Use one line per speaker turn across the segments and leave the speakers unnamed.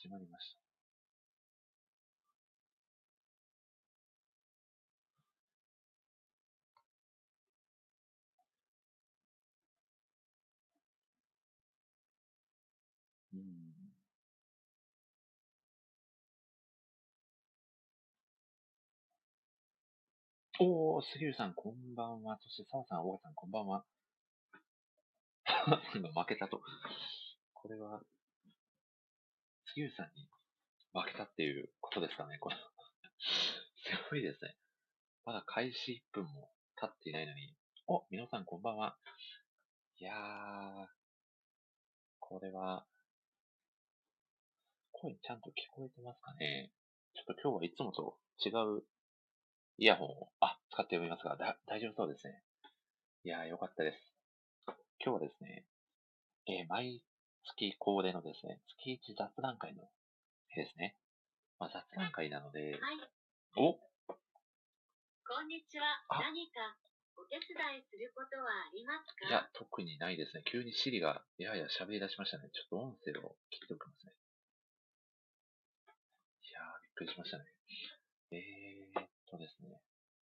しまりました。うん。おお、杉浦さん、こんばんは。そして、澤さん、大川さん、こんばんは。 今、負けたと。これは、杉浦さんに負けたっていうことですかね。この すごいですね。まだ開始1分も経っていないのに。お、皆さん、こんばんは。いやー、これは、声ちゃんと聞こえてますかね。ちょっと今日はいつもと違うイヤホンを、あ、使っておりますが、だ、大丈夫そうですね。いやー、よかったです。今日はですね、えー毎月恒例のですね、月1雑談会の日ですね。まあ、雑談会なので、はい。お、
こんにちは。
あ
何かお手伝いすることはあります
いや、
か
特にないですね。急にシリが、いやいや喋り出しましたね。ちょっと音声を切っておきますね。いやー、びっくりしましたね。えーっとですね。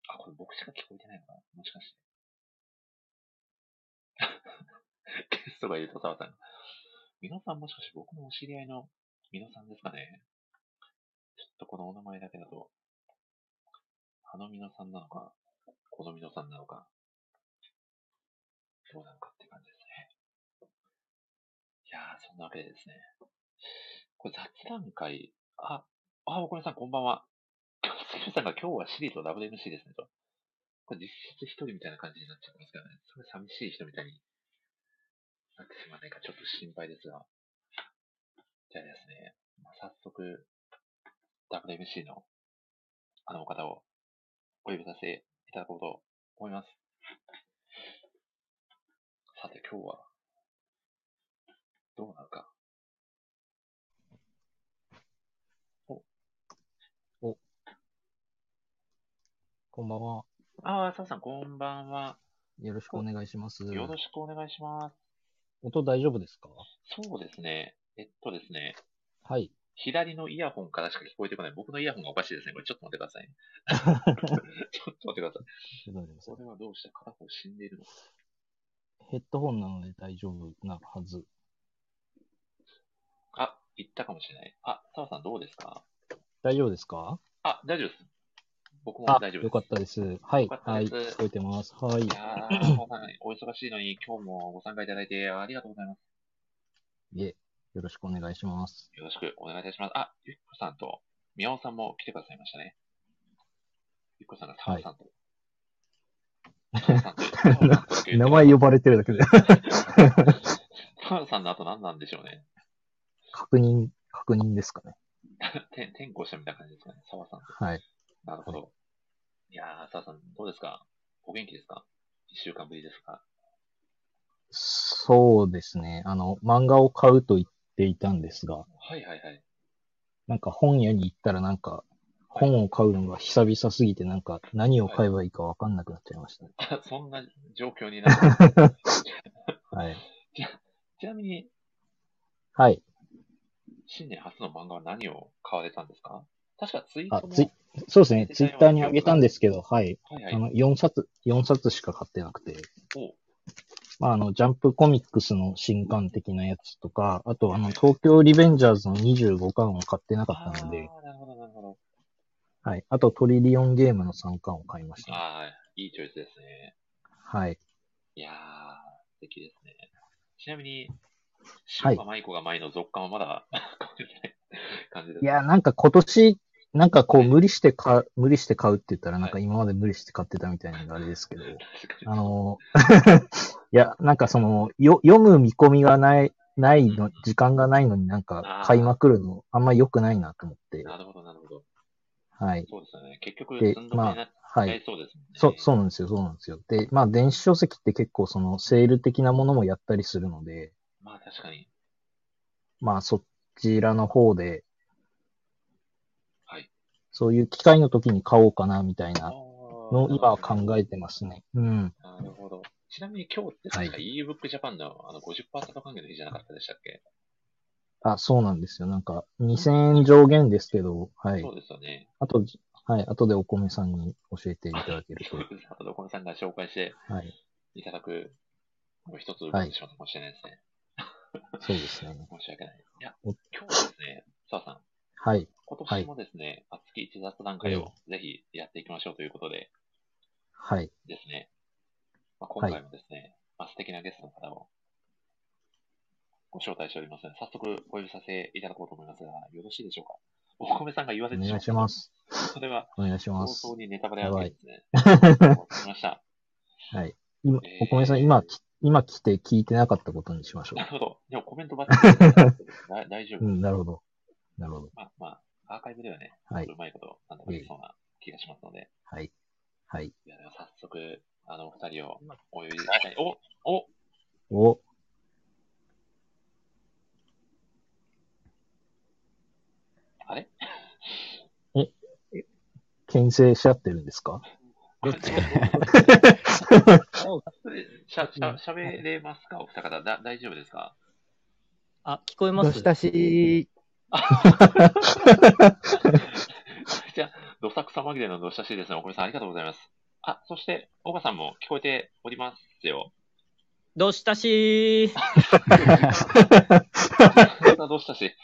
あ、これ僕しか聞こえてないのかなもしかして。 ゲストがいると澤さんが。美濃さんもしかして僕のお知り合いの美濃さんですかねちょっとこのお名前だけだと、あの美濃さんなのか、この美濃さんなのか、どうなのかって感じですね。いやー、そんなわけでですね。これ雑談会、あ、あ、おこめさんこんばんは。杉浦さんが今日はシリーと WMC ですねと。これ実質一人みたいな感じになっちゃってますからね。すごい寂しい人みたいになってしまわないかちょっと心配ですが。じゃあですね、まあ、早速 WMC のあのお方をお呼びさせていただこうと思います。さて今日はどうなるか。お、
お、こんばんは。
ああ、澤さんこんばんは。
よろしくお願いします。
よろしくお願いします。
音大丈夫ですか
そうですね。えっとですね。
はい。
左のイヤホンからしか聞こえてこない。僕のイヤホンがおかしいですね。これちょっと待ってくださいね。 ちょっと待ってください。
ちょっと待ってください
これはどうした片方死んでいるのか。
ヘッドホンなので大丈夫なはず。
あ、言ったかもしれない。あ、澤さんどうですか
大丈夫ですか
あ、大丈夫です。僕も
あ、
大丈夫です。
よかったです。はい。
よかった
は
で
い。
す
聞こえてます。はい
い。やー、澤さん、お忙しいのに今日もご参加いただいてありがとうございます。
いえ、よろしくお願いします。
よろしくお願いいたします。あ、ゆっこさんと、みやおさんも来てくださいましたね。ゆっこさんが澤さんと。澤さんと澤さんとっていう
名前呼ばれてるだけで
澤さんの後何なんでしょうね。
確認、確認ですかね。
て転校したみたいな感じですかね。澤さんと。
はい。
なるほど。いやー、澤さん、どうですかお元気ですか一週間ぶりですか
そうですね。あの、漫画を買うと言っていたんですが、
はいはいはい。
なんか本屋に行ったらなんか、本を買うのが久々すぎて、なんか何を買えばいいかわかんなくなっちゃいましたね。
あそんな状況にな る。
はい。
ちなみに、
はい。
新年初の漫画は何を買われたんですか確かツイー
あ
ト、も。
ツイ、そうですね。ツイッターにあげたんですけど、はい。
はいは
あ
い。
の、4冊、4冊しか買ってなくて、
お
まあ、あの、ジャンプコミックスの新刊的なやつとか、あと、あの、東京リベンジャーズの25巻を買ってなかったので、
あーなるほど、なるほど。
はい。あと、トリリオンゲームの3巻を買いました。
ああ、いいチョイスですね。
はい。
いやー、素敵ですね。ちなみに、
は
シ
い
ューパーマイコが前の続刊はまだ 買ってない感じです
いや、なんか今年、なんかこう、無理して買う、無理して買うって言ったら、なんか今まで無理して買ってたみたいなのがあれですけど、
確か
あ
に。
の、 いや、なんかその、よ、読む見込みがない、ないの、時間がないのになんか買いまくるの、あんま良くないなと思って、
なるほど、なるほど。
はい。
そうですよね。結局、
で
寸止め
ま
になっ
あ、は
ちゃ
い。
いそうですもんね。
そう、そうなんですよ、そうなんですよ。で、まあ、電子書籍って結構その、セール的なものもやったりするので、
まあ、確かに。
まあ、そちらの方で、
はい。
そういう機会の時に買おうかな、みたい
あ
なの
の
を今は考えてますね。うん。
なるほど。ちなみに今日って確か
は
ebook ジャパンのあの50%還元の日じゃなかったでしたっけ
あ、そうなんですよ。なんか、2000円上限ですけど、は
そ
い。
うですよね。
あと、はい。あとでお米さんに教えていただける
そうですね。 あと、どこのさんが紹介して
と。はい。
いただく、もう一つ奪ってしまったかもしれないですね。
そうですね。
申し訳ない。いや、
お
今日はです ね、澤さん、
はい。
今年もですね、熱き一雑談会をぜひやっていきましょうということで
はい。
ですね、まあ、今
はい
回もですね、まあ、素敵なゲストの方をご招待しておりますので、早速お呼びさせていただこうと思いますが、よろしいでしょうか。お米さんが言わ
お
せて
願い
し
し
ま
ま
う。
す。
それは
お願いしま
早
す
々。にネタバレあるわけですね。わかりました。
今
えー
お米さん、今、き今来て聞いてなかったことにしましょ
なるほど。でもコメントばっかりしてたんですけどだ大丈
う。
夫。
うん、なるほど。なるほど。
まあまあ、アーカイブではね、
は
う
い。
まいことなんとかできそうな気がしますので、
はい。はい。
いや、では早速、あの、お二人をお呼びしたい。おお
お、
あ れ
牽制し合ってるんですか
どっちが
しゃ、しゃ、しゃべれますかお二方。だ、大丈夫ですか
あ、聞こえま
ど
す
したし、
じゃあ、どさくさまぎれのどしたしいですね。おこみさん、ありがとうございます。あ、そして、お岡さんも聞こえておりますよ。
どしたし
またどした し。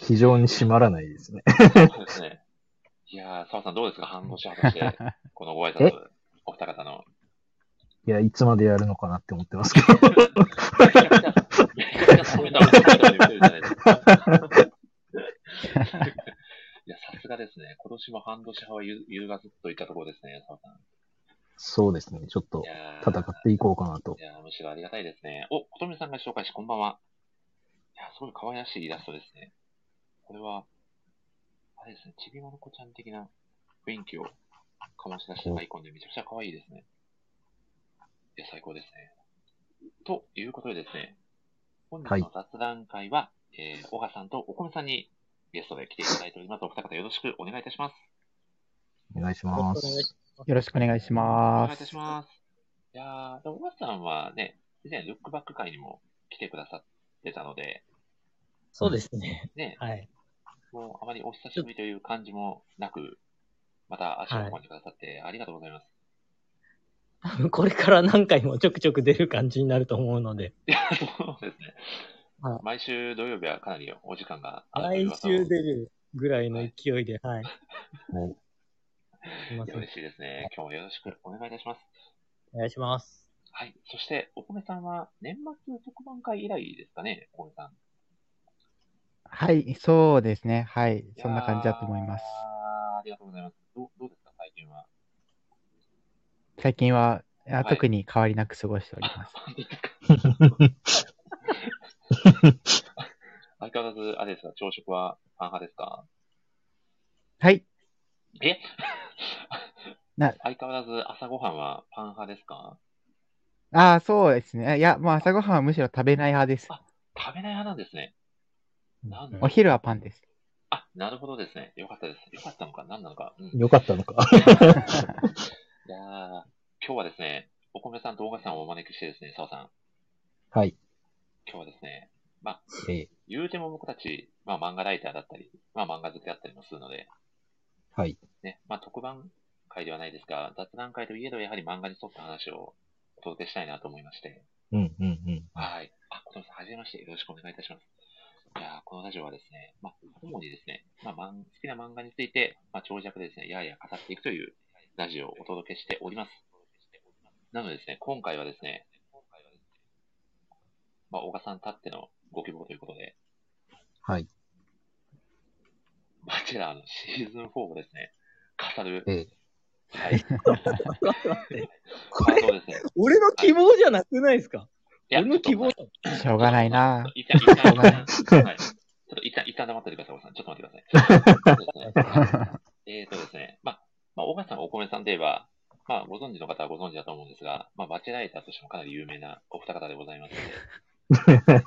非常に締まらないですね。
そうですね。いやー、澤さんどうですか半年果たして、このご挨拶
え、
お二方の。
いや、いつまでやるのかなって思ってますけど。
めちゃくちゃ、めちゃくちゃ褒めたこと言ってるじゃないですか。いや、さすがですね。今年も半年派は優優雅ずっといったところですね、澤さん。
そうですね。ちょっと
いやー
戦っていこうかなと
い。やー、むしろありがたいですね。お、ことみさんが紹介し、こんばんは。いやー、すごい可愛らしいイラストですね。これは、あれですね、ちびまる子ちゃん的な雰囲気を醸し出したアイコンでめちゃくちゃ可愛いですね。いや、最高ですね。ということでですね、本日の雑談会は、えー、小川さんとおこめさんにゲストで来ていただいております。お二方よろしくお願いいたします。
お願いしま
お願い
す。
よろしくお願いし
お願
ま
いいたし
す。
ます。いやー、でも小川さんはね、以前、ルックバック会にも来てくださってたので、
そうですね。
ね、
はい。
もうあまりお久しぶりという感じもなく、また足を運んでくださってありがとうございます。
多分これから何回もちょくちょく出る感じになると思うので。
い、や、そうですね
はい。
毎週土曜日はかなりお時間があるという
来
噂を
週出るぐらいの勢いで、はい。
お
すいま
いや
せん
嬉しいですね。今日もよろしくお願いいたします。
お願いします。
はい。そして、お米さんは年末特番会以来ですかね、お米さん。
はい、そうですね。はい、そんな感じだと思います。
あーありがとうございます。どうどうですか、最近は。
最近は、あ
はい
特に変わりなく過ごしております。
相変わらず、あれですか、朝食はパン派ですか
はい、
え
な
相変わらず朝ごはんはパン派ですか
ああ、そうですね。いや、もう朝ごはんはむしろ食べない派です。
食べない派なんですね。なんだ
お昼はパンです。
あ、なるほどですね。よかったです。よかったのか、何なのか。うん、い
よかったのか。
やー今日はですね、お米さんと大賀さんをお招きしてですね、澤さん。
はい。
今日はですね、
えー
言うても僕たち、まあ漫画ライターだったり、まあ漫画好きだったりもするので、
はい。
ね、まあ特番会ではないですが、雑談会といえどやはり漫画に沿った話をお届けしたいなと思いまして。
うん、うん、 うん。
はい。あ、小友さん、はじめまして。よろしくお願いいたします。いやーこのラジオはですね、まあ、主にですね、まあ、漫好きな漫画について、まあ、長尺でですね、やや語っていくというラジオをお届けしております。なのでですね、今回はですね、まあ、小賀さんたってのご希望ということで、
はい。
バチェラーのシーズン4をですね、語る、
え
はい、
こ
感
れ、
想ですね。
俺の希望じゃなくないですか
いや
俺の希望だ。
しょうがない な。
一旦、一旦、
うがな
一旦、はい。ちょっと一旦、一旦黙っててください、お子さん。ちょっと待ってください。そうですね えーとですね、まあ、まあ、大川さん、お米さんといえば、まあ、ご存知の方はご存知だと思うんですが、まあ、バチェライターとしてもかなり有名なお二方でございますので、ま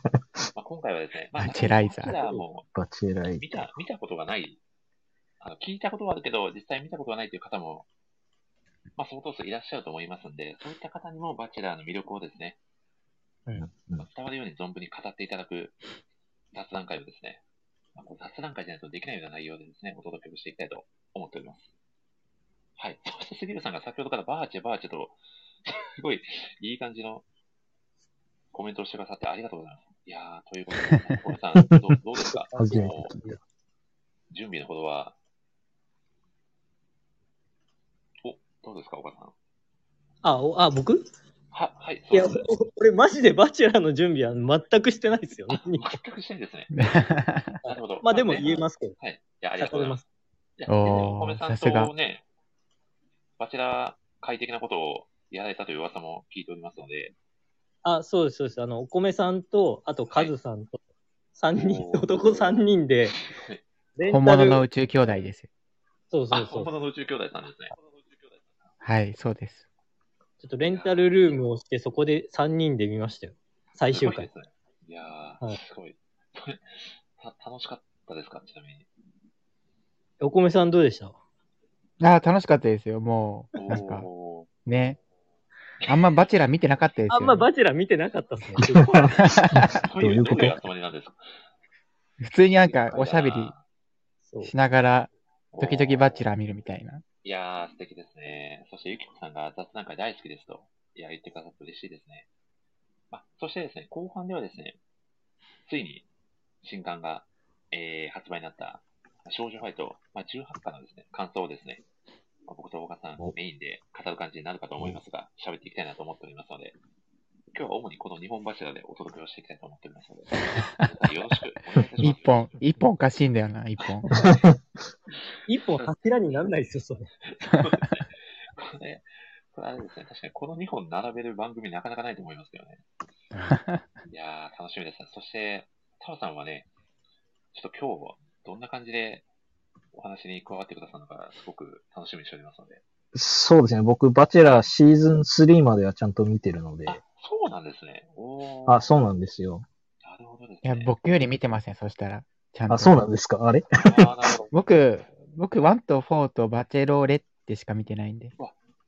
あ今回はですね、まあ、
バチェライザー
バチェラーも
バチェライ
見た見たことがない、あの聞いたことはあるけど、実際見たことがないという方も、まあ、相当数いらっしゃると思いますんで、そういった方にもバチェラーの魅力をですね、
うんうん
伝わるように存分に語っていただく、雑談会をですね、まあ、こう雑談会じゃないとできないような内容でですね、お届けをしていきたいと思っております。はい。そして杉浦さんが先ほどからバーチェバーチェと、すごいいい感じのコメントをしてくださってありがとうございます。いやー、ということで、ね、小林さん、どうどうですか
初めて
もう
聞いた。
準備のほどは。お、どうですか、岡田さん。
あ、おあ、僕
は、はい、
い
そう
や
です。、
お俺マジでバチェラーの準備は全くしてないですよ。何
全くしてないですね。なるほど。。
まあでも言えますすけど。
はい。いや、ありがとうございます。いや、
おー
お米さん
さすが
とね、バチェラー会的なことをやられたという噂も聞いておりますので、
あ、そうです、そうです。あの、お米さんと、あとカズさんと、三人、
おー
男三人で、レンタ
本
ル
物の宇宙兄弟ですよ。
そうそう
あ、
そう
本。物の宇宙兄弟さんですね。
はい、そうです。
ちょっとレンタルルームをして、そこで三人で見ましたよ。最終回
す。ごいですね。いや
は
ー、
い
すごい。 た楽しかったですかちなみに。
お米さんどうでした
ああ、楽しかったですよ。もう、なんか、
おー
ね。あんまバチェラー見てなかったですよ、ね。
あんまバチェラー見てなかったっすね。
どういう
どういうこと
どういう集まりなんですか
普通になんかおしゃべり
そう
しながら、時々バチェ
ラ
ラー見るみたいな。
いやー、素敵ですね。そして、ゆきこさんが雑談会大好きですと、いや、言ってくださって嬉しいですね。あ、そしてですね、後半ではですね、ついに、新刊が、えー、発売になった、少女ファイト、まあ、18巻のですね、感想をですね、まあ僕と岡さん
お
メインで語る感じになるかと思いますが、喋っていきたいなと思っておりますので、今日は主にこの日本柱でお届けをしていきたいと思っておりますので、皆 さんよろしくお願いいたします。
一本、一本おかしいんだよな、一本。
一本柱になんないですよ、それ。
そうですねこれ、これあれですね、確かにこの2本並べる番組なかなかないと思いますけどね。いやー、楽しみですね。そして、タロさんはね、ちょっと今日、どんな感じでお話に加わってくださるのか、すごく楽しみにしておりますので。
そうですね。僕、バチェラーシーズン3まではちゃんと見てるので。
あ、そうなんですね。おー
あ、そうなんですよ。
なるほどです
い
ね。
や、僕より見てません、そしたら。ちゃんと。
あ、そうなんですかあれ
あーなるほど
僕、僕、1と4とバチェロレッテしか見てな いんで。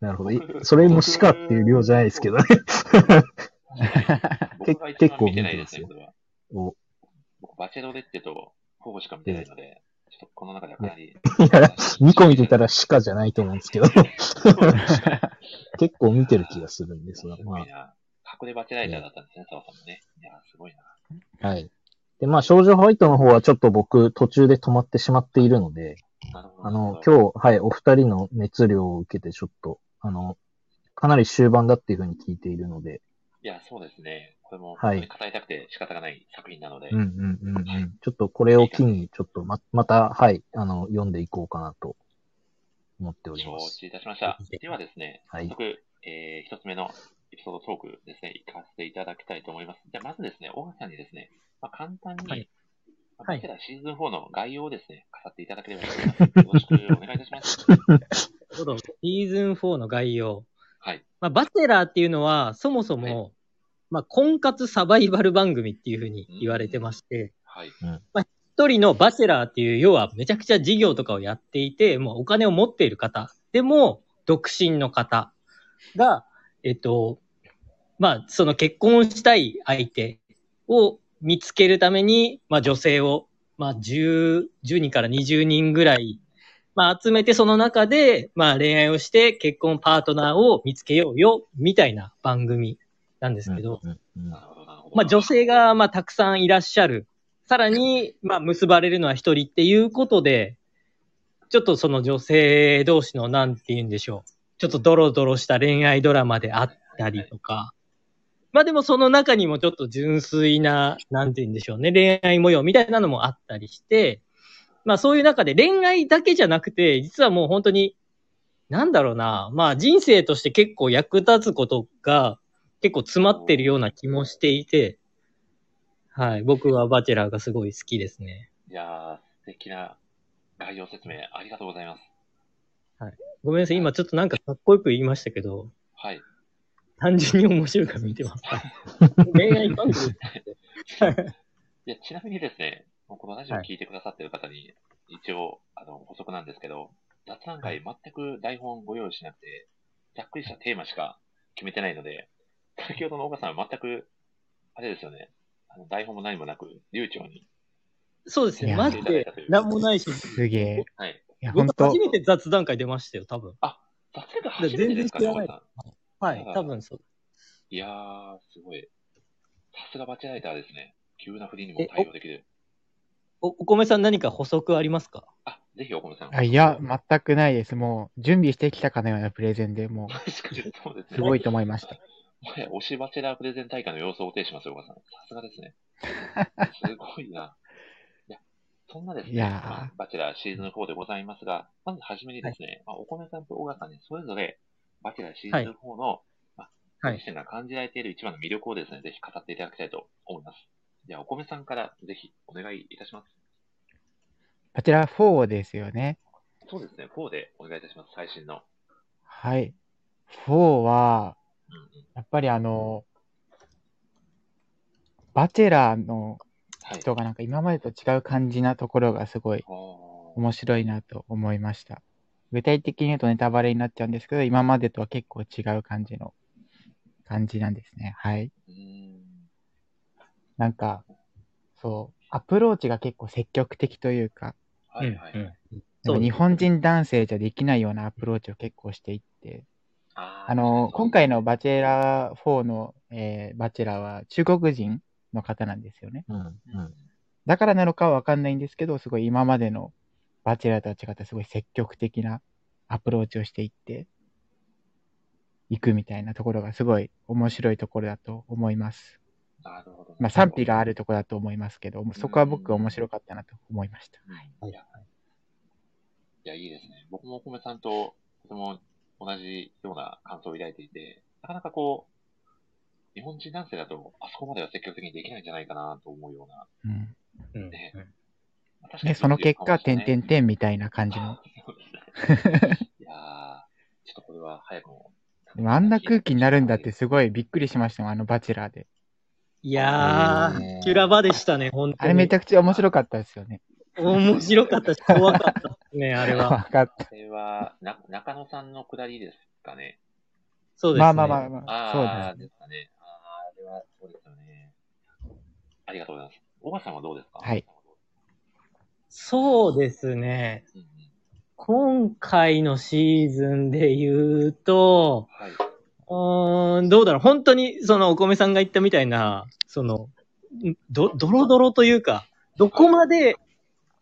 なるほど。いそれもしかっていう量じゃないですけ どね。
僕が
け
一
結
番
構
見てないですね、
見
これは。
お
僕、バチェロレッテとフォーしか見てないので、ちょっとこの中ではかなり。
いや、2個見てた
ら、
らしかじゃないと思うんで すけど。 結構見てる気がするんですが。
すご
ま
いな。隠れバチェライターだったんですね、澤さんもね。いや、すごいな。
あ、はい。で、まあ、少女ホワイトの方はちょっと僕、途中で止まってしまっているので、
なるほど
あの、
なる
今日、はい、お二人の熱量を受けて、ちょっと、あの、かなり終盤だっていうふうに聞いているの
ほ
で、
どいや、そうですね。これも、
はい
本当に語りたくて仕方がない作品なので、
うんうんうんうん。ちょっとこれを機に、ちょっとま、また、はい、あの、読んでいこうかなと思っており
承
ます。
知いたしました。ではですね、
は
早
い。
速、えー、一つ目のエピソードトークですね、行かせていただきたいと思います。じゃあ、まずですね、大橋さんにですね、まあ、簡単に、
は
まあ
いはい
バチェラーシーズン4の概要をですね、語っていただければと思います。よろしくお願いいたします。
シーズン4の概要。
はい。
まあ、バチェラーっていうのは、そもそも、まあ、婚活サバイバル番組っていうふうに言われてまして、
はい。
一人のバチェラーっていう、要はめちゃくちゃ事業とかをやっていて、もうお金を持っている方、でも、独身の方が、えっと、まあ、その結婚したい相手を見つけるために、まあ女性を、まあ10、10人から20人ぐらい、まあ集めてその中で、まあ恋愛をして結婚パートナーを見つけようよ、みたいな番組なんですけど、
うんうんうん
なるほど、なるほど。
まあ、女性が、まあ、たくさんいらっしゃる。さらに、まあ、結ばれるのは一人っていうことで、ちょっとその女性同士の、なんて言うんでしょう。ちょっとドロドロした恋愛ドラマであったりとか。まあでもその中にもちょっと純粋な、なんて言うんでしょうね。恋愛模様みたいなのもあったりして、まあそういう中で恋愛だけじゃなくて、実はもう本当に、なんだろうな。まあ人生として結構役立つことが結構詰まってるような気もしていて、はい。僕はバチェラーがすごい好きですね。
いやー、素敵な概要説明ありがとうございます。
ごめんなさい。今ちょっとなんかかっこよく言いましたけど、
はい。
単純に面白いから見てます。恋愛番組
いや、ちなみにですね、もうこのラジオを聞いてくださっている方に、一応、あの、補足なんですけど、雑談会全く台本ご用意しなくて、ざっくりしたテーマしか決めてないので、先ほどの岡さんは全く、あれですよね、あ台本も何もなく、流暢に。
そうです
い
ね。
や
マジで、なんもないし、
すげえ。
はい。
いや、ほん
僕
と
初、めて雑談会出ましたよ、多分。
雑学初めてですか
い
ね、
や全然知らない
小川さ
はい
あ、ー
多分そう。
んいやー、すごい。さすがバチェライターですね。急な振りにも対応できる。
お、お米さん何か補足ありますか
あ、ぜひ、おこめさん。
あいや、全くないです。もう、準備してきたかのようなプレゼンで、も
確かにそうです
う、
ね。
すごいと思いました。
もはや、推しバチェラープレゼン大会の様子をお呈しますよ、小川さん。さすが ですね。すごいな。いや、そんなですね、
いやー
まあバチェラーシーズン4でございますが、まずはじめにですね、まあ、お米さんと小川さんにそれぞれ、バチェラーシーズン4の、まあ、
はい
ご自身が感じられている一番の魅力をですね、ぜひ語っていただきたいと思います。じゃあ、お米さんからぜひお願いいたします。
こちら4ですよね。
そうですね、4でお願いいたします、最新の。
はい。4は、
うんうん、
やっぱりあの、バチェラーの
はい。
人がなんか今までと違う感じなところがすごい
おー
面白いなと思いました。具体的に言うとネタバレになっちゃうんですけど、今までとは結構違う感じの感じなんですね。はい。
うーん
なんか、そう、アプローチが結構積極的というか、
はいはい。
うんうん
なんか日本人男性じゃできないようなアプローチを結構していって、
あー
あの、今回のバチェラー4の、えーバチェラーは中国人の方なんですよね。
うん、
う
うん
ん。
だからなのかはわかんないんですけど、すごい今までのバチェラーとは違って、すごい積極的なアプローチをしていって、いくみたいなところがすごい面白いところだと思います。
なるほど。
まあ賛否があるところだと思いますけど、そこは僕面白かったなと思いました。
はい。いや、いいですね。僕もお米さんととても同じような感想を抱いていて、なかなかこう、日本人男性だと、あそこまでは積極的にできないんじゃないかなと思うような。
うん、
うんうん
ねまあ確かに
で、その結果、
そうい
点
う感
々点みたいな感じの。
じですね。 いやー、ちょっとこれは早くも。
でもあんな空気になるんだってすごいびっくりしましたもん、あのバチェラーで。
いや
ね
ー、キュラバでしたね、本当に。
あれめちゃくちゃ面白かったですよね。
面白かったし、怖かったですね、あれは。
わかった。
これは、な中野さんのくだりですかね。
そうですね。
まあまあまあまあ、 そう
あ
です
ー、
ね。
ですかね。あーあれはそうですよね。ありがとうございます。小川さんはどうですか
はい。
そうですね。
うんうん
今回のシーズンで言うと、
はい。
うーん、どうだろう。本当に、その、お米さんが言ったみたいな、その、んど、ドロドロというか、どこまで、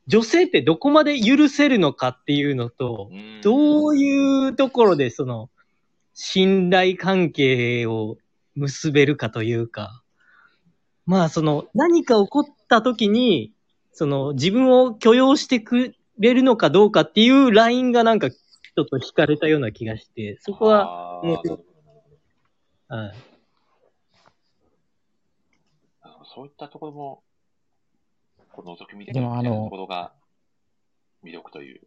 女性ってどこまで許せるのかっていうのと、ど
う
ういうところで、その、信頼関係を結べるかというか、まあ、その、何か起こった時に、その、自分を許容してくれるのかどうかっていうラインがなんか、ちょっと惹かれたような気がして、そこは、
は
ねはい
そういったところも、こう覗き見て
でもあの
ところが魅力という。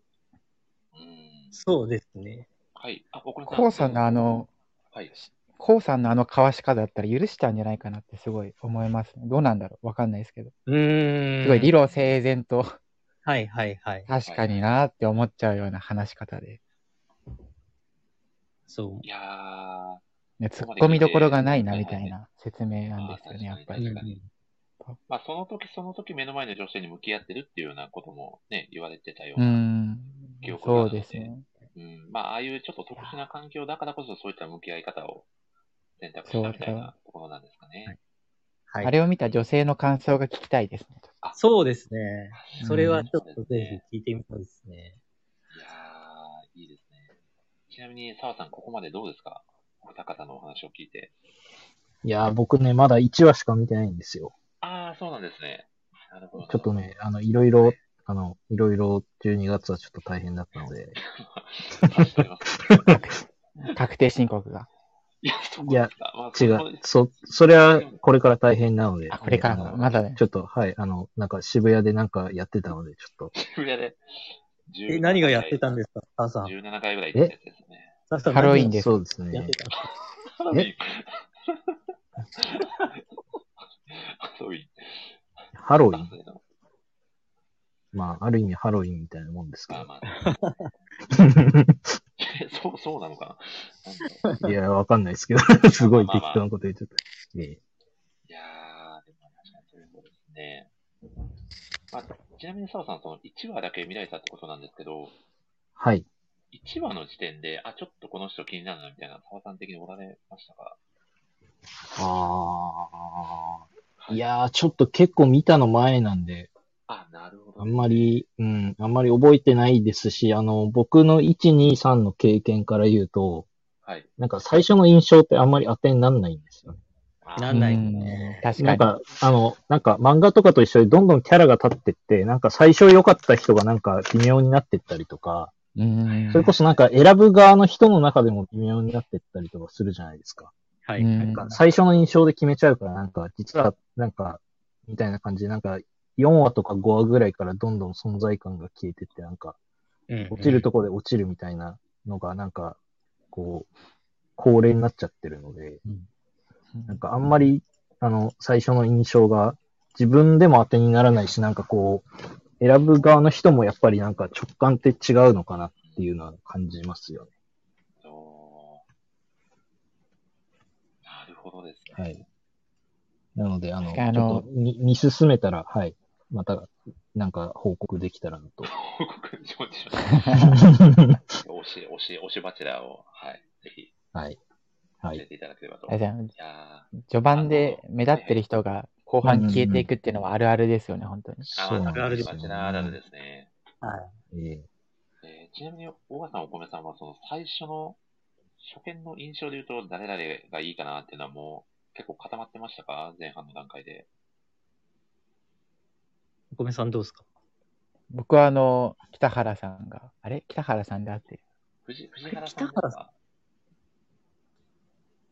うん。
そうですね。
はい。あ、僕
コウさんのあ、の、
はい。
コウさんのあのかわし方だったら許したんじゃないかなってすごい思いますね。どうなんだろうわかんないですけど。
うーん。
すごい理。論整然と、
はいはいはい。
確かになーって思っちゃうような話し方で。
そう
い。やー、あ
ね、突っ込みどころがないなみたいな説明なん
ー
ですよね、やっぱ
確かに確かに
り。
まあ、その時その時目の前の女性に向き合ってるっていうようなこともね、言われてたよう
う
な。
ん
記。憶があ
そ
るので
うですね。
うんまあ、ああいうちょっと特殊な環境だからこそ、そういった向き合い方を選択したみたいなところなんですかね。
はい、
あれを見た女性の感想が聞きたいですね。
そうですね。それはちょっと
そうです
ぜ
ね
ひ聞いてみたいですね。
いやー、いいですね。ちなみに、澤さん、ここまでどうですかお二方のお話を聞いて。
いやー、僕ね、まだ1話しか見てないんですよ。
あー、そうなんですね。なるほど。
ちょっとね、あの、いろいろ、あの、いろいろ12月はちょっと大変だったので。
話しております ね。
確定申告が。
いや、そうですか。まあ、
違
そう
う
で。す
そ、それはこれから大変なので。
あ、これから
あ
な
の
まだね。
ちょっと、はい、あの、なんか渋谷でなんかやってたので、ちょっと。
渋谷で。
え、何がやってたんですかサさん。
?17 回ぐらい行ったやつですね。
サさん。
ハロウィンです
そうです
何や
ね
って。たんです
ハ
か
ロウィン。 ハロウィン。
ハロウ
あ
ィン
そういうの
まあ、ある意味ハロウィンみたいなもんですけ
まあ
ど。
まあ。 そう、そうなのかななんだろう
いや、わかんないですけど。すごい適当なこと言っちゃった。ええ
いやー、でも確かにそういうまあ、ちなみに澤さん、その1話だけ見られたってことなんですけど、
はい。
1話の時点で、あ、ちょっとこの人気になるなみたいな、澤さん的におられましたか
ああ。いやー、ちょっと結構見たの前なんで、
あ、なるほど。
あんまり、うん、あんまり覚えてないですし、あの、僕の1、2、3の経験から言うと、
はい。
なんか最初の印象ってあんまり当てになんないんですよね。
あ
なんない
うん確か
なん
に。
か、あの、なんか漫画とかと一緒にどんどんキャラが立ってって、なんか最初良かった人がなんか微妙になってったりとか、
うん
それこそなんか選ぶ側の人の中でも微妙になってったりとかするじゃないですか。
は
う
い。
ん
なんか最初の印象で決めちゃうから、なんか実は、なんか、みたいな感じで、なんか4話とか5話ぐらいからどんどん存在感が消えてって、なんか
うん
落ちるとこで落ちるみたいなのが、なんか、こう、恒例になっちゃってるので、なんかあんまり、あの、最初の印象が自分でも当てにならないし、なんかこう、選ぶ側の人もやっぱりなんか直感って違うのかなっていうのは感じますよね。
おーなるほどですね。
はい。なので、あの、
確かにあ
ち
の
ょっと見見進めたら、はい。また、なんか報告できたらな と。
報告しましょう。推し、推し、推しバチェラーを、はい。ぜひ、
はい。は
教え
い。
ていただければと。
あれ
い
じゃん
や
序盤で目立ってる人が後半消えていくっていうのはあるあるですよね、本当に。
ー、
そ
あ
う
ー、
な
あるあ
ん
る
で
ですバ
よ、
チェラーあるある
ね。
ですね。
ええ
えーちなみに、大川さん、お米さんは、その最初の、初見の印象で言うと、誰々がいいかなっていうのはもう、結構固まってましたか前半の段階で。
お米さんどうですか
僕はあの、北原さんが、あれ北原さんであって、
藤藤原さんです
北原
か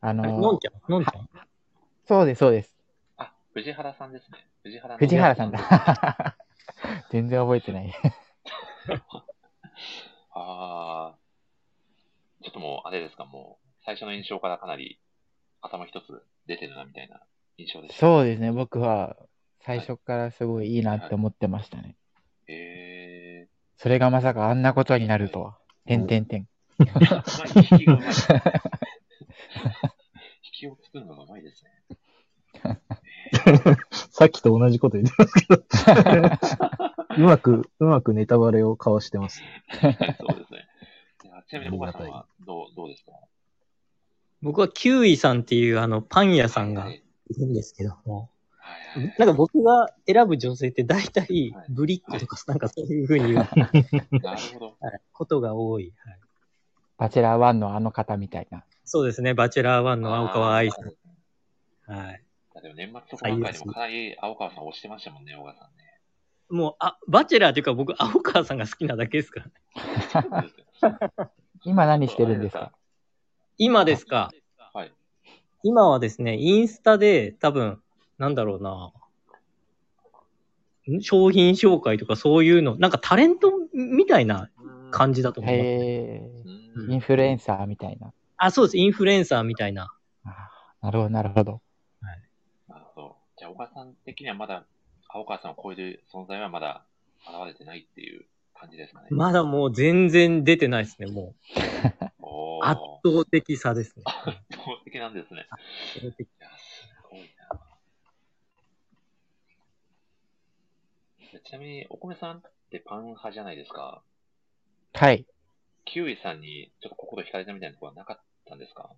あ
あれ、
の
のんちゃんのんちゃん
そうです、そうです。
あ、藤原さんですね。藤原の
藤原さん。
あ
だ。 全然覚えてない。
あー。ちょっともう、あれですか、もう、最初の印象からかなり、頭一つ出てるな、みたいな印象でした。
そうですね、僕は最初からすごいいいなって思ってましたね。
え ー。
それがまさかあんなことになるとは。てんてんてん。
まあ、引き がうまいですね。引きを作るのがうまいですね。
さっきと同じこと言ってますけど。 うまく、うまくネタバレをかわしてます。
はいそうですね。いやちなみに、小川さんはどうどうですか
僕はキウイさんっていうあのパン屋さんが
はいい
るんですけども、
はいはい
なんか僕が選ぶ女性って大体
はい
ブリッジとかなんかそういうふう に言う
なるほど。
はいことが多い。はい
バチェラー1のあの方みたいな。
そうですね、バチェラー1の青川愛さ
あー
ん。はい。
だけど年末特番会でもかなり青川さん押してましたもんね、小川さんね。
もう、あ、バチェラーというか僕、青川さんが好きなだけですからね。
今何してるんですか
今ですか。
はい。
今はですね、インスタで多分、なんだろうな、ん商品紹介とかそういうの、なんかタレントみたいな感じだと思います。
へ
う
ー
ん
インフルエンサーみたいな。
あ、そうです。インフルエンサーみたいな。
あーなるほど、なるほど。
なるほど。じゃあ、小川さん的にはまだ青川さんを超える存在はまだ現れてないっていう感じですかね。
まだもう全然出てないですね、もう。
おー
圧 倒的さですね。
圧倒的なんですね。いや、すごいな。ちなみに、お米さんってパン派じゃないですか。
はい。
キウイさんにちょっと心惹かれたみたいなところはなかったんですか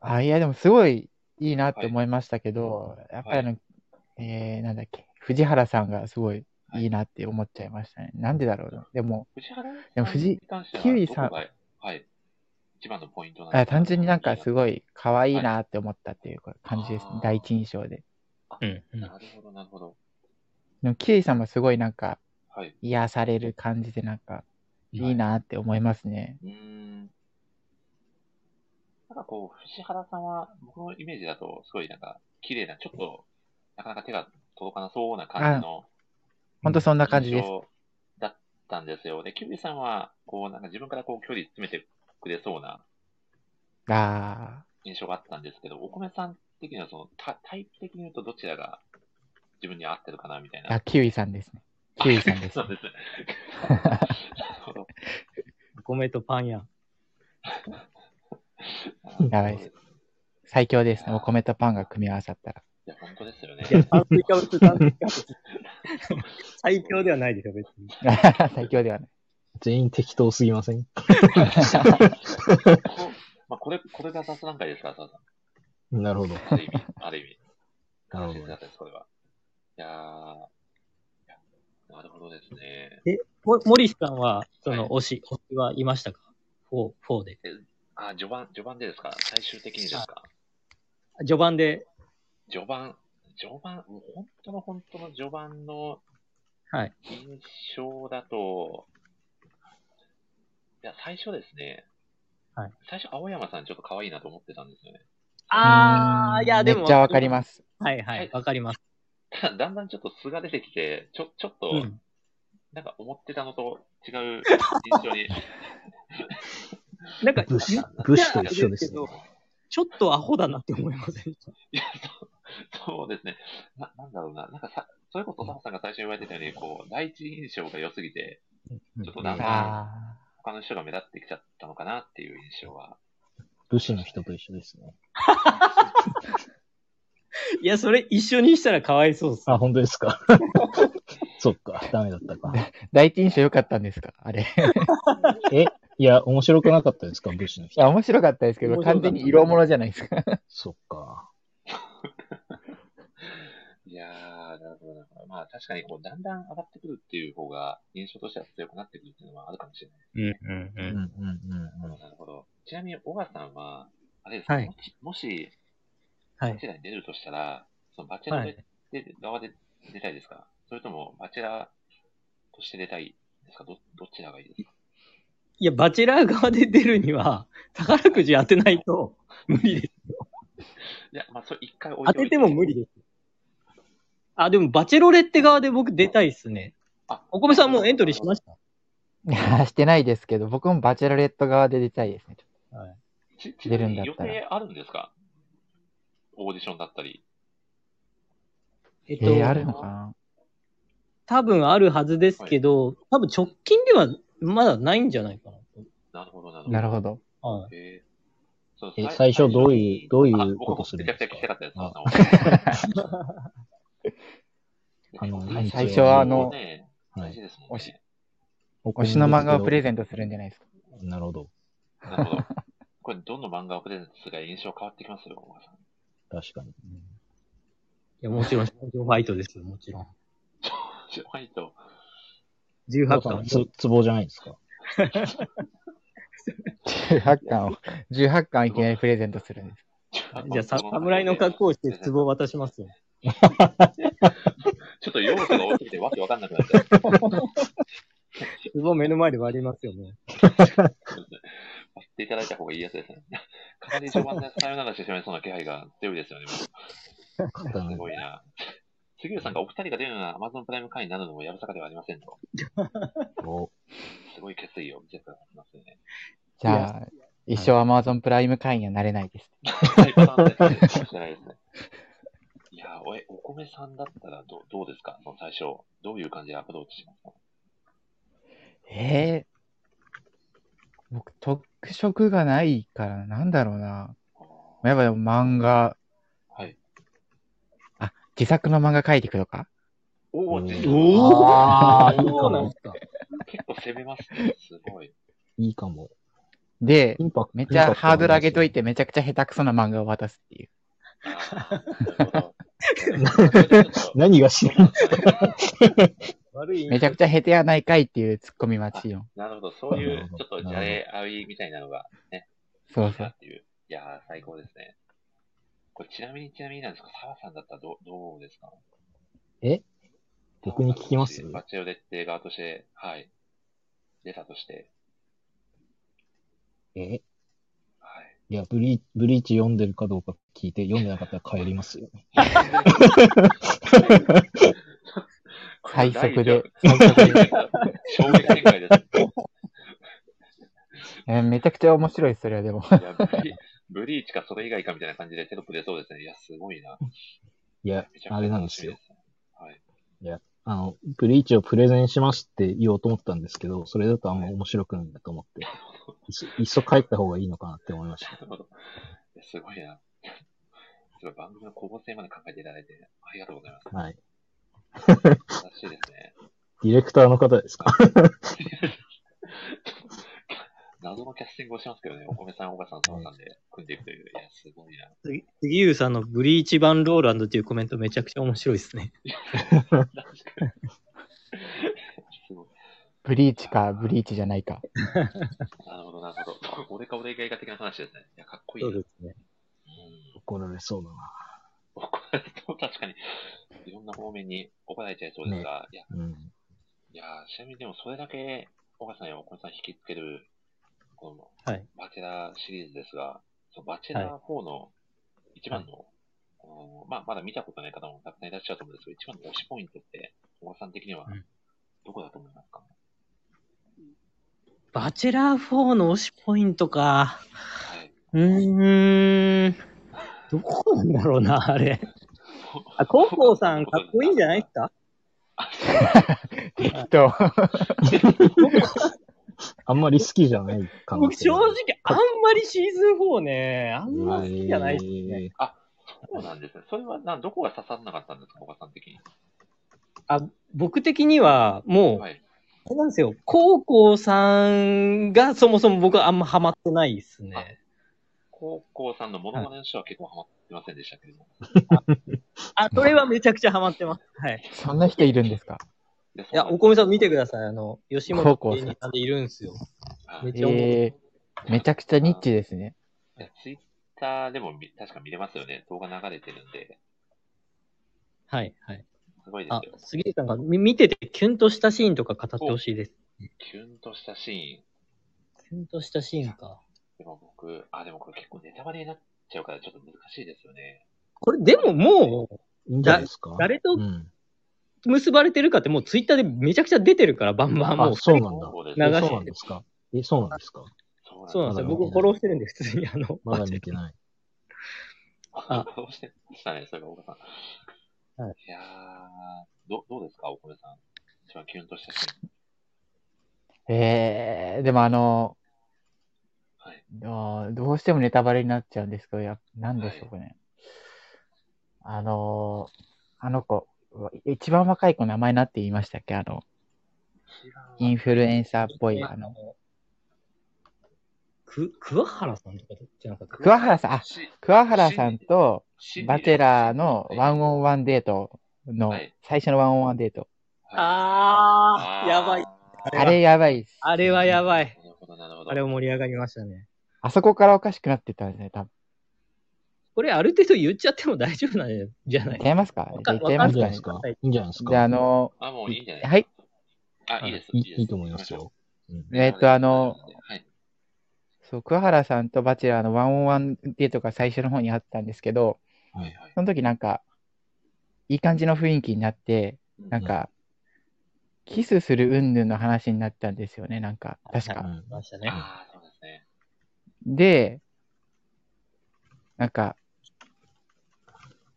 あ、いや、でもすごいいいなって思いましたけど、やっぱりあの、えー、なんだっけ、藤原さんがすごいいいなって思っちゃいましたね。なんでだろうな。でも、
藤原
でも藤
に関しては
キウイさん
どこがはい。一番のポイントなん
あ単純になんかす
い。
ごい可愛いなって思ったっていう感じですね。
はい
第一印象で。
うん。うん
なるほど、なるほど。
でも、キウイさんもすごいなんか
はい。
癒される感じで、なんかいいなって思いますね。
うーん。なんかこう、藤原さんは、僕のイメージだと、すごいなんか、綺麗な、ちょっと、なかなか手が届かなそうな感じの
ほんとそんな感じ
印
です。
象だったんですよ。で、キウイさんは、こう、なんか自分からこう、距離詰めてくれそうな
あ
印象があったんですけど、お米さん的には、その、たタイプ的に言うと、どちらが自分に合ってるかな、みたい
ー
な。
あ、キウイさんですね。キウイさんで す
そう。ですね。なるほど。
お米とパン屋。
やばいです最強ですね。お米とパンが組み合わさったら。
や、本当ですよね。
いや、炭水化物、炭水化物。最強ではないでしょ、別に。
最強ではない。
全員適当すぎません
こまあ、これ、これが雑談会ですから、澤さん。
なるほど。
ある意味、ある意味。
なるほ
切な
ど。
かったです、これは。いやーいやなるほどですね。
も森さんは、そ
はい
の、推し、推しはいましたか ?4、4で。
あ、序盤、序盤でですか最終的にですか
序盤で、
序盤、序盤、もう本当の本当の序盤の
はい。
印象だと、いや、最初ですね。
はい。
最初、青山さんちょっと可愛いなと思ってたんですよね。
あー、いや、でも。。
めっちゃわかりますす。
はいはい、わかります。
ただ、だんだんちょっと素が出てきて、ちょ、ちょっと、
うん。
なんか思ってたのと違 う印象に。
なんか、
武士
言っ、
武士と一緒です
けど
ね。
ちょっとアホだなって思いませんでした。
いや、そうそうですね。な、なんだろうな。なんかさ、それこそ、サムさんが最初言われてたように、こう、第一印象が良すぎて、ちょっとなんか、
あ
他の人が目立ってきちゃったのかなっていう印象は。
武士の人と一緒ですね。
いや、それ一緒にしたらかわいそうっす。
あ、本当ですか。そっか、ダメだったか。
あ。第一印象良かったんですかあれ。
え、いや、面白くなかったですか、武士の
いや、
人。
面白かったですけど、
面白か
完
った
全に色物じゃないですか。
そっか。
いやー、なるほどなるほど。まあ、確かに、こう、だんだん上がってくるっていう方が、印象としては強くなってくるっていうのはあるかもしれない。
うんうん
うんうんうんうん。
なるほど。ちなみに、小川さんは、あれですか、
はい
もし、もし、
は
バ
い。
チェラーに出るとしたら、そのバチェラーで側で出たいですか、それともバチェラーとして出たいですかどどちらがいいですか
いや、バチェラー側で出るに は、宝くじ当てないと無理です。
いや、まあ、それ一回置い
当
ておい
てても無理です。あ、でも、バチェロレッテ側で僕出たいっすね。
あ、
お米さんもうエントリーしま
し
した
いやしてないですけど、僕もバチェラレット側で出たいですね。
はい。
た。ち
出るんだったら
ちなみに予定あるんですかオーディションだったり。
えっ
え
と、
ー、あるのかな
多分あるはずですけど、多分直近ではまだないんじゃないかな
なるほど、なるほど。
なるほど。
と。はい。
えーそう
え
さい
最初どういう
に
どういう
あ僕
ことするん
め
で
ち
す
ゃ
か
くちゃ聞きたかったです。
あ
あの
あの
最初
最初はあの
ね
は
大事
い。
ですも
お
ん
し
ね。
お
推しの漫画をプレゼントするんじゃないですか。
なるほど。
なるほど。これ、どの漫画をプレゼントするか印象変わってきますよ、小川さん。
確かに。
いや、もちろん、商業ファイトですよ、もちろん。
ちょはいと。
18巻。
つ、つぼじゃないですか。
18巻を、18巻をいきなりプレゼントするんです。
じゃあ、さ侍の格好をして、壺を渡しますよ。
ちょっと要素が多すぎてわけわかんなくなっちゃう。
壺を目の前で割りますよね。
割っていただいた方がいいやつですね。かなり序盤でさよならしてしまいそうな気配が強いですよね。す
刀
ごいな。杉浦さんがお二人が出るような Amazon プライム会員になるのもやぶさかではありませんと。
を
すごい決意を見せてくださいますね。
じゃあ、一生 Amazon プライム会員にはなれないです。
はい、パターンですね。かもしれないですね。いやーおえ、お米さんだったらどうどうですかその最初、どういう感じでアプローチしますか
ええ僕、特色がないから、なんだろうな。やっぱでも漫画、
はい。
あ、自作の漫画書いていくとか
おお、
うん
結
お
構
あーいい
そ
か
うなん
も
ですか。
攻めますね。すごい。
いいかも。
で、
インパクト。
めっちゃハードル上げとい
て。
て、めちゃくちゃ下手くそな漫画を渡すっていう。
あーなるほど
何がしらん
悪い。
めちゃくちゃ下手やないかいっていうツッコミ待ちよ。
なるほど、そうい
なる
う
ほ、ど
ちょっとじゃれ合いみたいなのがね、
そう
あ
そう
っ。ていう。いやー、最高ですね。これ、ちなみに、ちなみになんですか、澤さんだったらどうどうですか
え僕に聞きます
澤さんもしバチェロレッテ側として、はい。出たとして、
え
はい。。
いや、ブリー、ブリーチ読んでるかどうか聞いて、読んでなかったら帰りますよ。
最速で
衝撃展開です。
えーめちゃくちゃ面白い、それはでも。
いやブリブリーチかそれ以外かみたいな感じでテロップ出そうですね。いや、すごいな。
いや
めちゃ、くちゃ
あれなんで
楽し
す
み
よ
で。すね。はい。
あの、ブリーチをプレゼンしますって言おうと思ったんですけど、それだとあんま面白くないなと思って、 いっそいっそ帰った方がいいのかなって思いました。
なるほど。いやすごいな。すごい番組の構成まで考えていただいて、ありがとうございます。
はい。
素晴らしいですね。
ディレクターの方ですか
謎のキャスティングをしますけどね、お米さん、おばさん、そばさんで組んでいくという。いや、すごいな。
杉杉浦さんのブリーチバンローランドっていうコメントめちゃくちゃ面白いですね。
確かに。すごい。
ブリーチか、ブリーチじゃないか。
なるほど、なるほど。俺か俺が映画的な話ですね。いや、かっこいいな。
すね。
うん
怒られそうだな。
怒られそう 確かに。いろんな方面に怒られちゃいそうですが、いや、
うん。
いやー、ちなみにでもそれだけ、岡さんやお子さん引きつける、この、
はい
バチェラーシリーズですが、そのバチェラー4の一番の、このまあ、まだ見たことない方もたくさんいらっしゃると思うんですけど、一番の推しポイントって、お子さん的には
うん、
どこだと思いますか、
バチェラー4の推しポイントか。
はい。
うーん。どこなんだろうな、あれ。あ、高校さんかっこいいんじゃないですか
適 当。
あんまり好きじゃないかな。
僕正直あんまりシーズン4ね、あんま好きじゃないですね。
ね。
そうなんですね。それはな、どこが刺さらなかったんですか、岡さん的に。
あ僕的にはもう、
はい。
あれなんですよ、高校さんがそもそも僕はあんまハマってないですね。
高校さんのモノマネの人は結構ハマってませんでしたけれども。
あ、それはめちゃくちゃハマってます。はい。
そんな人いるんですか
いや
いや、お米さん見てください。あの、吉本
高校
芸
さん
人さんでいるんですよ。
さ
めっちゃ思う
えー、めちゃくちゃニッチですね。
いや、ツイッターでもみ確か見れますよね。動画流れてるんで。
はい、はい。
すごいで
あ
すよ、。
杉江さんがみ見ててキュンとしたシーンとか語ってほしいです。
キュンとしたシーン。
キュンとしたシーンか。
でも僕、あ、でもこれ結構ネタバレになっちゃうからちょっと難しいですよね。
これ、でももう、
いいんじゃないですか
誰と
うん。
結ばれてるかってもうツイッターでめちゃくちゃ出てるから、バンバンもう
あ、。そうなんだ。
そうです
流
え
ね
して
そうなんですかえ、そうなんですか
そう
そうなんですよ。僕フォローしてるんで、普通にあの、
まだ見てない。
あ、フォローしてましたね、それが岡さん。、
はい
やー、どどうですか、お米さん。一番キュンとしたシーン。
えー、でもあの、
はい。
あーどうしてもネタバレになっちゃうんですけど、やなんでしょうかね。あのー、あの子、うわ一番若い子名前なんて言いましたっけあの、
一番
インフルエンサーっぽい、あの、
く、桑原さんとかじゃなかった
桑原さん、あ、
し
桑原さんと
心理
バチェラーのワンオン
ン。
ワンデートの
はい、
最初のワンオンワンデート。
あ
ー
ー、やばい。。
ー
あれやばいっす。
あれはやばい。
なるほど、なるほど。
あれは盛り上がりましたね。
あそこからおかしくなってたんですね、多分。
これある程度言っちゃっても大丈夫なんじゃない
言っちゃいますか
わ
じゃ
か
あ言っちゃいま
いいん
す
じゃ
か
ないですか
は
ね
い
いいんじゃないですか
じゃあ、あの、
あ、もういいんじゃない
はい。
あ、いいです。
い
です
いいと思いますよ。。うん
えーっとあの
はい。
そう、桑原さんとバチェラーのワンオンワンデートが最初の方にあったんですけど、
はいはい。
その時なんか、いい感じの雰囲気になって、なんか、キスする云々の話になったんですよね、なんか、確
う
か。
ん
ましたね。
ああ、そうですね。
で、なんか、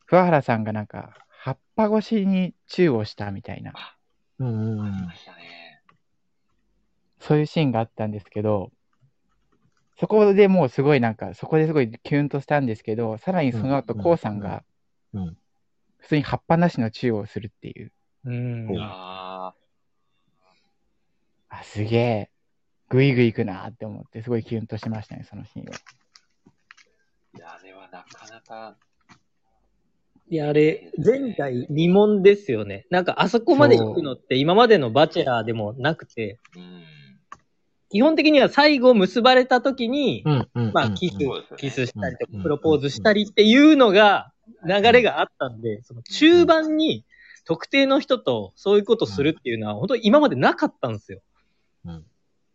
桑原さんがなんか、葉っぱ越しにチューをしたみたいな、
うんうんう
あり
ん
ま。したね。
そういうシーンがあったんですけど、そこでもうすごいなんか、そこですごいキュンとしたんですけど、さらにその後、
うん
こうさんが
うん、
普通に葉っぱなしのチューをするっていう、
うん。
うん
ああ、
あ、すげえ、グイグイいくなーって思って、すごいキュンとしましたね、そのシーンは。
いや、あれはなかなか、
いや、あれ、前代未聞ですよね。なんかあそこまで行くのって今までのバチェラーでもなくて、
うん。
基本的には最後結ばれた時に、
うんうん。
まあ、キス
うん
そうですね、
キスしたりと
う
か、
ん
プロポーズしたりっていうのが、流れがあったんで、その中盤に特定の人とそういうことするっていうのは、本当に今までなかったんですよ。
うん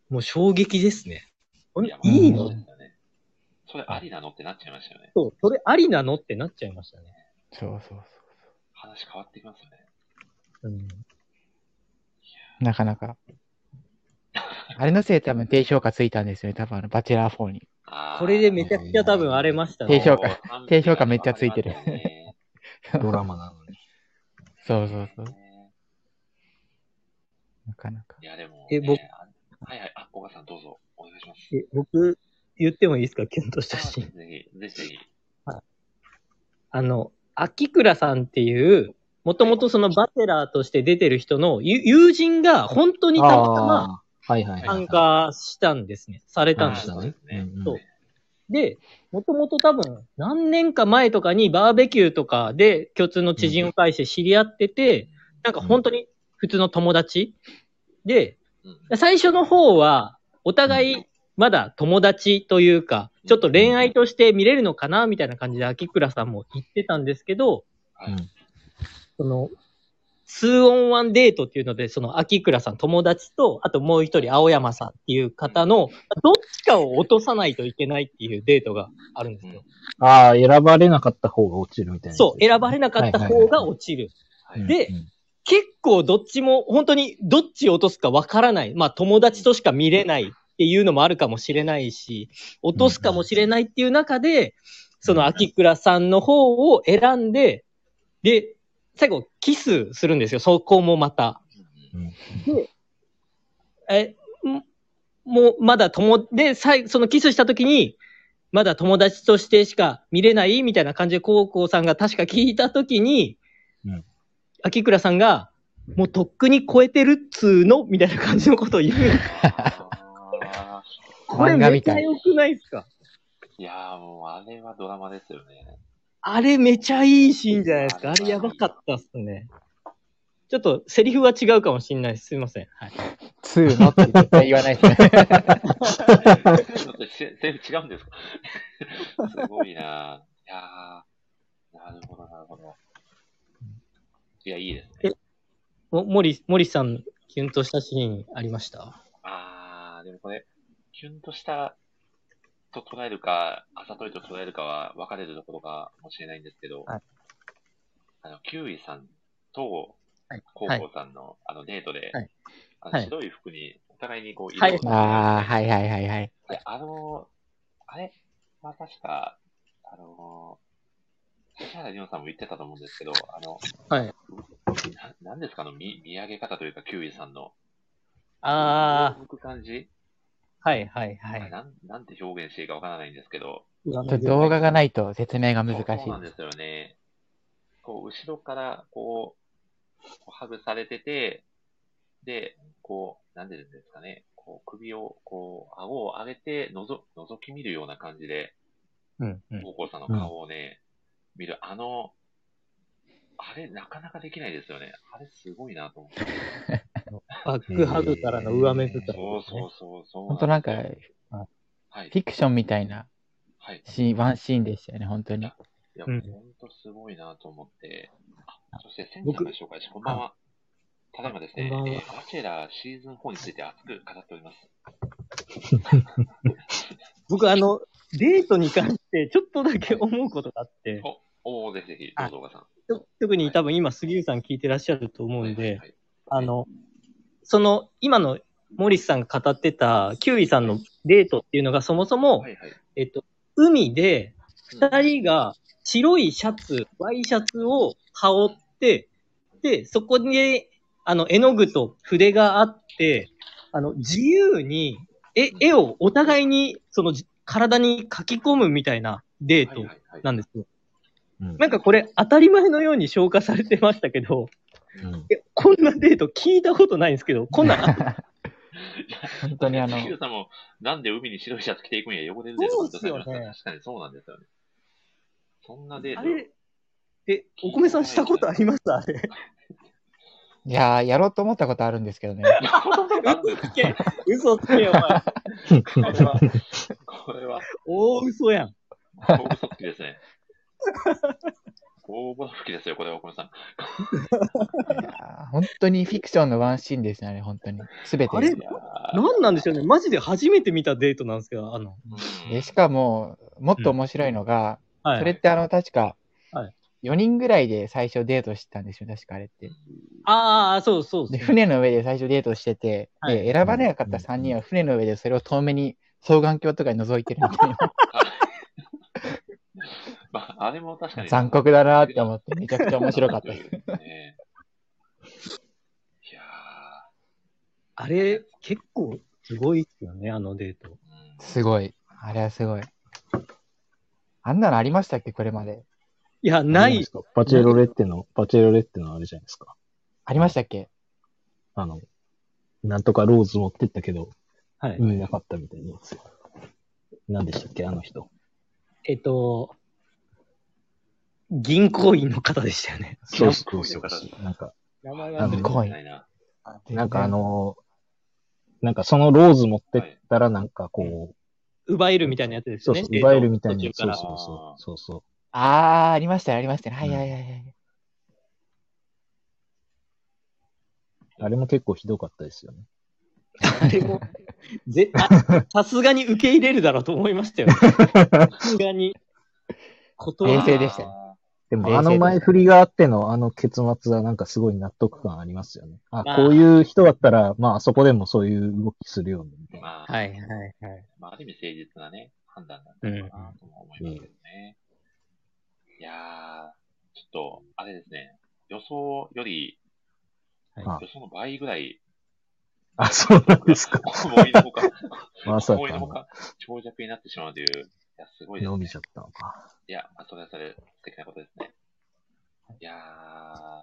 もう衝撃ですね。ほん
やまあ
い
そ
い
う
の
ですよねそれありなのってなっちゃいましたよね。
そう、それありなのってなっちゃいましたね。
そうそうそう
話変わってきますよね。
うん、
そう。なかなか。あれのせいで多分低評価ついたんですよね、多分あの、バチェラー4に。
あー
これでめちゃくちゃ多分荒れました
低評価
そう
低評価めっちゃついてる
ありましたね
ドラマな のに。
そうそうそう。
ね
なかなか。
いや、でも、
え僕
ねはいはい、あ、岡さんどうぞ、お願いします。
え僕、言ってもいいですかキュンとした
あ
シー
ぜ
ン。
ひ、ぜひぜひ。
あの、秋倉さんっていう、もともとそのバテラーとして出てる人のゆ友人が本当にたまたま
あーはいはいはいはい。
参加したんですね。されたんです
し
よ。
たね。うんうん
そうで、もともと多分何年か前とかにバーベキューとかで共通の知人を介して知り合ってて、なんか本当に普通の友達で、
うん
最初の方はお互いまだ友達というか、ちょっと恋愛として見れるのかなみたいな感じで秋倉さんも言ってたんですけど、
はい
うん
その、2オンワンデートっていうので、その秋倉さん友達と、あともう一人青山さんっていう方の、どっちかを落とさないといけないっていうデートがあるんですよ。
ああ、選ばれなかった方が落ちるみたいなやつですね、
そう、選ばれなかった方が落ちる。
はい
で結構どっちも、本当にどっちを落とすかわからない。まあ友達としか見れないっていうのもあるかもしれないし、落とすかもしれないっていう中で、その秋倉さんの方を選んで、で、最後キスするんですよ。そこもまた。え、んもうまだ友、で、最そのキスした時に、まだ友達としてしか見れないみたいな感じで、高校さんが確か聞いた時に、
うん
秋倉さんが、もうとっくに超えてるっつーのみたいな感じのことを言う。
あ
これ
漫画
めっ
み
ち
たい
ゃ良くないですか
ーいやーもうあれはドラマですよね。
あれめちゃいいシーンじゃないですか。あれやばかったっすね。ちょっとセリフは違うかもしれないです。すいません。はい。
2のって絶対言わないですね。
全部違うんですか すごいなぁ。いやーなるほど、なるほど。いや、いいですね。
も森、森さん、キュンとしたシーンありました
あー、でもこれ、キュンとしたと捉えるか、あざといと捉えるかは分かれるところかもしれないんですけど、
はい
あの、キュウイさんと、
はい
コウコウさんの、あのデートで、
はい
あ
は
の
い
白い服にお互いにこう、
はい
色をつけて
ああ、はいはいはいはい。
で、あのあれまあ確か、あのー、指原莉乃さんも言ってたと思うんですけど、あの、
はい。
ななんですかあの見、見上げ方というか、キュウイさんの。
あ
向く感じ
あ、はいはいは
あれ
い。
なん、なんて表現していいかわからないんですけど、
ちょっと動画がないと説明が難しい
そうなんですよね。こう、後ろから、こう、こうハグされてて、で、こう、なんでですかね、こう、首を、こう、顎を上げて、のぞ、覗き見るような感じで、
うんうん。
高校さんの顔をね、見る、あの、あれ、なかなかできないですよね。あれ、すごいなと思って。
バックハグからの上目遣いですね。
そうそうそうそう。
本当なんか、
は
フ
い。
ィクションみたいな
はい。
シーン、ワンシーンでしたよね、本当に。
いや、
う
ほ
ん
んとすごいなと思って。あそして、センちゃんが紹介し、こんばんは。ただいまですね、え
こんばんは
ーバチェラーシーズン4について熱く語っております。
僕、あの、デートに関してちょっとだけ思うことがあって、
おおぜひぜひ、どうぞ、おさん。
と特に多分今杉浦さん聞いてらっしゃると思うん
はいは
で
い、はい
あの、その、今のモリスさんが語ってた、キュウイさんのデートっていうのがそもそも、
はいはい。
えっと、海で、二
うん
人が白いシャツ、ワイシャツを羽織って、で、そこに、あの、絵の具と筆があって、あの、自由に、絵、絵をお互いに、その、じ体に書き込むみたいなデー
は
ト
いはいは
ないんです
う
よ。
ん
なんかこれ、当たり前のように消化されてましたけど、
うん
え、こんなデート聞いたことないんですけど、こんなんあっ
本当にあの、
ヒューさんも、なんで海に白いシャツ着ていくんや、汚れるで
そうっ
と
すよね
確かにそうなんですよね。そんなデート
あ。れ、え、お米さんしたことありますあれ。
いやー、やろうと思ったことあるんですけどね。
嘘つけ、嘘つけ、お前。
これは、これは、
大嘘やん。
大嘘つきです ね。大嘘つきですよ、これは、お米さん。
いやー本当にフィクションのワンシーンですよね、本当に。すべて。
あれ
いやー
なんなんでしょうね。マジで初めて見たデートなんですけど、あの。
うん
でしかも、もっと面白いのが、
はい。
それってあの、確か
はい、
4人ぐらいで最初デートしてたんですよ、確かあれって。
ああ、そうそうそう
で、船の上で最初デートしてて、
はい
で、選ばれなかった3人は船の上でそれを遠目に双眼鏡とかに覗いてるみたいな。
まあ、あれも確かに。
残酷だなって思って、めちゃくちゃ面白かったです。
ですね。いや
あれ、結構すごいっすよね、あのデート。
ー、
すごい。あれはすごい。あんなのありましたっけこれまで。
いや、
あ
な
れじゃ
い
です。か。バチェロレッテの、バチェロレッテのあれじゃないですか。
ありましたっけ
あの、なんとかローズ持ってったけど、
はい
意。味なかったみたいなやつ。何でしたっけ、あの人。
えっと、銀行員の方でしたよね。
そうそうそうそう。なんか、
名
前
は
み
怖い
たいな。
なんかあ、の、なんかそのローズ持ってったらなんかこう、
奪えるみたいなやつです
そ
よ
う
ね。
そう、奪えるみたいな
途
や
中
つ。
か
そうそ
ら
うそう。そうそう。
あー、ありましたね、ありましたね。はいはいはいはい。
あれも結構ひどかったですよね。
あれも、ぜあさすがに受け入れるだろうと思いましたよ、ね。さすがに。断
冷
る
静でしたね
あ
でも、
冷静
あの前振りがあってのあの結末はなんかすごい納得感ありますよね。あ、こういう人だったら、まあ、あそこでもそういう動きするようにみた
ー
いな。
まあ、
はいはいはい。
まあ、ある意味誠実なね、判断だったのかなとも思いますけどね。いやー、ちょっと、あれですね、予想より、
は
予想の倍ぐらい、
あ、そうなんで すか。
思いの ほか、
まさか
思いのほ
の
か、長尺になってしまうという、いや、すごいです
伸び
ね。
ちゃったのか。
いや、まあ、それはそれ、素敵なことですね。いや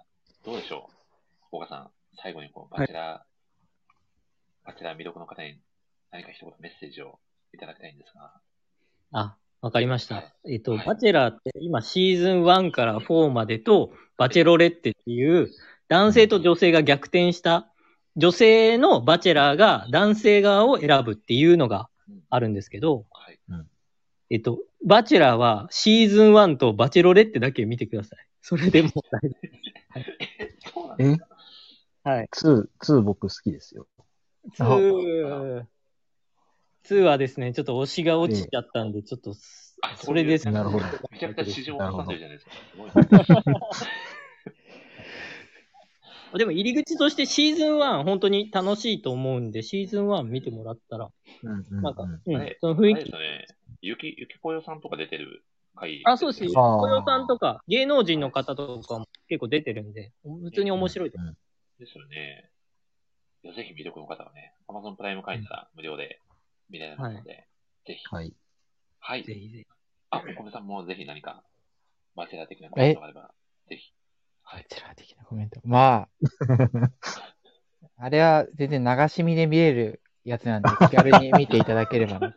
ー、どうでしょう岡さん、最後にこう、バチェラー、バチェラー魅力の方に何か一言メッセージをいただきたいんですが。
あ、わかりました。えっと、
はい
バチェラーって今シーズン1から4までと、バチェロレッテっていう、男性と女性が逆転した、女性のバチェラーが男性側を選ぶっていうのが
うん
あるんですけど、
はい。
えっと、バチェラーはシーズン1とバチェロレッテだけ見てください。それでもう大丈
そうなん
え
ですか
夫。はい。
2、2僕好きですよ。
ツー、ツーはですね、ちょっと推しが落ちちゃったんで、ちょっとす、
あ
それです。
なるほど。
めちゃくちゃ市場を挟んでるじゃないですか。すごいな。
でも入り口としてシーズン1本当に楽しいと思うんで、シーズン1見てもらったら、
うんうんうん
なんか、うん
あれ
その雰
あれで
囲
す
気。
よね。ゆき、ゆきぽよさんとか出てる回、
あ、そうです。
ね
小。
あー
代さんとか、芸能人の方とかも結構出てるんで、普通に面白いと
うん
ですよね。いやぜひ魅力の方はね、Amazon プライム会員なら無料で見られますので、ぜひ。
はい。
はい。
思う。ぜひぜひ。
あ、お米さんもぜひ何か、バチェラー的なコメン
え
トがあれば、ぜひ。は
バ
い。
チェラー的なコメント。まあ、あれは全然流し見で見れるやつなん で、気軽に見ていただければな。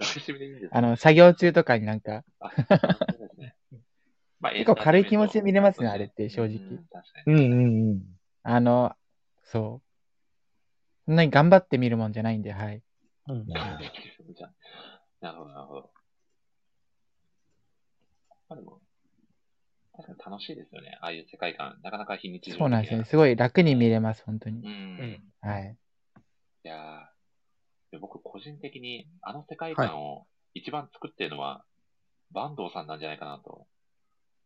久しぶりにいいですね
あの、作業中とかになんか、
あ、そうです ね。まあ、
結構軽い気持ちで見れますねあれって正
う
直
ん確かに。
うんうん うん。
あの、そう。そんなに頑張って見るもんじゃないんで、はい。
うん
なるほど
なるほど、なるほど。まあでも、確かに楽しいですよね。ああいう世界観、なかなか非日常的
そうなんですよね。すごい楽に見れます、本当
う
に。
ん。
はい。
いやーで僕個人的にあの世界観を一番作ってるのは、坂東さんなんじゃないかなと。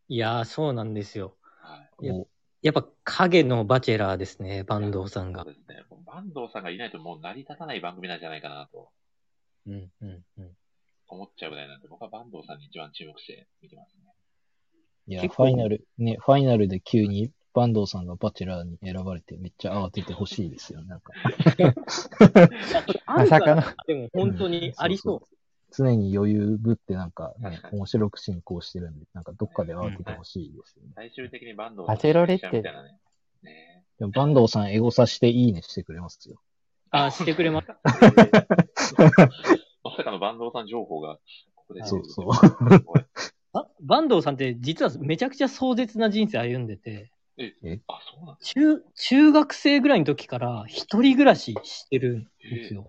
いやー、そうなんですよ。
はい。
いや
お
やっぱ影のバチェラーですね、坂東さん
そ
が
う。ですね。坂東さんがいないともう成り立たない番組なんじゃないかなと
うん、うん、うん。
思っちゃうぐらいなんで、僕は坂東さんに一番注目して見てますね。
いや、フ
結構
ァイナル、ね、ファイナルで急に坂東さんがバチェラーに選ばれてめっちゃ慌ててほしいですよ。なんか、
まさかの、
でも本当にありそう。
常に余裕ぶってなんか、ね
確か、に
面白く進行してるんで、なんかどっかで慌ててほしいですよね。
最終的に坂東さん
バチェロレッテ
みたいなね。ね
でも坂東さんエゴさしていいねしてくれますよ。
あ、してくれます。
まさかの坂東さん情報が、ここで。
そうそ う
すごい。
ば坂東さんって実はめちゃくちゃ壮絶な人生歩んでて、
あ、そうなんで
中、中学生ぐらいの時から一人暮らししてるんですよ。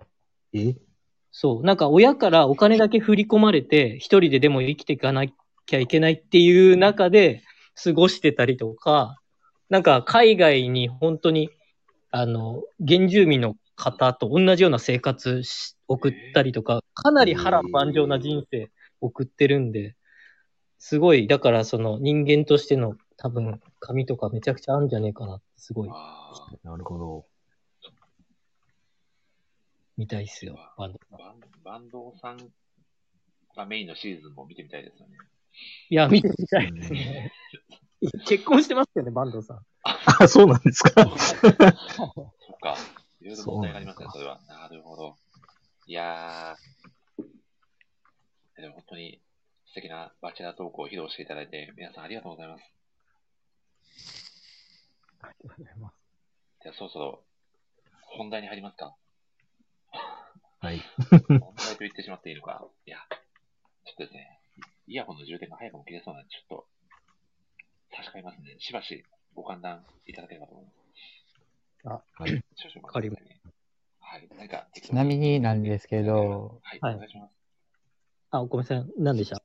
え
そう。なんか親からお金だけ振り込まれて、一人ででも生きていかなきゃいけないっていう中で過ごしてたりとか、なんか海外に本当に、あの、原住民の方と同じような生活し送ったりとか、かなり波乱万丈な人生送ってるんで、すごい、だからその人間としての多分、髪とかめちゃくちゃあるんじゃねえかなって、すごい
す。、あー
なるほど。
見たいっすよ、バンド。
バンバンドさんがメインのシーズンも見てみたいですよね。
いや、見てみたいですね。 結婚してますよね、バンドさん。
あ、そうなんですか。
そっか。いろいろ問題がありますね、そ
そ
れは。なるほど。いやー。でも本当に、素敵なバチェラートークを披露していただいて、皆さんありがとうございます。
ありがとうございます。
じゃあ、そろそろ本題に入ります か。
はい。
問題と言ってしまっていいのか。いや、ちょっとですね、イヤホンの充電が早くも切れそうなんで、ちょっと、差し替えますんで、しばしご勘断いただければと思います。
はい。
少々お
わか
待ちく
りま
ださいね。はい、何か適
ちなみになんですけど、
はい、
はい
お願いします。
あ、ごめんなさい。何でした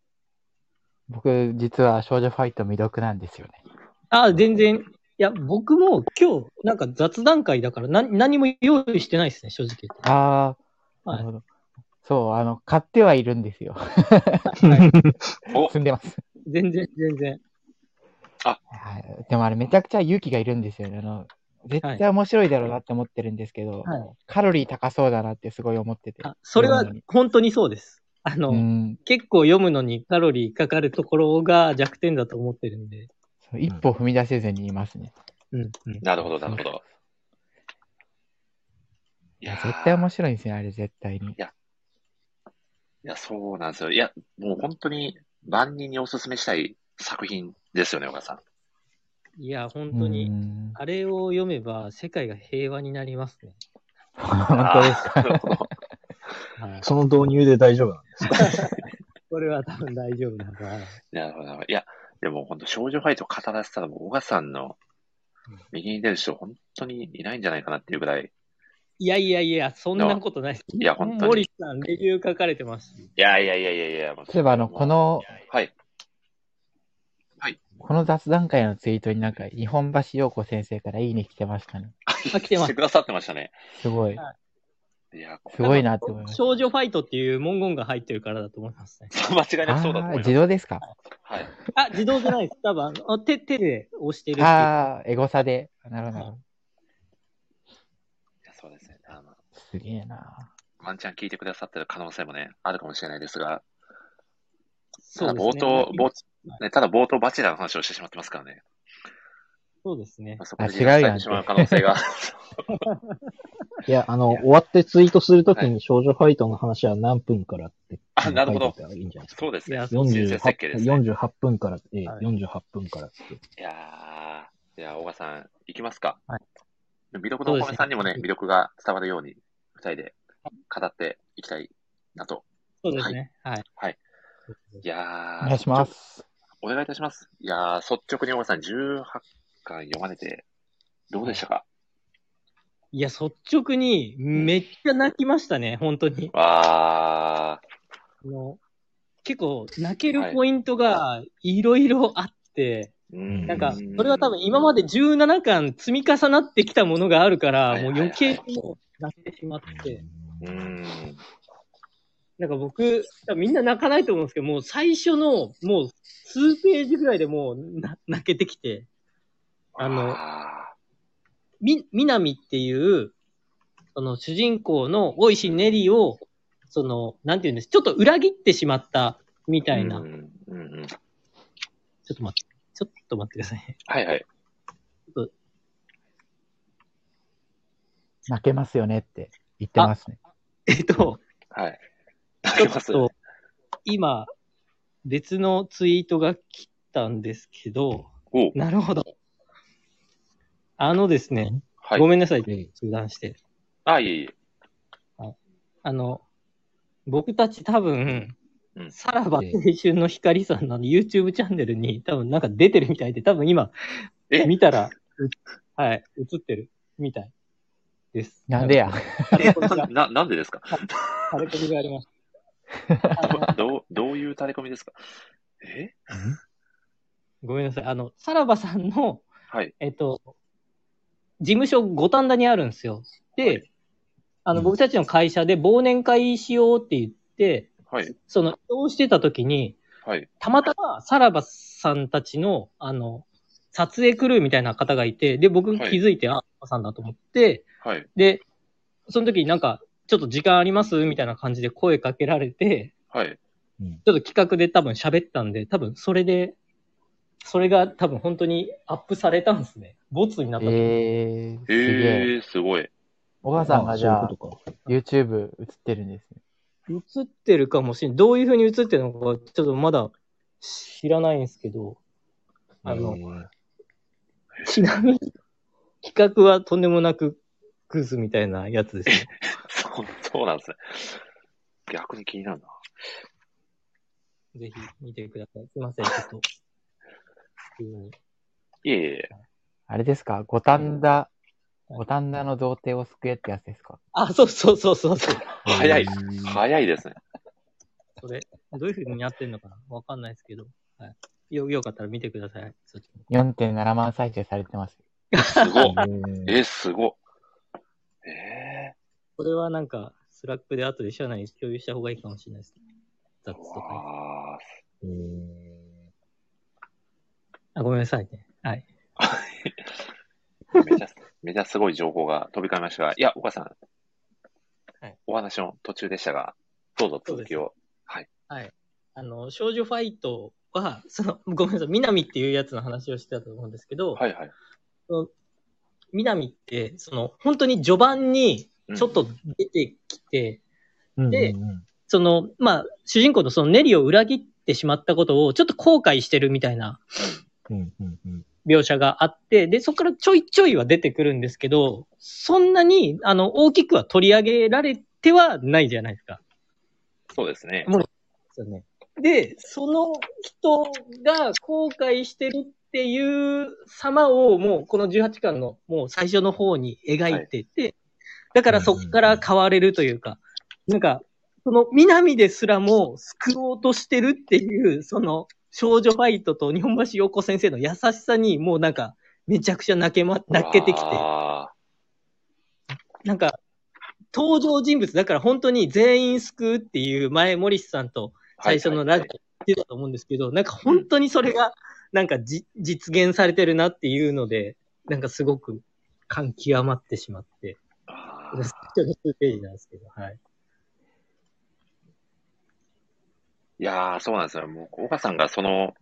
僕、実は少女ファイト未読なんですよね。
あ、全然。いや、僕も今日、なんか雑談会だから、な何も用意してないですね、正直言って。
ああ、
はい
なるほど。そう、あの、買ってはいるんですよ。
お
積んでます。
全然、全然。
はいでもあれ、めちゃくちゃ勇気がいるんですよね。あの、絶対面白いだろうなって思ってるんですけど、
はい
カロリー高そうだなってすごい思ってて。
あそれは
読むのに
本当にそうです。あの、
うん。
結構読むのにカロリーかかるところが弱点だと思ってるんで。
そう一歩踏み出せずにいますね。
うん、うん。
なるほど、なるほど。い
いや
ー
絶対面白いんですよ、あれ、絶対に。
いや、そうなんですよ。いや、もう本当に万人にお勧めしたい作品ですよね、岡田さん。
いや、本当
う
に、
ん
あれを読めば世界が平和になりますね。
本当です。
か。なるほど。
はい。
その導入で大丈夫なんで
これは多分大丈夫だから。
なるほどなるほど。いや、でも本当、少女ファイト語らせたら、もう、岡さんの右に出る人、本当にいないんじゃないかなっていうぐらい、
いやいやいや、そんなことないです。
いや、本当に。
森
い
さん、レビュー書かれてますし。
やいやいやいやいや、もう
例えば、あの、こ、の、
はい。
この雑談会のツイートになんか、日本橋陽子先生からいいね来てましたね。
あ、
来て ます
してくださってましたね。
すごい。
いや、こ
すごいなって思いました。
少女ファイトっていう文言が入ってるからだと思いますね。
そう間違いなくそうだと思
あー
います
自。動ですか
はい。
あ、自動じゃないです。多分、あ手、手で押してるっていう。
ああ、エゴサで。なるほどなるほど。
いやそうですね。あの、
すげえな。
ワンチャン聞いてくださってる可能性もね、あるかもしれないですが、た
そ
だ
うですね
冒頭、
まあ
冒ね、ただ冒頭バチェラーの話をしてしまってますからね。
そうですね。
そこで
あ
自殺
違
さ
うや
れ
ん
てしまう可能性 が。
すか。いや、あの、終わってツイートするときに少女ファイトの話は何分からって。
あなるほど
書いておいたらいいんじゃないですか。
そうです
い
ね
や。
人生設計ですね。
48, 48分から、ええ
はい
48分からって。
いやー、じゃあ、小川さん、行きますか。
はい
魅力のお米さんにもね
そうですね
魅力が伝わるように、二人で語っていきたいなと。
そうですね。はい。
はい。いや
お
ー
願いします。
お願いいたします。いやー、率直に小川さん、18巻読まれて、どうでしたか、
いや、率直に、めっちゃ泣きましたね、本当に。
わ
あの結構、泣けるポイントが、いろいろあって、
ー。うん
なんか、それは多分今まで17巻積み重なってきたものがあるから、
はい
もう余計にもう泣いてしまって、
うん。
なんか僕、多分みんな泣かないと思うんですけど、もう最初の、もう数ページぐらいでもうな泣けてきて、あの、
あ
み、みなみっていう、その主人公の大石ネリを、その、なんていうんです、ちょっと裏切ってしまったみ
ー
たいな。
うん
ち
うんうん。
ょっと待って、ちょっと待ってください。
はいはい。
泣けますよねって言ってますね。
えっと、
はい。泣
ちょ
けま
っ
す。
と、今、別のツイートが来たんですけど、
おう
なるほど。あのですね、
はい。
ごめんなさい、
ええ
中断して。
あ、いえい え。
あの、僕たち多分、
うん
さらば青春の光さんの YouTube チャンネルに多分なんか出てるみたいで、多分今
え、
見たら、うはい、映ってるみたいです。
なんでや。
タレコミが、
な、なんでですか
タレコミがありました。
どう、どういう垂れ込みですかえ
ごめんなさい。あの、さらばさんの、
はい。
えっと、事務所五反田にあるんですよ。で、あ
う
の、
ん
僕たちの会社で忘年会しようって言って、
はい。
その、移動してた時に、
はい。
たまたまさらばさんたちの、あの、撮影クルーみたいな方がいて、で、僕
はい
気づいて、あ、さらばさんだと思って、
はい。
で、その時になんか、ちょっと時間ありますみたいな感じで声かけられて、
はい。
ちょっと企画で多分喋ったんで、多分それで、それが多分本当にアップされたんですね。ボツになった。
えー、すげえ。
えー、すごい。
小川さんがじゃ
あ
あ
そういうことか
YouTube 映ってるんですね。
映ってるかもしれん。どういう風に映ってるのか、ちょっとまだ知らないんですけど、あの、
え
ちなみに、企画はとんでもなくクズみたいなやつですね。
そう、そうなんですね。逆に気になるな。
ぜひ見てください。すいません、ちょっと。急に
いえいえ、
あれですか五反田、五反田の童貞を救えってやつですか
あ、そうそうそうそうそう。
早い
うん、
早いですね。
それ、どういう風にやってんのかなわかんないですけど。はい。よ、よかったら見てください。そっちも。
4.7万再生されてます。
す ごっ。
ー
え、すごっ。え
これはなんか、スラックで後で社内に共有した方がいいかもしれないですね。雑
ー、
とか。
わ
えー
あ、ごめんなさいね。はい。
ーめちゃ、めちゃすごい情報が飛び交いましたが、いや、岡さん、
はい
お話の途中でしたが、どうぞ続きを。
あの、少女ファイトは、その、ごめんなさい、南っていうやつの話をしてたと思うんですけど、
はいはい。
南って、その、本当に序盤に
うん
ちょっと出てきて、
うん
で
うんうん
その、まあ、主人公のそのネリを裏切ってしまったことをちょっと後悔してるみたいな
うんうんうん
描写があって、で、そこからちょいちょいは出てくるんですけど、そんなに、あの、大きくは取り上げられてはないじゃないですか。
そうですね。
ですよね。で、その人が後悔してるっていう様をもうこの18巻のもう最初の方に描いてて、だからそこから変われるというか、なんか、その南ですらも救おうとしてるっていう、その少女ファイトと日本橋陽子先生の優しさにもうなんかめちゃくちゃ泣けま、泣けてきて。
あ
なんか、登場人物、だから本当に全員救うっていう前、モリスさんと
ーはい
最初のラジオで言ってたと思うんですけど、なんか本当にそれが、なんかじ実現されてるなっていうので、なんかすごく感極まってしまって、
あ
こ
ー
れ最初の数ページなんですけど、はい。
いやー、そうなんですよ。もう、岡さんがその、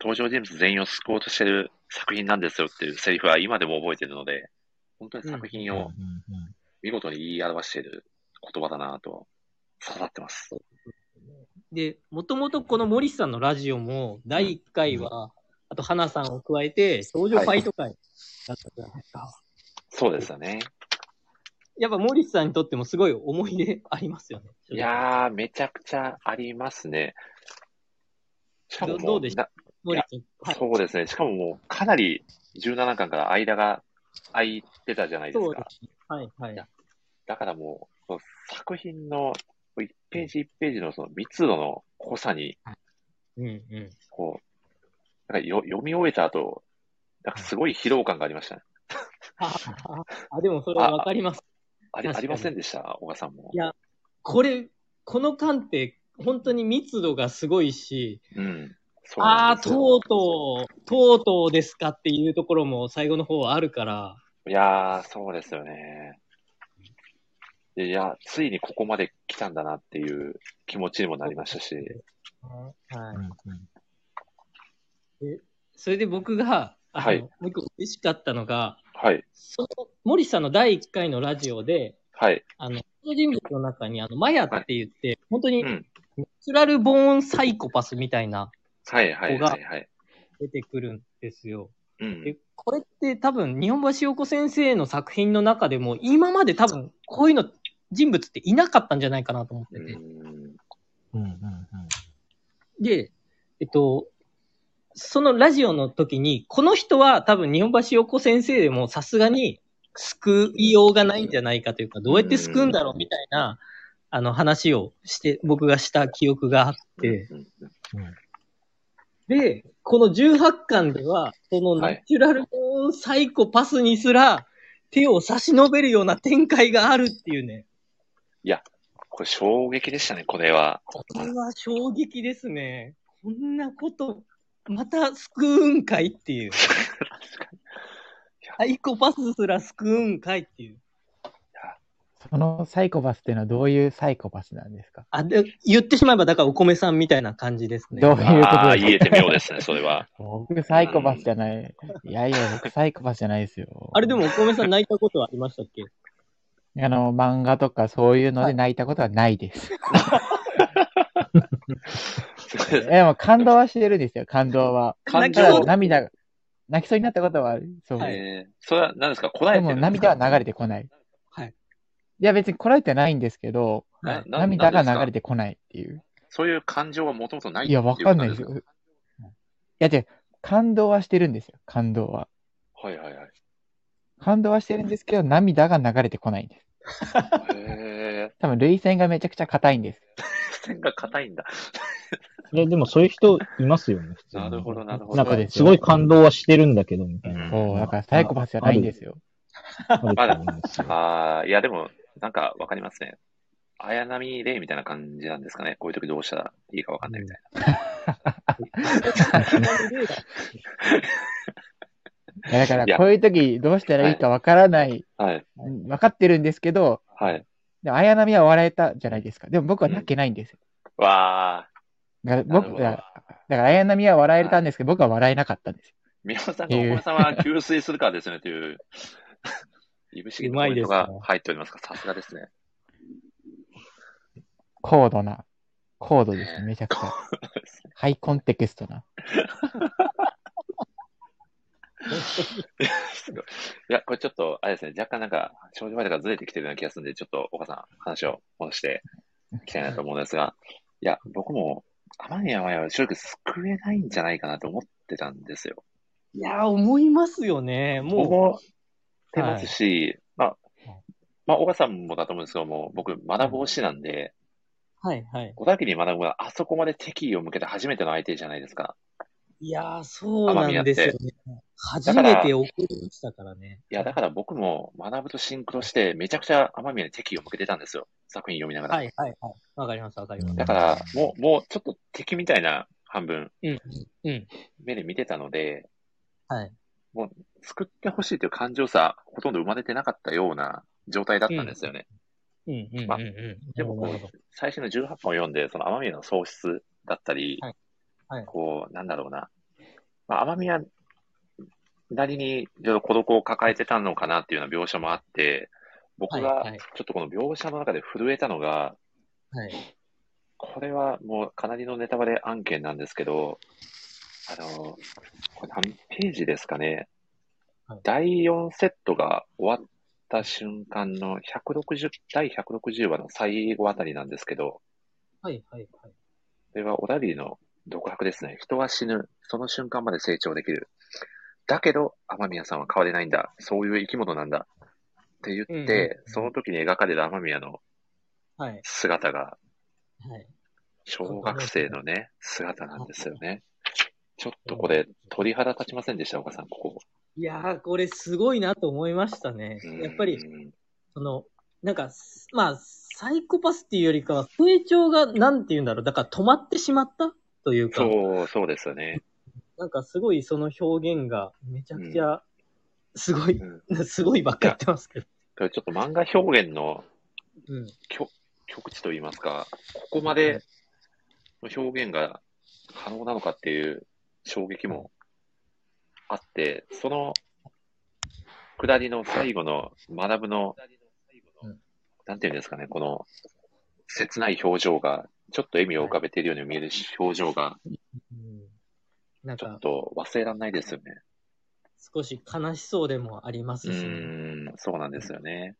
登場人物全員を救おうとしてる作品なんですよっていうセリフは今でも覚えてるので、本当に作品
うん
を見事に言い表している言葉だなと、刺さってます。
で、もともとこのモリスさんのラジオも、第1回は、あと花さんを加えて、少女ファイト会だったじゃないですか。
そうですよね。
やっぱモリスさんにとってもすごい思い出ありますよね。
いやー、めちゃくちゃありますね。しかもも
どどうでした
な
モリスさん。はい
そうですね。しかももう、かなり17巻から間が空いてたじゃないです
そうで
か。
すね。はいはい。
だからもう、その作品の1ページ1ページのその密度の濃さに、
うんうん。
こう、なんかよ読み終えた後、なんかすごい疲労感がありましたね。
あ、 あでもそれはわかります。
あり
確
あ
かに
りませんでした、小川さんも
い。やこれ、この間って、本当に密度がすごいし、
うん。そう
あ
なん
あー、
ですよ
とうとう、とうとうですかっていうところも最後の方はあるから、
いやー、そうですよね。いや、ついにここまで来たんだなっていう気持ちにもなりましたし、
はい
うん
それで僕が、あの
はい
もう一個嬉しかったのが、
はい、
その、森さんの第1回のラジオで、
はい、
あの、登場人物の中に、あの、マヤって言って、本当に
う、ん、
ナチュラルボーンサイコパスみたいな、
はい、はい、
ここが
はい、はい。
出てくるんですよ。
うん
で、これって多分、日本橋陽子先生の作品の中でも、今まで多分、こういうの、人物っていなかったんじゃないかなと思って
う
て。
ん、
うんうんうん
で、えっと、そのラジオの時に、この人は多分、日本橋陽子先生でもさすがに救いようがないんじゃないかというか、どうやって救うんだろうみたいな、あの話をして、僕がした記憶があって、
うん
で、この18巻では、その
はい
ナチュラルボーンサイコパスにすら手を差し伸べるような展開があるっていうね。
これ衝撃でしたね、これは。
これは衝撃ですね。こんなこと、また救うんかいっていう。サイコパスすら救うんかいっていう。
そのサイコパスっていうのはどういうサイコパスなんですか
あ、で、言ってしまえば、だからお米さんみたいな感じですね。
どういう
ああ、
こと
言
で
え
す
て
か
みようですね、それは。
僕サイコパスじゃない。いやいや、僕サイコパスじゃないですよ。
あれでもお米さん泣いたことはありましたっけ
あの、漫画とかそういうので泣いたことはないです。
すごいで すね。
え、もう感動はしてるんですよ、感動は。
感
た
情
だ
を、
涙が、泣きそうになったことはある。そう。
はい
えー、それは何ですかこらえ
で
て
も
るんです
涙
か
は流れてこない。
はい。
いや、別にこらえてないんですけど、
なな
涙が
なん
流
ですか
れてこないっていう。
そういう感情がもともとない
いや、わかんないです
って
よ。
う
い
こ
や、違う、感動はしてるんですよ、感動は。
となんですかはいはいはい。
感動はしてるんですけど、涙が流れてこないんです。
へ
多分、涙腺がめちゃくちゃ硬いんです。
ー、 線が硬いんだ。
いや、でもそういう人いますよね、普通に
なるほど、なるほ
な
ど。
ん
そうで
か、す
すよ
ごい感動はしてるんだけど、みたいな。
そう、だからサイコパスじゃないんですよ。
あると思うんですよ。
ああ、いやでも、なんかわかりますね。綾波レイみたいな感じなんですかね。こういう時どうしたらいいかわかんないみたい
いやだか
い
ら、
や
こういう時どうしたらいいかわからない、
な。はい。
うんわかってるんですけど、
はい。
でも綾波は笑えたじゃないですか。でも僕は泣けないんですよ。
わあ、
だから
なる
僕
ほ
だ
ど
から、だから綾波は笑えたんですけど、僕は笑えなかったんですよ。
宮本さんがお子さんは給水するからですよねと いう、いぶしぎのポイントが入っておりますから、さすがですね。
高度な、高度ですね、めちゃくちゃ。ハイコンテクストな。
すごいいや、これちょっと、あれですね、若干なんか、症状前からずれてきてるような気がするんで、ちょっと、岡さん、話を戻していきたいなと思うんですが、いや、僕も、天宮前は正直救えないんじゃないかなと思ってたんですよ。
いや、思いますよね。
僕
も
も出ますし、まあ、まあ、岡さんもだと思うんですけども、僕、学ぶ推しなんで、
う、はいはい。
小田切学ぶはあそこまで敵意を向けて初めての相手じゃないですか。
いやー、そうなんですよね。初
だから
めて送りましたからね。
いや、だから僕も学ぶとシンクロして、めちゃくちゃ天宮に敵意を向けてたんですよ。作品読みながら。
はいはいはい。わかりますわかります。
だから、もう、もうちょっと敵みたいな半分、
うん。うん。
目で見てたので、
はい。
救ってほしいという感情さ、ほとんど生まれてなかったような状態だったんですよね。
うんうんうん
まあ
うん。
でもこう
なるほど
最新の18本を読んで、その天宮の喪失だったり、
はいはい
こう、なんだろうな。まあ、天宮なりに、いろいろ孤独を抱えてたのかなっていうような描写もあって、僕
は
が
いはい
ちょっとこの描写の中で震えたのが、
はい。
これはもうかなりのネタバレ案件なんですけど、あの、これ何ページですかね
はい。
第4セットが終わった瞬間の160、第160話の最後あたりなんですけど、
はいはいは
こ
い。
れはオダリーの独白ですね。人は死ぬ。その瞬間まで成長できる。だけど、天宮さんは変われないんだ。そういう生き物なんだ。って言って、
うんうんうん
その時に描かれる天宮の
はい
姿が、
はい。
小学生のね、姿なんですよね。ちょっとこれ、鳥肌立ちませんでした、岡さん、ここ。
いやー、これすごいなと思いましたね。やっぱり、
うん
その、なんか、まあ、サイコパスっていうよりかは、成長が、なんて言うんだろう。だから止まってしまったというか、
そう、そうですよね。
なんかすごいその表現が、めちゃくちゃ、すごい、
うん、
すごいばっか言ってますけど。
これちょっと漫画表現の
うん。
極地といいますか、ここまでの表現が可能なのかっていう衝撃もあって、その下りの最後の学ぶの
うん、
なんていうんですかね、この切ない表情が、ちょっと笑みを浮かべているように見える表情が、
うんなん
ちょっ
か、
と忘れられないですよね。
少し悲しそうでもありま
う
すしね、
ーん、そうなんですよね。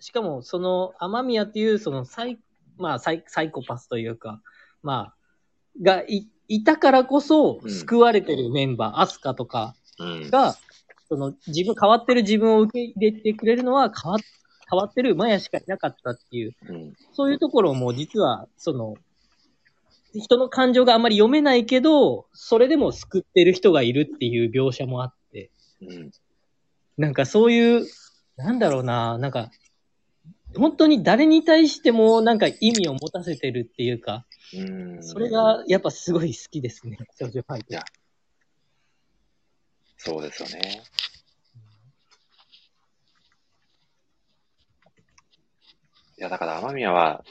しかも、その、雨宮っていう、そのサイ、まあサイ、サイコパスというか、まあ、がい、いたからこそ、
うん
救われてるメンバー、アスカとか
うん。
が、その、自分、変わってる自分を受け入れてくれるのは、変わ、変わってるマヤしかいなかったっていう、
うん
そういうところも実は、その、人の感情があまり読めないけど、それでも救ってる人がいるっていう描写もあって、
うん。
なんかそういう、なんだろうな、なんか、本当に誰に対してもなんか意味を持たせてるっていうか、
うん
それがやっぱすごい好きですね、少女ファイ
い
ト
や。そうですよね。いや、だから雨宮は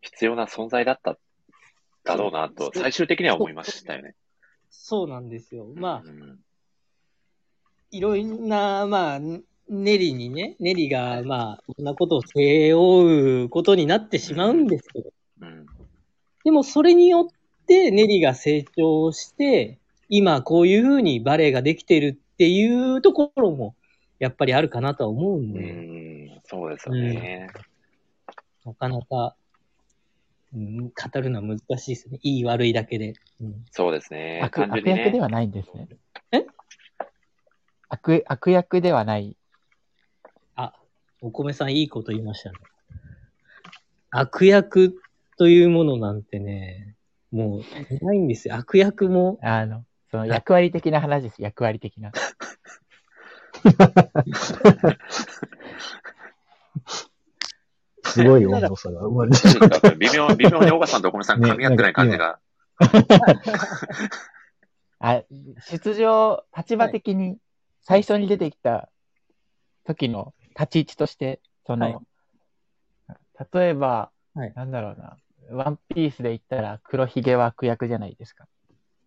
必要な存在だった、だろうなと、
そう
最終的には思いましたよね。
そうなんですよ。まあ
う、ん
いろんな、まあ、んネリにね、ネリが、まあ、そんなことを背負うことになってしまうんですけど、
うん。
でもそれによってネリが成長して、今こういうふうにバレエができてるっていうところも、やっぱりあるかなとは思うん
う
で、
ん、そうですよね。
なかなか、うん、語るのは難しいですね。いい悪いだけで。うん、
そうですね。
悪
単純
悪
に
役
ね
で。はないんですね。
え
悪悪役ではない。
あ、お米さんいいこと言いましたね。悪役というものなんてね、もうないんですよ。悪役も、
あの、その役割的な話です。役割的な。
すごい温度差が生まれて
そうですか微妙、微妙に岡さんと小室さん
ね
噛み合ってない感じが。
あ、出場、立場的に、最初に出てきた時の立ち位置として、その、
はい
例えば、
はい
なんだろうな、ワンピースで言ったら黒ひげは悪役じゃないですか。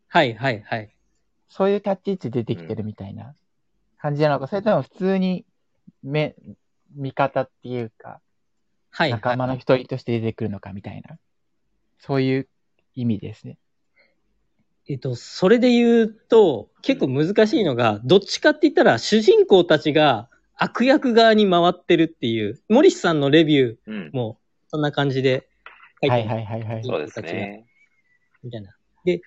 はいはいはい。
そういう立ち位置で出てきてるみたいな感じなのか、それとも普通に、め、味方っていうか、
はい、はい。
仲間の一人として出てくるのかみたいな、そういう意味ですね。
えっと、それで言うと、結構難しいのが、どっちかって言ったら、主人公たちが悪役側に回ってるっていう、モリスさんのレビュー
うん。
も、そんな感じで書い
は
て
いはいはいはい。
そうですね。
みたいな。で、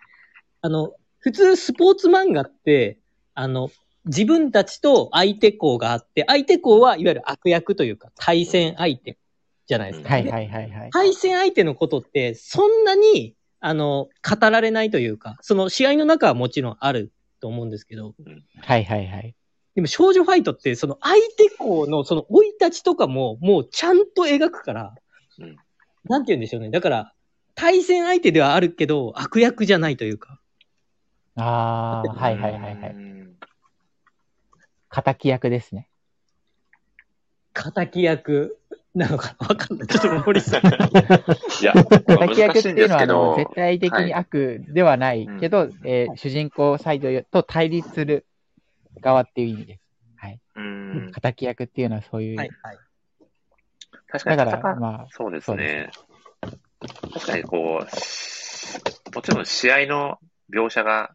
あの、普通スポーツ漫画って、あの、自分たちと相手校があって、相手校はいわゆる悪役というか、対戦相手じゃないですか。
はいはいはいはい。
対戦相手のことって、そんなに、あの、語られないというか、その試合の中はもちろんあると思うんですけど、
はいはいはい。
でも少女ファイトって、その相手校のその生い立ちとかも、もうちゃんと描くから、
うん
なんて言うんでしょうね。だから、対戦相手ではあるけど、悪役じゃないというか。
ああ、はいはいはいは
う
い。
ん
敵役ですね。
敵役なのかなわかんない。ちょっと森さん。
いや、
敵役
難
っ
していん
い
で
うの
す
は、あ
け
の、
ど、
絶対的に悪ではないけど、
はい
えー主人公サイドと対立する側っていう意味です。
うん、
敵役っていうのはそういう。
はい、はい。
確か
だ
に
か
戦
ら、まあ、
そうです
そう
ね
で。
確かにこう、もちろん試合の描写が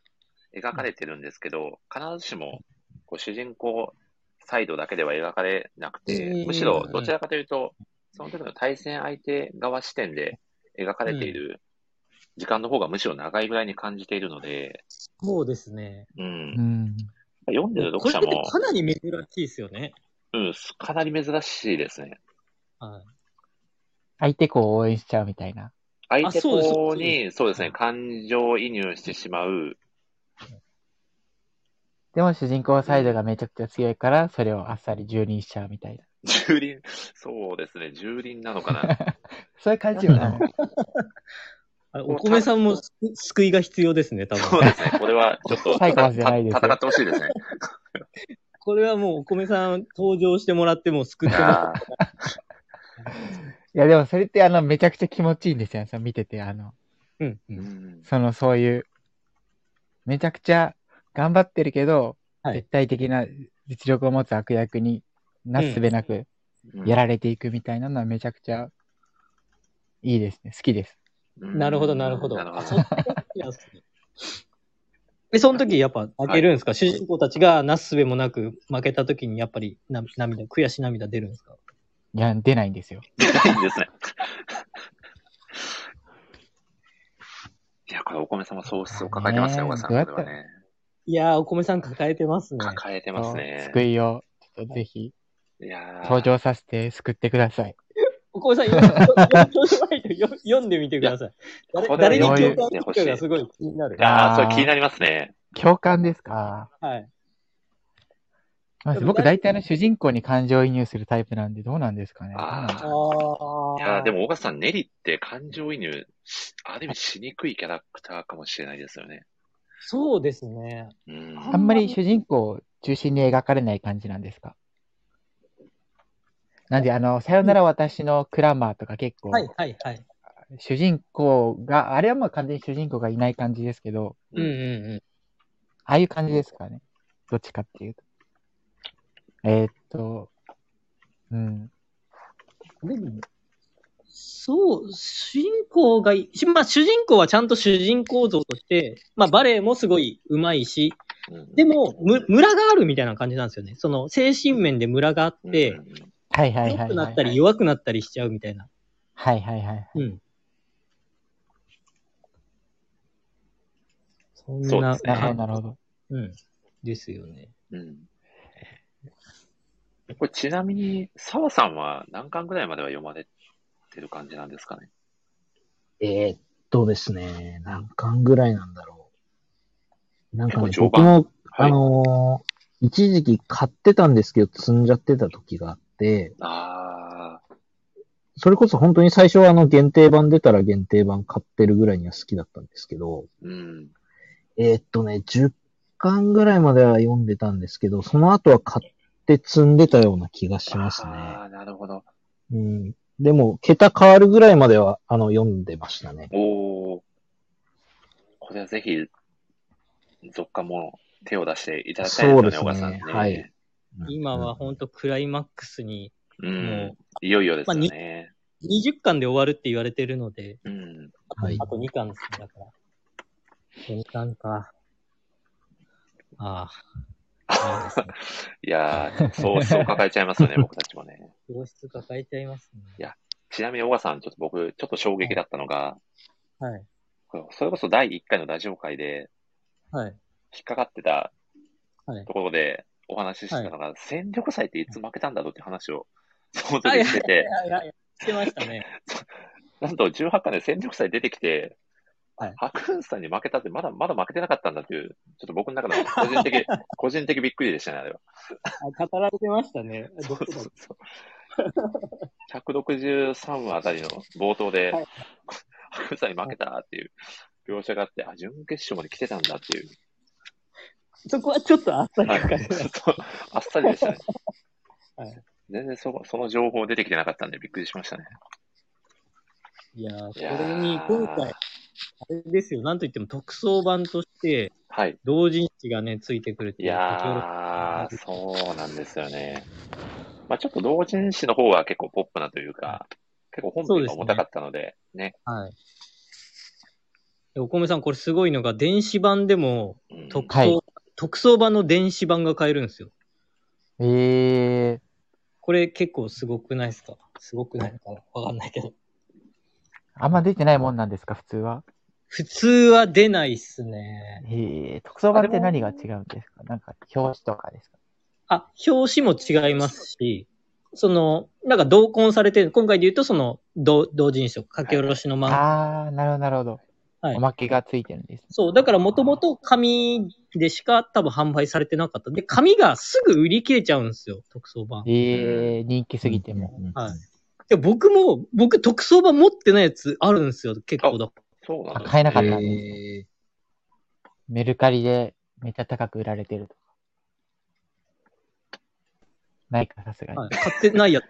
描かれてるんですけど、必ずしもこう主人公サイドだけでは描かれなくて
う、ん
むしろどちらかというと、その時の対戦相手側視点で描かれている時間の方がむしろ長いぐらいに感じているので、
そうですね。
うん
う。ん。
読んでる
こ
読
れ
者
って
も、
かなり珍しいですよね。
うん、かなり珍しいですね。
はい。
相手校を応援しちゃうみたいな。
相手
そうです
方に、そうですね、感情移入してしまう。
でも主人公サイドがめちゃくちゃ強いから、それをあっさり蹂躙しちゃうみたいな。
蹂躙、そうですね、蹂躙なのかな。
そういう感じよな。
あれお米さんもす救いが必要ですね、多
そう
分。
ですね、これはちょっと
サイコ
た
パスじゃないですよ
た戦ってほしいですね。
これはもうお米さん登場してもらっても救
い
ってもら
や
いや、でもそれってあの、めちゃくちゃ気持ちいいんですよ。その見てて、あの、
う。うん、う。
ーうんん
その、そういう、めちゃくちゃ頑張ってるけど、
はい
絶対的な実力を持つ悪役になすすべなく
うん
やられていくみたいなのはめちゃくちゃいいですね。好きです。
うん
なるほど、なるほど。
なるほ
あ、
ど
そっちなんですね。で、その時やっぱ泣けるんですか、主人公たちがなすすべもなく負けた時にやっぱりな涙、悔し涙出るんですか
いや、出ないんですよ。
いいですね。いや、これ、お米様、喪失を抱えてますね、
ねえ
お母さん。こ
どうや
れ
った
はね、
いやー、お米さん抱えてますね。
抱えてます
そう
ね。
救いを、ちょっとぜひ、
いやー
登場させて救ってください。
お 米さん、読読読んでみてください。
これは
誰に
読
共
ん
感
で
共
みてほし
するか
い。
がすごい気になる。
ああ、
あー
それ気になりますね。
共感ですか
はい。
まあ僕大体の主人公に感情移入するタイプなんでどうなんですかね。
あー
ど
あ
うなんだ
いや
あ
ーでも、小川さん、ネリって感情移入、ある意味しにくいキャラクターかもしれないですよね。
そうですね。
うん。
あんまり主人公を中心に描かれない感じなんですかなんであの、さよなら私のクラマーとか結構、
はいはいはい。
主人公が、あれはもう完全に主人公がいない感じですけど、
うんうんうん。
ああいう感じですかね。どっちかっていうと。えーっと、うん。
でも、そう、主人公がい、しまあ主人公はちゃんと主人公像として、まあバレエもすごい上手いし、
うん
でも、む、村があるみたいな感じなんですよね。その精神面で村があっ
う
て、
ん
はいはいはい、
強
はい。
くなったり弱くなったりしちゃうみたいな。
はいはいはい。
うん。そん
そうで
な
すね
なるほど
感
なるほど。
じ、うん。ですよね。
うんこれちなみに、澤さんは何巻ぐらいまでは読まれてる感じなんですかね
えーっとですね、何巻ぐらいなんだろう。なんかね、
結構序盤
僕も、
はい
あのー一時期買ってたんですけど、積んじゃってた時があって、
ああ、
それこそ本当に最初はあの限定版出たら限定版買ってるぐらいには好きだったんですけど、
うん。
えーっとね、10巻ぐらいまでは読んでたんですけど、その後は買って積んでたような気がしますね。
ああ、なるほど。
うん。でも、桁変わるぐらいまでは、あの、読んでましたね。
おお。これはぜひ、続刊も手を出していただきたいですよね、
そ
小
う
川
です
さん
ねはい。
今は
うん
本当クライマックスに
うん
も。
いよいよですよね。
20巻で終わるって言われてるので、
うん。
はい
あ。と2巻ですね、だから。2巻か。ああ。そうですね
いやー、そう、 そう抱えちゃいますよね、僕たちもね。
教室抱えちゃいますね。
やちなみに小川さん、ちょっと僕、ちょっと衝撃だったのが、
はい。
これそれこそ第1回のラジオ会で、
はい。
引っかかってた
はい
ところでお話ししてたのが、戦力祭っていつ負けたんだろうって話を、その時してて、
はいはいはい。してましたね。
なんと18巻で戦力祭出てきて、
はい
白雲さんに負けたって、まだまだ負けてなかったんだっていう、ちょっと僕の中の個人 的、個人的びっくりでしたね、あれは。
あ語られてましたね。
そ
ど
う
こだ
そ
っ
うそう。163話あたりの冒頭で、
はい
白雲さんに負けたっていう描写があって、あ、準決勝まで来てたんだっていう。
けそこはちょっとあったり
はい
かかりま
ちょ
し
っと あっさりでしたね。
はい
全然そこその情報出てきてなかったんでびっくりしましたね。
いやーこ
いやー
れに今回、あれですよ、なんといっても特装版として、
はい。
同人誌がね、ついてくるって
い
いう。
やー、そうなんですよね。まあちょっと同人誌の方は結構ポップなというか、結構本編が重たかったので、ね。
はい。でお米さん、これすごいのが、電子版でも
うん
特装、
はい
特装版の電子版が買えるんですよ。
ええ
これ結構すごくないですかすごくないのかなわかんないけど。
あんま出てないもんなんですか、普通は。
普通は出ないっすね。
ええ特装版って何が違うんですかなんか、表紙とかですか
あ、表紙も違いますし、その、なんか同梱されてる、今回で言うとその、同同人誌とか書き下ろしの漫画
ああー、なるほど、なるほど。
はい
おまけがついてるんです。
そう、だからもともと紙でしか多分販売されてなかった。で、紙がすぐ売り切れちゃうんですよ、特装版。
ええ人気すぎても。
うん。
はい。で僕も、僕特装版持ってないやつあるんですよ、結構だ。
そうなん
あ
です
買えなかったんで
え
す、メルカリでめっちゃ高く売られてるとか。ないか、さすがに。
はい、買ってないやつ。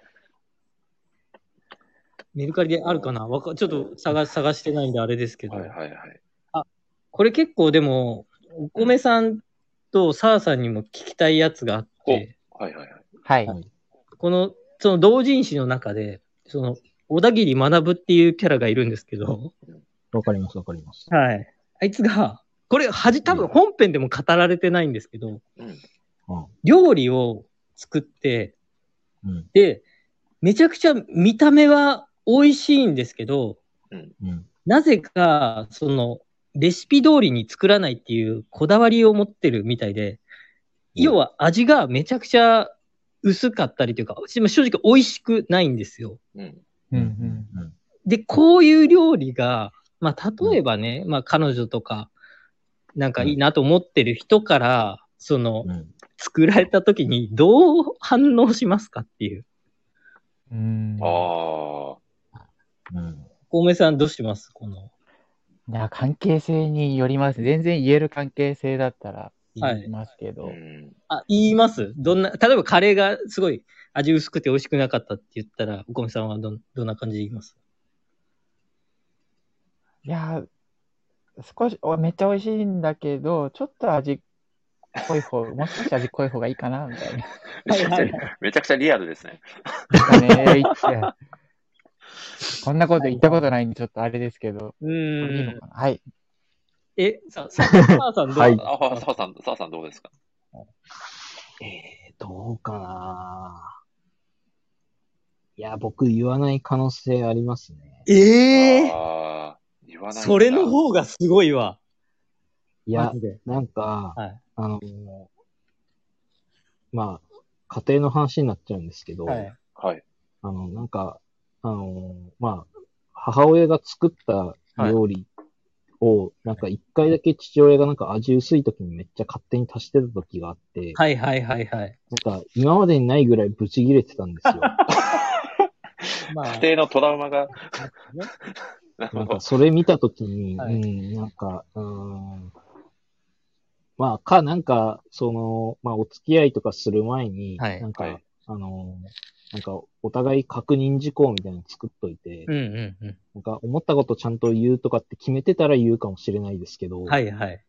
メルカリであるかなわかちょっと探探してないんであれですけど、
はいはいはい。
これ結構でも、お米さんとサーさんにも聞きたいやつがあって、
はいはいはい。
はい。
はい
この、その同人誌の中で、その、小田切学っていうキャラがいるんですけど、
ーわかります、わかります。
はい。あいつが、これ、はじ、多分本編でも語られてないんですけど、
うん。
うん。
料理を作って、
うん。
で、めちゃくちゃ見た目は美味しいんですけど、
うん。
なぜか、その、レシピ通りに作らないっていうこだわりを持ってるみたいで、要は味がめちゃくちゃ薄かったりというか、正直美味しくないんですよ。
うん。
う
う
んう。
んん。うん
で、こういう料理が、まあ、例えばね、まあ、彼女とか、なんかいいなと思ってる人から、その、
うん。
作られた時にどう反応しますかっていう。
うん。
あ
うん。
小梅さんどうしますこの。
いや、関係性によります。全然言える関係性だったら
はい
言いますけ
あ。
ど。
うん。
あ、言いますどんな、例えばカレーがすごい味薄くて美味しくなかったって言ったら、お米さんはどん、どんな感じで言います
いや、少し、おめっちゃ美味しいんだけど、ちょっと味濃い 方、もしかしたら濃い方がいいかなみたいな。
めちゃくちゃ
はい は
めちゃくちゃリアルですね。
ね、言って。こんなこと言ったことないんで、ちょっとあれですけど。
う
いい
ん
の。かなはい。
え、さ、さ、母さんどう、
はい
あ、澤さん、澤さんどうですか
えー、どうかないや、僕言わない可能性ありますね。
ええ
あー言わないんだ
それの方がすごいわ。
い
マ
や
ジ、で。
なんか、
はい
あの、まあ、家庭の話になっちゃうんですけど、
はい。
はい。
あの、なんか、あの、まあ、母親が作った料理を、なんか一回だけ父親がなんか味薄い時にめっちゃ勝手に足してた時があって、
はいはいはいはい。
なんか今までにないぐらいブチギレてたん ですよ。
まあ、
家庭のトラウマが。な
な
る
ん
ほ
か
ど。
それ見たときに、
はい
うん、なんか、うーん。まあ、か、なんか、その、まあ、お付き合いとかする前に、
はい
なんか、
はい
あの、なんか、お互い確認事項みたいなの作っといて、
うんうんう
なんか、思ったことちゃんと言うとかって決めてたら言うかもしれないですけど、
ん。はいはい。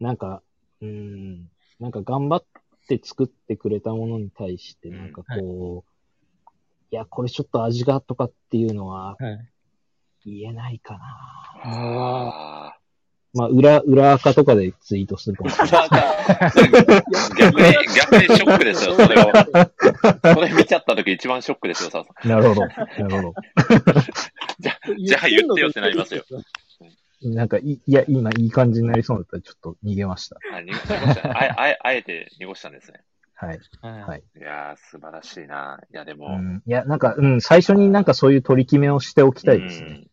なんか、うーん、なんか頑張って作ってくれたものに対して、なんかこう、いや、これちょっと味がとかっていうのは
はい、
言えないかな。
ああ。
まあ、裏、裏垢とかでツイートするかもしれない。
なんかそれ逆に、逆にショックですよ、それを。それ見ちゃった時一番ショックですよ、澤さん。
なるほど。なるほ
じゃあ言ってよってなりますよ。
ど。 なんか、いいや、今いい感じになりそうだったらちょっと逃げました。
あ、濁しました。あえ、あえ、あえて濁したんですね。
はい。
はい
はい
いやー、素晴らしいな。いや、でも、
うん、いや、なんか、うん、最初になんかそういう取り決めをしておきたいですね。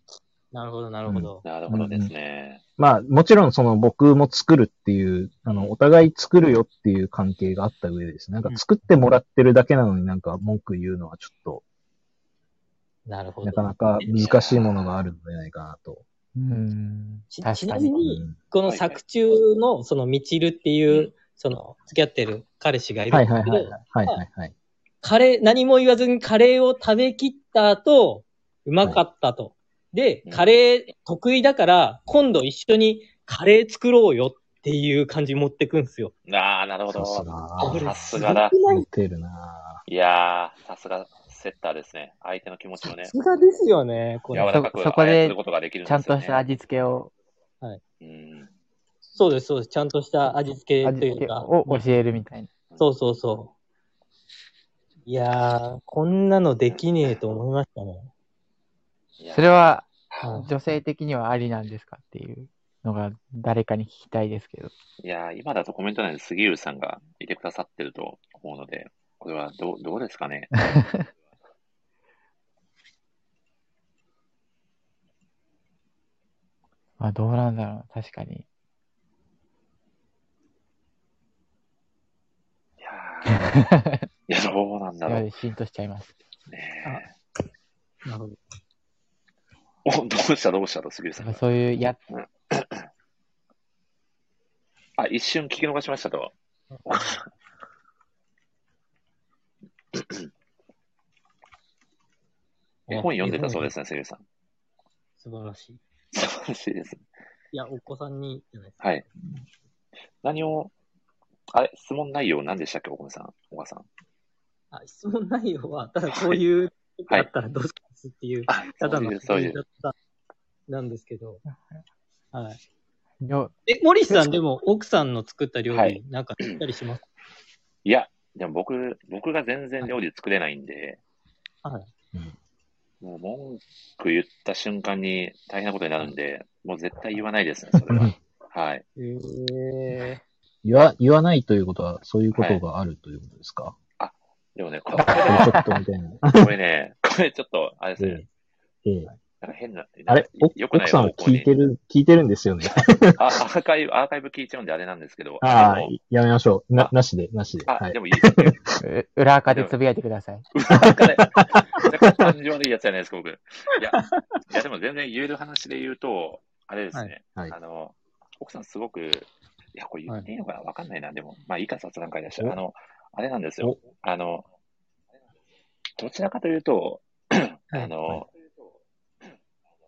なるほどなるほど
うん。なるほどですね。
まあ、もちろんその僕も作るっていう、あの、お互い作るよっていう関係があった上でですね。なんか作ってもらってるだけなのになんか文句言うのはちょっと、
なるほ
なか
ど。
なか難しいものがあるんじゃないかなと。
うん。
ち
確
ち
か
な
に
み。
う
に、
ん、
この作中の、その、みちるっていう、
うん
その、付き合ってる彼氏がいるん
はい
です
はい
け
は
ど、
いはい。はいはいはい。
カレー、何も言わずにカレーを食べきった後、うまかったと。で
うん、
カレー得意だから、今度一緒にカレー作ろうよっていう感じ持ってくんすよ。
ああ、なるほ
さす
ど。
これ
が。
さすがだ
す。ごくない
似てるない
やー、さすがセッターですね。相手の気持ちを
さ
ね
す、がですよね、こ
柔
れ。
らかく
そそこで
操ることができるん
ちゃ
で
ん
すよ
と
ね。
した味付けを、
うん。
そうです、そうです。ちゃんとした味付け
味
という
付け
か。
を教えるみたいな。
そうそうそう。いやー、こんなのできねえと思いましたね。
いや
それは
はい
女性的にはありなんですかっていうのが誰かに聞きたいですけど。
いやー、今だとコメント欄に杉浦さんがいてくださってると思うので、これはどう、どうですかね。
まあどうなんだろう。確かに。
いやー いや、どうなんだ
い
ろ
や、シーンとしちゃいます。
うね。
なるほど。。
お、どうしたどうしたと杉浦さん
やっ
が
ぱ。そういうや、
あ、一瞬聞き逃しましたと。絵本読んでたそうですすね、杉浦さん。
素晴らしい。
素晴らしいです。
いや、お子さんに、じゃないですか。
はい。何を、あれ、質問内容何でしたっけ、お米さん、お母さん。
あ、質問内容は、ただこういう、
は
あ
い
ったらどうしますっていう、
あ、
ただ
そう
の
いう、そうい
だ
う。
ったなんですけど。はい。
よ
え、森さん、でも、奥さんの作った料理、
はい
なんか作ったりします
いや、でも僕、僕が全然料理作れないんで、
はい。
もう文句言った瞬間に大変なことになるんで、もう絶対言わないですね、それは。 はい。
え
言わ、言わないということは、そういうことがあるということですか、
でもね、これ
ちょっとみたいな。
これね、これちょっと、あれです
え
ね、
えええ
なんか変な、
あれお
よくない
奥さんは
方向
聞
に
いてる、聞いてるんですよね。
あアーカイブ、アーカイブ聞いちゃ うんであれなんですけど、
ああ
でも、
やめましょう。な
あ、
なしで、なしで。
あ、
はい
で。もいいですね。
う裏垢でつぶやいてください。
なんかねめちゃくちゃ感じ悪いやつじゃないですか、僕。いや、いやでも全然言える話で言うと、あれですね、
はいは
あの、奥さんすごく、いや、これ言っていいのかなわかんないな、でも、まあ、いいか、雑談会だし、
お
あの、あれなんですよ、あの、どちらかというと、あの、
は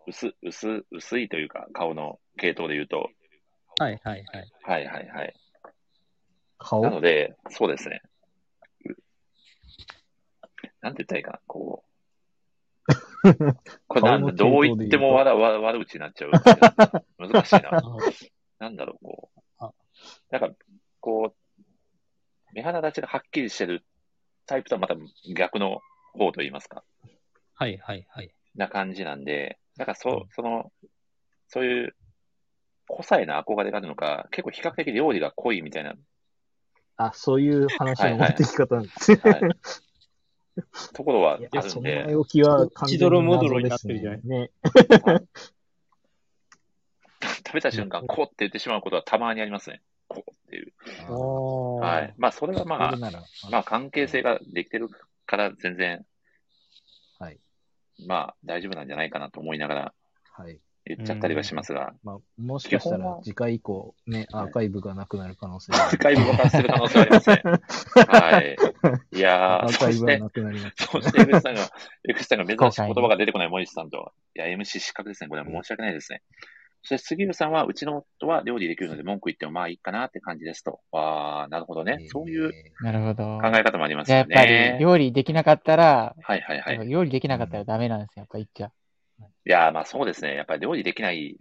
薄、薄、薄いというか、顔の系統で言うと、
はいはいはい。
はいはいはい。
顔
なので、そうですね。なんて言ったらいいかな、こう。これな
顔の
ん
系
どう
統で言うと
言ってもわらわ悪口になっちゃうっていうのが。難しい な。なんだろう、こ
あ
う。なんか、こう、目鼻立ちがはっきりしてるタイプとはまた逆の方と言いますか、
はいはいはい。
な感じなんで、なんかそ、その、そういう、個性の憧れがあるのか、結構比較的料理が濃いみたいな
あ、そういう話の持ってき方なんですね。
はい。ところはいあ
や、
る
そ
ん
の
で
前、置きは完全に謎です、ね。
ちどろもどろになってるじゃない
ね。
食べた瞬間、こうって言ってしまうことはたまにありますね。こうっていう。
お
は。い。まあ、それはま
そ
あ
れ、なら
まあ、関係性ができてるから全然、
はい。
まあ、大丈夫なんじゃないかなと思いながら
はい。
言っちゃったりはしますが、
まあ、もしかした
基本
ら
は
次回以降、ね、
は
ア
い
ーカイブがなくなる可能性があ
世
る。
界部爆発する可能性はありますね。はい。い や
アー
ー、
カイ
そ
ブ
し
は
て、
なくなります。
そして、江口さんが、 江口さんが珍しい言葉が出てこない森内さんと、いや、MC 失格ですね。これは申し訳ないですね。そして、杉浦さんは、うちの夫は料理できるので文句言ってもまあいいかなって感じですと。ああ、なるほどね。そういう
え
なるほど。
考え方もあります
じゃあや
よ
っぱり、
ね。
料理できなかったら、
はいはいはい。い
料理できなかったらダメなんですよ、やっぱ言っちゃ。
やー、まあそうですね。やっぱり料理できない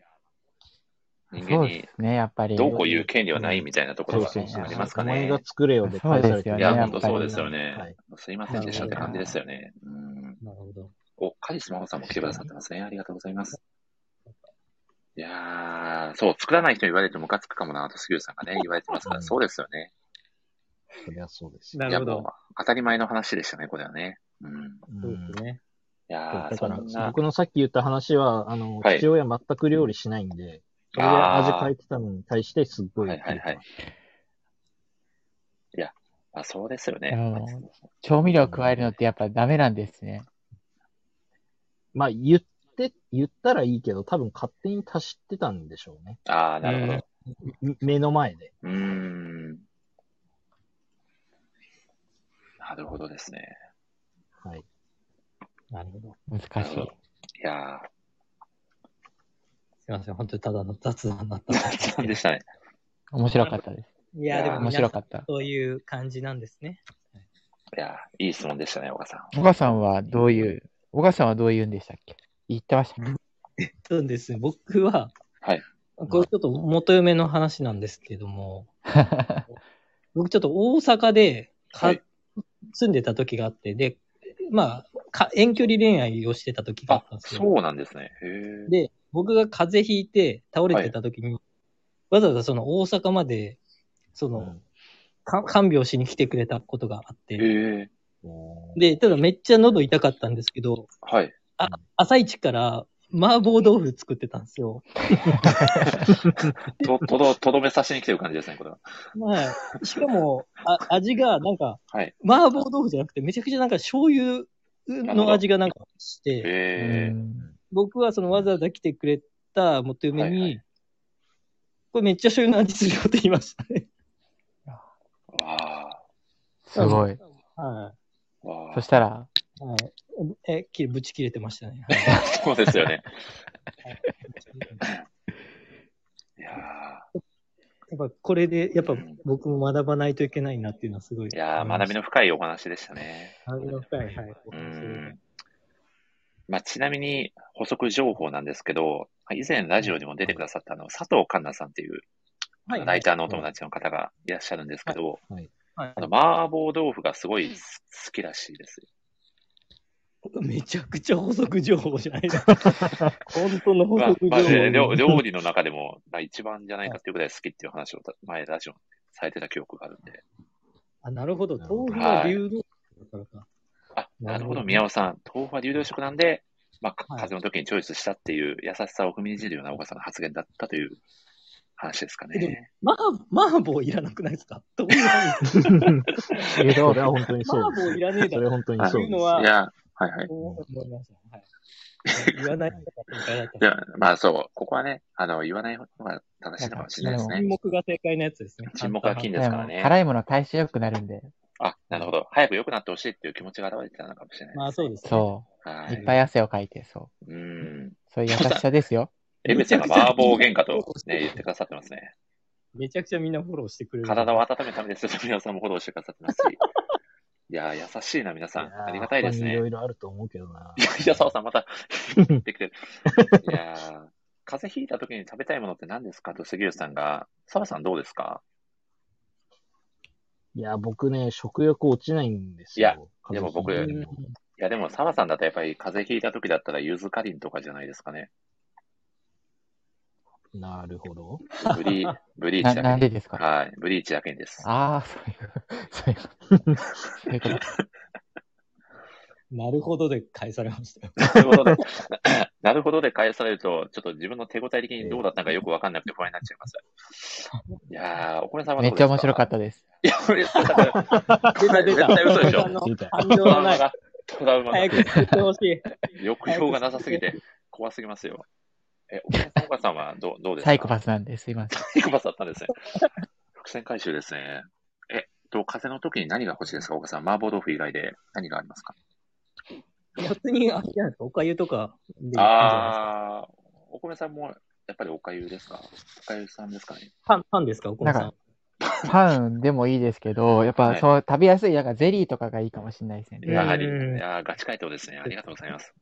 人
そ
間
うで
に
すね、やっぱり。
どうこう言う権利はないみたいなところが
そうそうそう
ありますか
お前
ね
が。作れよで返されて
そう
い
ですよ
や、
ね
本当そうですよ
は
ね
い。
すいませんでしたって感じですよね。うん
なるほど。
お、カリスマホさんも来てくださってますね。ありがとうございます。いやー、そう、作らない人に言われてムカつくかもな、と杉浦さんがね、言われてますから、そうですよね。
そりゃそうですよ。
なるほ
いや、もう
ど。、
当たり前の話でしたね、これはね。うん。
う
そう
ん
ですね。
いやー、
だか
そ
ら
んな、
僕のさっき言った話は、あの、
はい
父親全く料理しないんで、それで味
あ
変
ー
えてたのに対してすっごい
はいはいはいあ、そうですよね。
なるほど調味料を加えるのってやっぱダメなんですね。
まあ言って、言ったらいいけど、多分勝手に足してたんでしょうね。
あー、なるほど。
み目の前で。
うーん。なるほどですね。
はい。
なるほど。
難しい。
いや
すいません。本当にただの雑談になった んです
ー、そうでしたね。
面白かったです。
いや、でも
面
皆さ
白
ん
かった。
そういう感じなんですね。
いやー、いい質問でしたね、岡さん。
小川さんはどういう、小川さんはどういうんでしたっけ言ってましたっけ
そうですね。僕は、
はい。
これちょっと元嫁の話なんですけ ども、僕ちょっと大阪でか、
はい
住んでた時があって、で、まあ、か遠距離恋愛をしてた時があっ
あ
たん、ですよ。
そうなんですね。へー。
で、僕が風邪ひいて倒れてた時に、わざわざその大阪まで、その、
うん
か看病しに来てくれたことがあって、
へー。
おー
で、ただめっちゃ喉痛かったんですけど、
はい。
あ朝一から麻婆豆腐作ってたんですよ。
と、とど、とどめさしに来てる感じですね、これは。
まあ、しかも、あ味がなんか、
はい
麻婆豆腐じゃなくて、めちゃくちゃなんか醤油の味がなんかして、
へ
う
ー。
ん
僕はそのわざわざ来てくれた元嫁に、
はいはい
これめっちゃ醤油の味するよって言いましたね。
わあ。
すごい。
は
わ
そ
あ
し。たら、
い。はい、え、きぶち切れてましたね。
そうですよね。い や
やっぱこれで、やっぱ
うん
僕も学ばないといけないなっていうのはすごい。
ーいやー学びの深いお話でしたね。
学びの深い、はい。
うん。まあ、ちなみに補足情報なんですけど、以前ラジオにも出てくださったあの、佐藤環奈さんっていう
はい
ライターのお友達の方がいらっしゃるんですけど、
はい
あの、麻婆豆腐がすごいす好きらしいです。
めちゃくちゃ補足情報じゃない ですか。本当の補
まあ
足、情報。
まあね料料理の中でもまあ一番じゃないかっていうぐらい好きっていう話を前ラジオでされてた記憶があるんで。
あ、なるほど。
なるほど
豆腐は流動だからか。
あ、なる
なる
ほ
ほど
ど。宮尾さん、豆腐は流動食なんで、まあ、か
はい
風邪の時にチョイスしたっていう優しさを踏みにじるような岡さんの発言だったという話ですかね。
マーマーボーいらなくないですか豆腐は
それは本当にそ
マ
う
ー
で
ボーいらねえ
す。そ
だ
れ
ろ。
は本当にそう
という
で
の
す。
はあ
いや、はいはい。
思いました。はい。言わない方が正解だった
いや、まあそう、ここはね、あの、言わない方が正しいのかもしれないです
沈
ね。
黙が正解のやつですね。
沈黙は金
で
ですから
も
ね。
辛いもの代謝良くなるんで、
あ、なるほど。早く良くなってほしいっていう気持ちが現れてたのかもしれない。
まあそうです、ね。
そ
は
う。いっ
い。
ぱい汗をかいて、そう。
うん。
そういう優しさですよ。
江口さんが麻婆喧嘩とね、言ってくださってますね。
めちゃくちゃみんなフォローしてくれる。
体を温めるためですよ。皆さんもフォローしてくださってますし。いやー、優しいな、皆さん。ありがたいですね。
いろいろあると思うけどな。
いや、いや、澤さんまた言ってきて る。いやー、風邪ひいた時に食べたいものって何ですかと杉内さんが、澤さんどうですか
いや、僕ね、食欲落ちないんですよ。
いやでも僕
風
う
邪
ん
ひいても
いや、でも澤さんだとやっぱり風邪ひいた時だったらゆずかりんとかじゃないですかね。
なるほど。
ブリー、ブリー
な
チだ
なん
け
で
に。
ですか
はい、ブリーチだけにです。
ああ、そういう、そういう、そういうこと。
なるほどで返されましたよ。
なるほどで、 なるほどで返されると、ちょっと自分の手応え的にどうだったのかよくわかんなくて不安になっちゃいます。いやー、おこさんは
め
ど
っ
う
ち
です
ゃ
か
面白か
っ
ったです。
た。いや、これ、これ多分
出た出た。
絶対嘘で しょ
あの
出た
感情
トラ
が
ウ
な
マ
い。
が、トラウマが
早く作ってほしい。
抑揚がなさすぎて怖すぎますよ。え、おさん、おさんはどうどうですか
サイコパスなんです。すいません。
サイコパスだったんですね。伏線回収ですね。え、と、風邪の時に何が欲しいですか、岡さん。麻婆豆腐以外で何がありますか
別に、あれじゃないですか。おかゆとかでいいんじゃないで
ああ、お米さんも、やっぱりおかゆですかおかゆさんですかね
すか。パン、パンですかお米さ
なん
ん。
パンでもいいですけど、やっぱ、
はい
そう、食べやすい、なんかゼリーとかがいいかもしれないですね。
うん
やはり、いやーガチ回答ですね。ありがとうございます。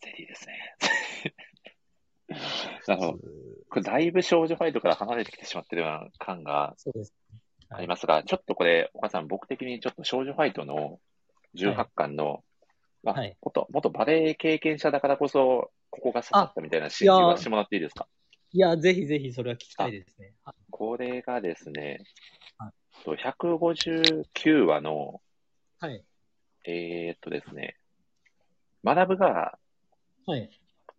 ゼリーですね。 なるほど。これだいぶ少女ファイトから離れてきてしまってるような感が
そうです。
ありますが、ちょっとこれ、岡さん、僕的にちょっと少女ファイトの18巻の、まあ
はい
元元バレエ経験者だからこそ、ここが刺さったみたいなシーン
あいやー
言わせてもらっていいですか
いや、ぜひぜひそれは聞きたいですね。あ
これがですね
は、
と159話の、
はい。
えー、っとですね、学が、
はい。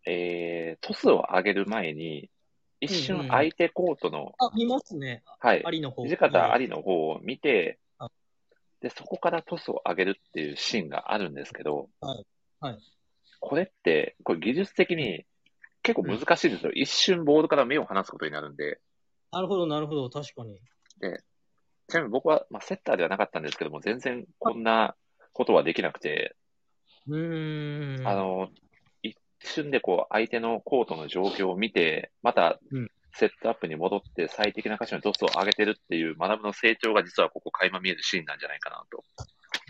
えー、トスを上げる前に、一
うんう
瞬
ん
相手コートの、
あ、見ますね。
はい
あ、りの方。
土方ありの方を見て
あ、
で、そこからトスを上げるっていうシーンがあるんですけど、
はいはい
これって、これ技術的に結構難しいですよ。一瞬ボールから目を離すことになるんで、
なるほど、なるほど。確かに。
ちなみに僕は、まあ、セッターではなかったんですけども、全然こんなことはできなくて、
うーん。
あ、の、一瞬でこう、相手のコートの状況を見て、また
うん、
セットアップに戻って最適な箇所にトスを上げてるっていう、学ぶの成長が実はここ垣間見えるシーンなんじゃないかなと。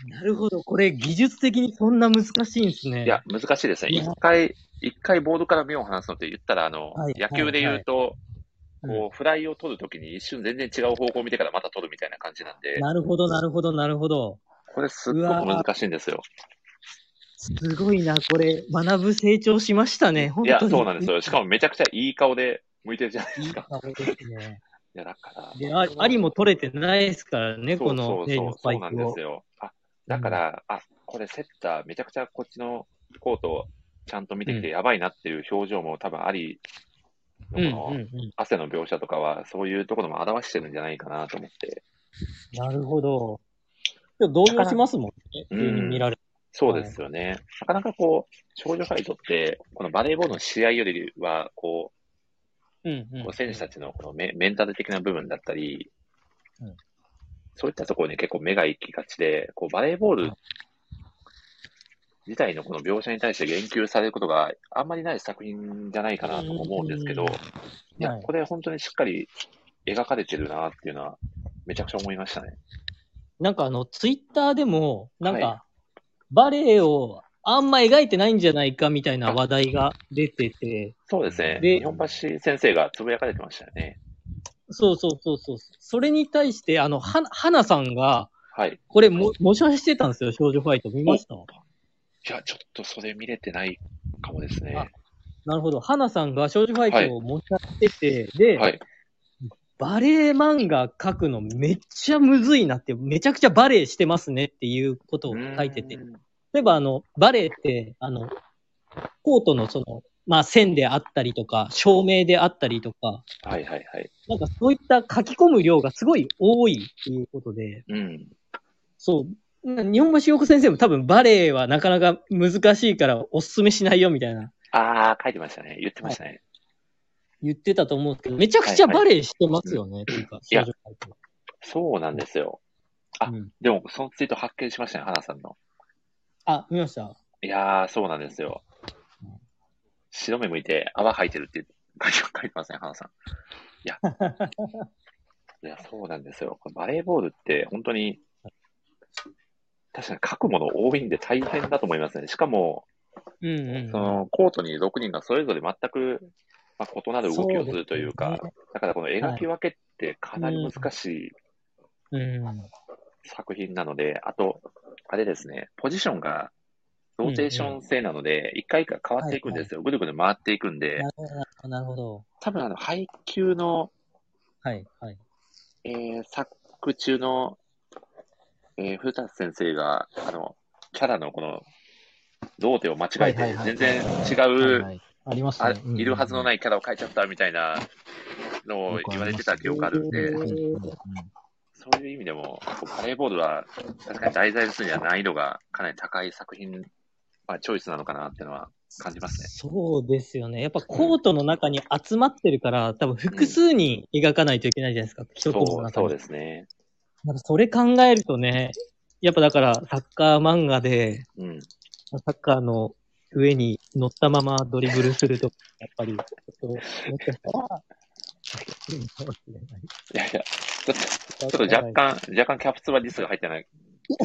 なるほど。これ、技術的にそんな難しいんですね。
いや、、難しいですね。
いや
一回、一回ボードから目を離すのって言ったら、あの、
はい
野球で言うと、
はい
こう、フライを取るときに一瞬全然違う方向を見てからまた取るみたいな感じなんで、
なるほど、なるほど、なるほど。
これすっごく難しいんですよ。
すごいな、これ。学ぶ成長しましたね。本
い
当に
や、そうなんですよ。しかもめちゃくちゃいい顔で向いてるじゃないで
いい
すか。
顔ですね。
いや、だから。
で、あありも取れてないですからね、
そう
この
そう
ね
そう、そう
今
なんですよ。あ、だから、あ、これセッター、めちゃくちゃこっちのコートをちゃんと見てきて、
う
やばいなっていう表情も多分あり
うん
のこ
うん
の
うん。
汗の描写とかは、そういうところも表してるんじゃないかなと思って。
なるほど。でも動揺しますもんね。
うん
急に見られて。
そうですよね。なかなかこう、少女ファイトって、このバレーボールの試合よりは、こ
うん
う、
う
こ
ん
う。選手たちのこのメメンタル的な部分だったり
うん、
そういったところに結構目が行きがちで、こうバレーボール自体のこの描写に対して言及されることがあんまりない作品じゃないかなとも思うんですけど、
うん
いや、
はい
これ本当にしっかり描かれてるなっていうのは、めちゃくちゃ思いましたね。
なんかあの、ツイッターでも、なんか、
は
バレエをあんま描いてないんじゃないかみたいな話題が出てて、
そうですね。
で
日本橋先生がつぶやかれてましたよね。
そうそうそうそう。それに対して、あの、は、はなさんが、
はい。
これも、模写してたんですよ、少女ファイト。見ました
いや、ちょっとそれ見れてないかもですね。
あなるほど。花さんが少女ファイトを持ち上げてて、で、
はい。
バレエ漫画描くのめっちゃむずいなって、めちゃくちゃバレエしてますねっていうことを書いてて
う。ん
例えば、あの、バレエって、あの、コートのその、まあ、線であったりとか、照明であったりとか、
はいはいはい。
なんかそういった書き込む量がすごい多いっていうことで、
うん。
そう、な日本橋陽子先生も多分バレエはなかなか難しいからおすすめしないよみたいな
ああ、書いてましたね。言ってましたね。
言ってたと思うんですけど、めちゃくちゃバレエしてますよね、っていうか、
いや
少女ファイト
そうなんですよ。あ
うん
でも、そのツイート発見しましたね、花さんの。
あ、見ました。
いやー、そうなんですよ。白目向いて泡吐いてるって書いて 書いてません、花さん。いや、いや、そうなんですよ。バレーボールって本当に、確かに書くもの多いんで大変だと思いますね。しかも、
うんうん。
そのコートに6人がそれぞれ全く、まあ、異なる動きをするという
そう
か、
ですね
だからこの描き分けってかなり難しい
うん。
作品なので、あと、あれですね、ポジションがローテーション制なので、一、回一回変わっていくんですよ。ぐるぐる回っていくんで
な、るほど、なるほど。
多分あの、配球の、
はい、はい。
えー、作中の、えー、古田先生が、あの、キャラのこの、ローテを間違え
はい
て、
はいはい
全然違
はい、
う
はい。あります
あ
ね。うん
いるはずのないキャラを変えちゃったみたいなのを言われてた記憶あるんで、
うんうんうん
そういう意味でも、バレーボールは確かに題材にするには難易度がかなり高い作品、まあ、チョイスなのかなっていうのは感じますね。
そうですよね。やっぱコートの中に集まってるから、多分複数に描かないといけないじゃないですか。
そ
一つの
う
中
そうで
に。
すね。
なんかそれ考えるとね、やっぱだからサッカー漫画で、
うん。
サッカーの上に乗ったままドリブルするとか、やっぱり、ちょっともしかしたら、
いやいや、ちょっとちょっと若干、若干キャプツバディスが入ってない。気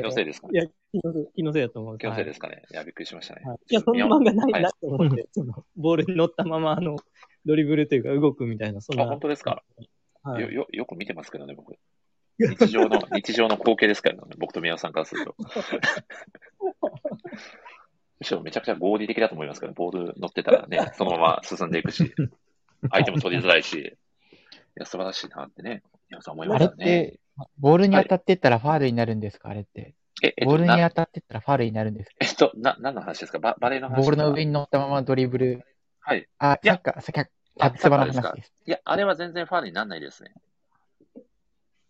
のせいですか
いやいやい
ね。気のせいですかね。
やいや、気のせい気のせいだと思う。。
気のせいですすかね。いや、びっくりしましたね
はい。いや、そんな漫画ないなと思っ
は
て、そのボールに乗ったまま、あの、ドリブルというか動くみたいな、そんな。
あ、本当ですか、
はい
よ、よ、よく見てますけどね、 僕。日常の、日常の光景ですからね、僕と宮尾さんからす ると。むしろめちゃくちゃ合理的だと思いますけど、ボール乗ってたらね、そのまま進んでいく し、相手も取りづらいし、いや、素晴らしいなってね、宮尾さん思い
あ
ま
れ
し
った
ね。
て、ボールに当たってったらファールになるんですかあれって。
え、えっ
ボー
と、
ルに
な
当たってったらファールになるんですか
えっと、な、何の話ですかババレーの話
ボールの上
に。
に乗ったままドリブル。
はい。
あ、
いや
サッカー、サッカー、キ
あ
ャプツバの
サッカー
話
で
です。
いや、あれは全然ファールにならないですね。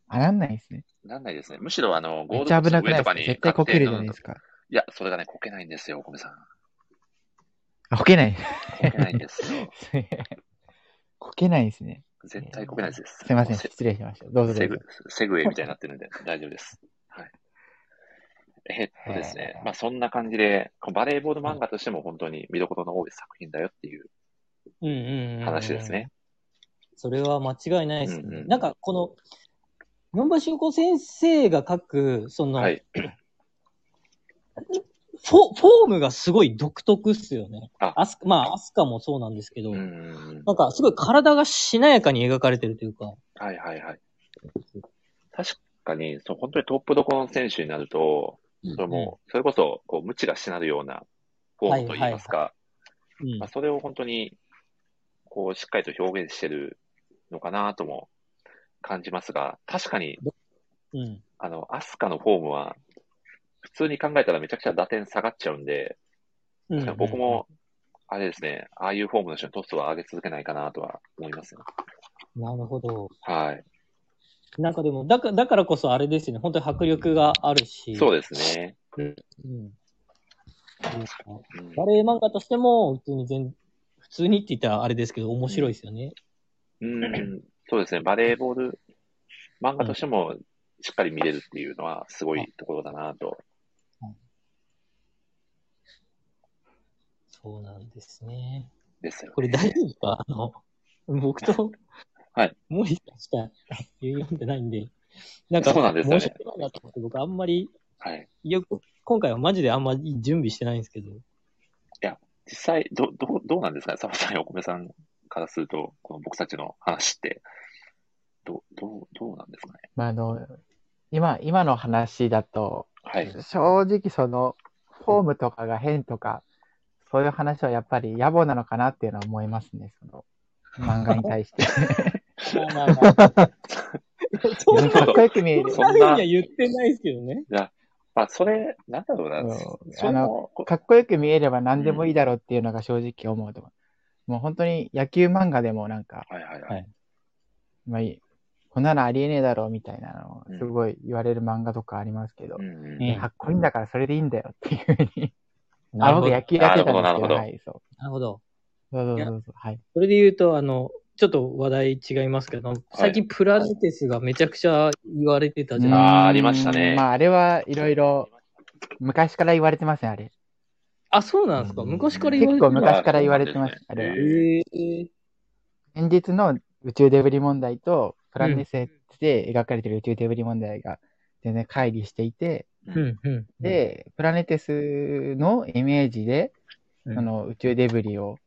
あ、なんないですね。
なんないですね。むしろ、あの、
め
ゴー
っ
ル
ちゃ危
ド
な
の
くない
上と
ですか
かに
絶対こけるじゃないです
か。
か。
いや、それがね、こけないんですよ、お米さん。
あ、こけない。
こけないんですよ。
こけないですね。
絶対こけないです。す
すいません、失礼しました。どうぞど
セ
うぞ
グ。、セグウェイみたいになってるんで 大丈夫です。はい。えっとです
へ
ね
ー、
まあそんな感じで、バレーボール漫画としても本当に見どころの多い作品だよっていう
うんうんうん。
話ですね。
それは間違いないですね。
うんうん
なんか、この、四番修子先生が書く、その、
はい。
フォフォームがすごい独特っすよね。
あ
アスまあ、アスカもそうなんですけど、
うんうん。
なんかすごい体がしなやかに描かれてるというか。
はいはいはい。確かに、そう本当にトップどころの選手になると、それもうそれこそ、こう、無知がしなるようなフォームといいますか、
うん
まあ、それを本当に、こう、しっかりと表現してるのかなとも感じますが、確かに、
うん。
あの、アスカのフォームは、普通に考えたらめちゃくちゃ打点下がっちゃうんで、
うんうん
僕も、あれですね、ああいうフォームの人にトスは上げ続けないかなとは思いますね。
なるほど。
はい。
なんかでも、だかだからこそあれですよね。本当に迫力があるし。
そうですね。
うん。なんか
うん
バレエ漫画としても、普通に全、普通にって言ったらあれですけど、面白いですよね。
うん、そうですね、バレーボール漫画としてもしっかり見れるっていうのはすごいところだなと。
そうなんですね。
ですよ、ね。
これ大丈夫ですかあの、僕と、
はい。
森田しか言読んでないんで、なんか、
そうなんですよね
申し訳ないなと思って、僕あんまり、
はい。
よく、今回はマジであんまり準備してないんですけど、
実際、ど、どう、どうなんですかね、サバさんやお米さんからすると、この僕たちの話って、ど、どう、どうなんですかね。
まあ、あの、今、今の話だと、
はい。
正直その、フォームとかが変とか、そういう話はやっぱり野暮なのかなっていうのは思いますね、その、漫画に対 して。
まあまあまあ。そんな、
かっこよく見える。
そんなふうには言ってないですけどね。
まあ、それ、なんだろうな、
うん
それも、こ
かっこよく見えれば何でもいいだろうっていうのが正直思うと思う。もう本当に野球漫画でもなんか、
はいはい
は
はいい。
まあいい、こんなのありえねえだろうみたいなの
うん
をすごい言われる漫画とかありますけど、
うんうん
うん
かっこいいんだからそれでいいんだよっていうふうに。
な
あ、
るほ
僕
ど。
野球やってたんで
な
す
る
け
ほ
ど、
ど
はい、そう。
なるほど。
どうぞどうぞ、はい。
それで言うと、あの、ちょっと話題違いますけど、最近プラネテスがめちゃくちゃ言われてたじゃ
あ
な
ー
う
あ
ん
りましたね
まああれはいろいろ昔から言われてますね、あれ。
あ、そうなんですか。
うん
昔から言われ
結
て
構
る
昔から言われてました、あ
そうなんですね
れは。
ええ
現実の宇宙デブリ問題とプラネセで描かれてる宇宙デブリ問題が全然乖離していて、
うん、うん。
で、プラネテスのイメージで、
うん
その宇宙デブリを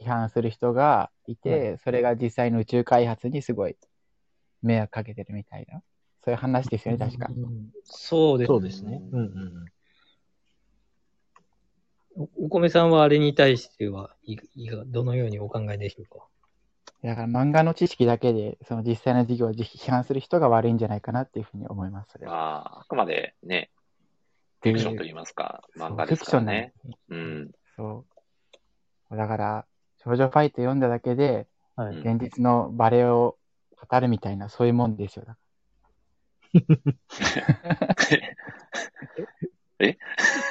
批判する人がいて、それが実際の宇宙開発にすごい迷惑かけてるみたいな、そういう話ですよね、確か。
そうです。
そうですね。うんうんうん。
おお米さんはあれに対してはいいかがどのようにお考えでしょうか。
だから漫画の知識だけで、その実際の授業を批判する人が悪いんじゃないかなっていうふうに思います。それ
ま
は
あ、あくまでね、フィクションと言いますか、漫画ですからね。うん。
そう。だから、少女ファイト読んだだけで、
はい
うん
現実のバレエを語るみたいな、そういうもんですよ。だか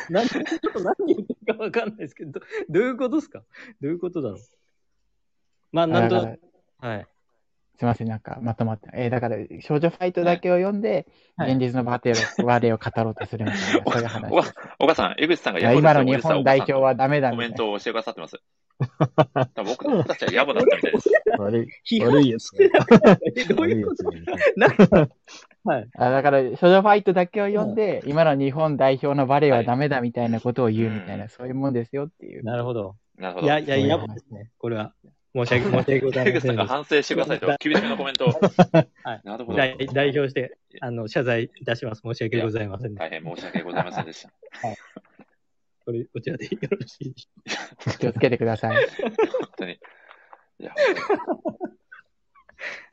何、ちょっと何言ってるかわかんないですけど、どどういうことですかどういうことだろうまあ、
ら
なんと
だから
なく、はい。
すいません、なんかまとまった。えーだから、少女ファイトだけを読んで、
はい
現実のバレエをバレエを語ろうとするみたいな、そういう話
お。岡さん、江口さんが
いや
野暮
今
だと
の
思い出
日
した
本代表
岡さん
はダメだ
コ
み
メ
たい
ン
な。
トをしてくださ ってます。多分僕たちは野暮だったみたいです。
悪い、
批判
悪いやつが。
えどう
悪
い
いうや
こ
つ
と
がいる。
なんか、はい。
あだから、少女ファイトだけを読んで、今の日本代表のバレエはダメだみたいなことを言うみたいな、そういうもんですよっていう。
なるほど。
なるほ
い
ど。
や、いや、
そういう
や
話
ばいですね。これは。申し訳、申し訳ご
江
ざいま
口
せ
さん
ん
が
で し
反省してくださいと、厳しめのコメントを。
はい
なるほど。
た代代表して、あの、謝罪いたします。申し訳ございません。
大変申し訳ございませんでした。
これ、こちらでよろしいでしょ
気をつけてください。
本当に。いや、
うか。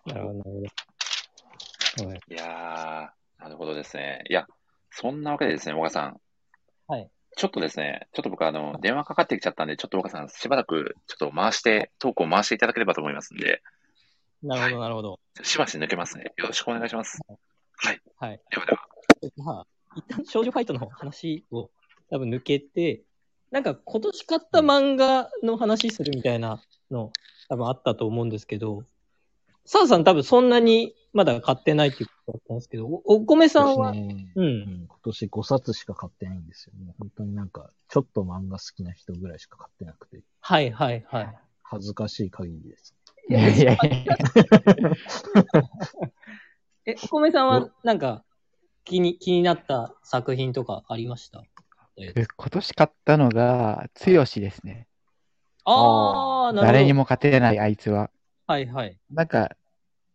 なるほど、なるほど。はい
いやー、なるほどですね。いや、そんなわけでですね、岡さん。
はい。
ちょっとですね、ちょっと僕、あの、電話かかってきちゃったんで、ちょっと岡さん、しばらく、ちょっと回して、トークを回していただければと思いますんで、
なるほど、なるほど。
しばし抜けますね。よろしくお願いします。はい。
はい。
ではでは。
まあ、一旦少女ファイトの話を多分抜けて、なんか今年買った漫画の話するみたいなの多分あったと思うんですけど、澤さん多分そんなにまだ買ってないっていうことだったんですけど、おお米さ
今年
んは、
ね、
う
うん
ん、
今年5冊しか買ってないんですよね。本当になんか、ちょっと漫画好きな人ぐらいしか買ってなくて、
はいはいはい。
恥ずかしい限りです。
いやいやいや。
え、お米さんはなんか気に気になった作品とかありました
え今年買ったのが、つよしですね。
ああ、なるほど。
誰にも勝てないあいつは。
はいはい。
なんか、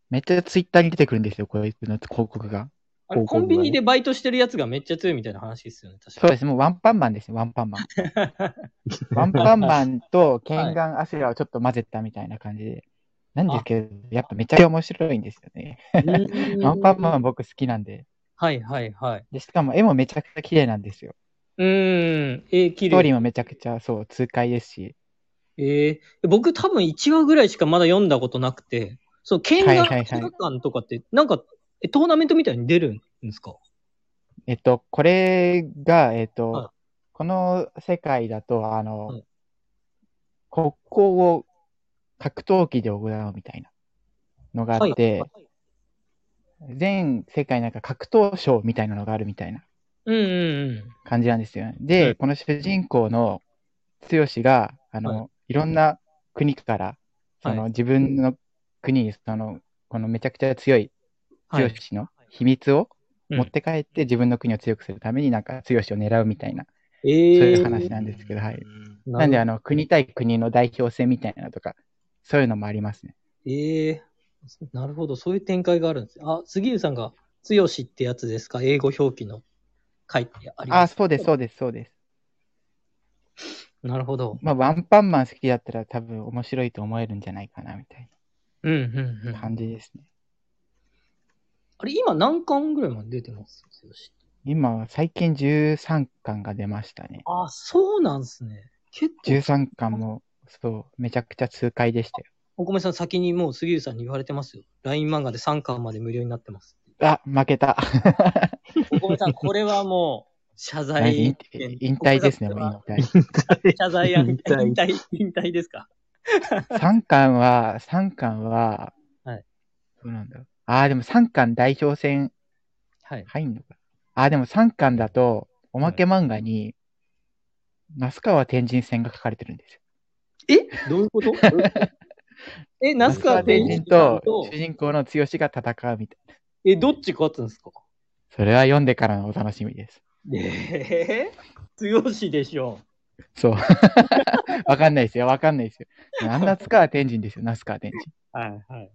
めっちゃツイッターに出てくるんですよ、こいつの広告が。
あれ
広告がね
コンビニでバイトしてるやつがめっちゃ強いみたいな話ですよね、確か
そうです、もうワンパンマンですよ、ワンパ ンマン。ワンパンマンと剣眼アシュラをちょっと混ぜたみたいな感じで。なんですけど、やっぱめちゃくちゃ面白いんですよね。
に。
ワンパンマ
ン。
ン僕好きなんで。
はいはいはい。
で、しかも絵もめちゃくちゃ綺麗なんですよ。
うーん、えー、綺
ストーリー
麗。
もめちゃくちゃ、そう、痛快ですし。
えー、僕多分1話ぐらいしかまだ読んだことなくて、そう、剣
はい
眼
はいはい
映画館とかって、なんか、えトーナメントみたいに出るんですか
えっと、これが、えっと、
はい
この世界だと、あの、
はい
国交を格闘技で行うみたいなのがあ
はい
っ。て、全世界なんか格闘賞みたいなのがあるみたいな
うんうん
感じなんですよね。で、
うん
この主人公の剛が、あの、、
はい
ろんな国から、その、
は
自分の国に、その、このめちゃくちゃ強い
うん。は
剛
い。
の秘密を
うん
持って帰って自分の国を強くするためになんか剛を狙うみたいな、
え
そう
ー、
いう話なんですけど、はい。なんであ
の、
の国対国の代表戦みたいなのとか、そういうのもありますね。
えー、なるほど、そういう展開があるんです。あ、杉浦さんが、つよしってやつですか英語表記の書いてあり
あ
ます。
そうです、そうです、そうです。
なるほど。
まあ、ワンパンマン好きだったら多分面白いと思えるんじゃないかなみたい
うんうんう。
なん感じですね。
あれ、今何巻ぐらいまで出てますつよしって
今は最近13巻が出ましたね。
あ、そうなんですね。結構、
13巻も、そう、めちゃくちゃ痛快でしたよ。
お米さん先にもう杉浦さんに言われてますよ。LINE 漫画で3巻まで無料になってます。
あ、負けた。
お米さん、これはもう、謝罪。
引退引退ですね、も
お
う
米さんこ
引退。
れは謝罪や、
引
引
退
退、引退ですか。
三巻は、三巻は、
はい。
そうなんだろう。ああ、でも三巻代表戦
はい。
入んのか。ああ、でも三巻だと、おまけ漫画に、那須川天神線が書かれてるんですよ。
えどうい うことえ、那須川天心
と
と、
主人公の剛が戦うみたいな。
え、どっち勝つんですか
それは読んでからのお楽しみです。
えー、強しでしょ
そう。 わかんないですよ。わかんないですよ。あんな塚は天神ですよ。那須川天神。
う。はいはい。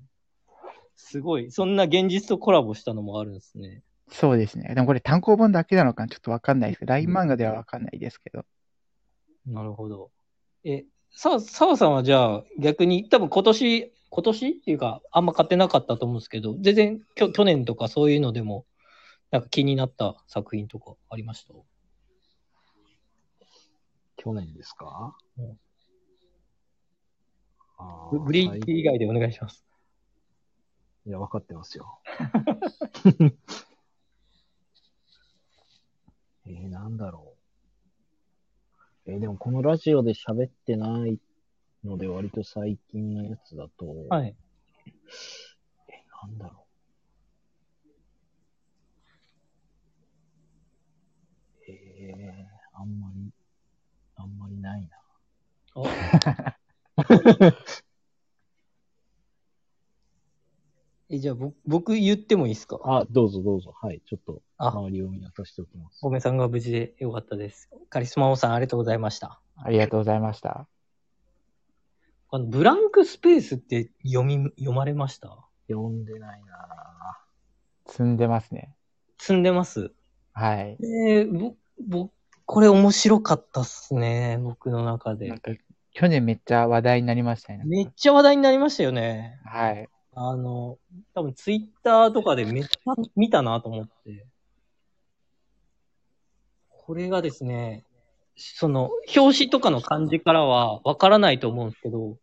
すごい。そんな現実とコラボしたのもあるんですね。
そうですね。でもこれ単行本だけなのかちょっとわかんないですけど、ライン漫画ではわかんないですけど。
なるほど。え、さ澤さんはじゃあ逆に、多分今年、今年っていうか、あんま買ってなかったと思うんですけど、全然きょ去年とかそういうのでも、なんか気になった作品とかありました
去年ですか、
うん
あ
ブ
ー
ブリー
最
キ以外でお願いします。
いや、分かってますよ。 えー、なんだろう。えーでもこのラジオで喋ってないので、割と最近のやつだと、
はい。
えー、なんだろう。えー、あんまり、あんまりないな。
あ えじゃあ僕僕言ってもいいですか
あ、どうぞどうぞ。はい、ちょっと
あ
周りを見渡しておきます。
ごめさんが無事でよかったです。カリスマ王さんありがとうございました。
ありがとうございました。
あのブランクスペースって読み、読まれました
読んでないな
積んでますね。
積んでます。
はい。
えー、ぼ、ぼ、これ面白かったっすね。僕の中で
なん。か、去年めっちゃ話題になりましたね。
めっちゃ話題になりましたよね。
はい。
あの、多分ツイッターとかでめっちゃ見たなと思って。これがですね、その、表紙とかの感じからはわからないと思うんですけど、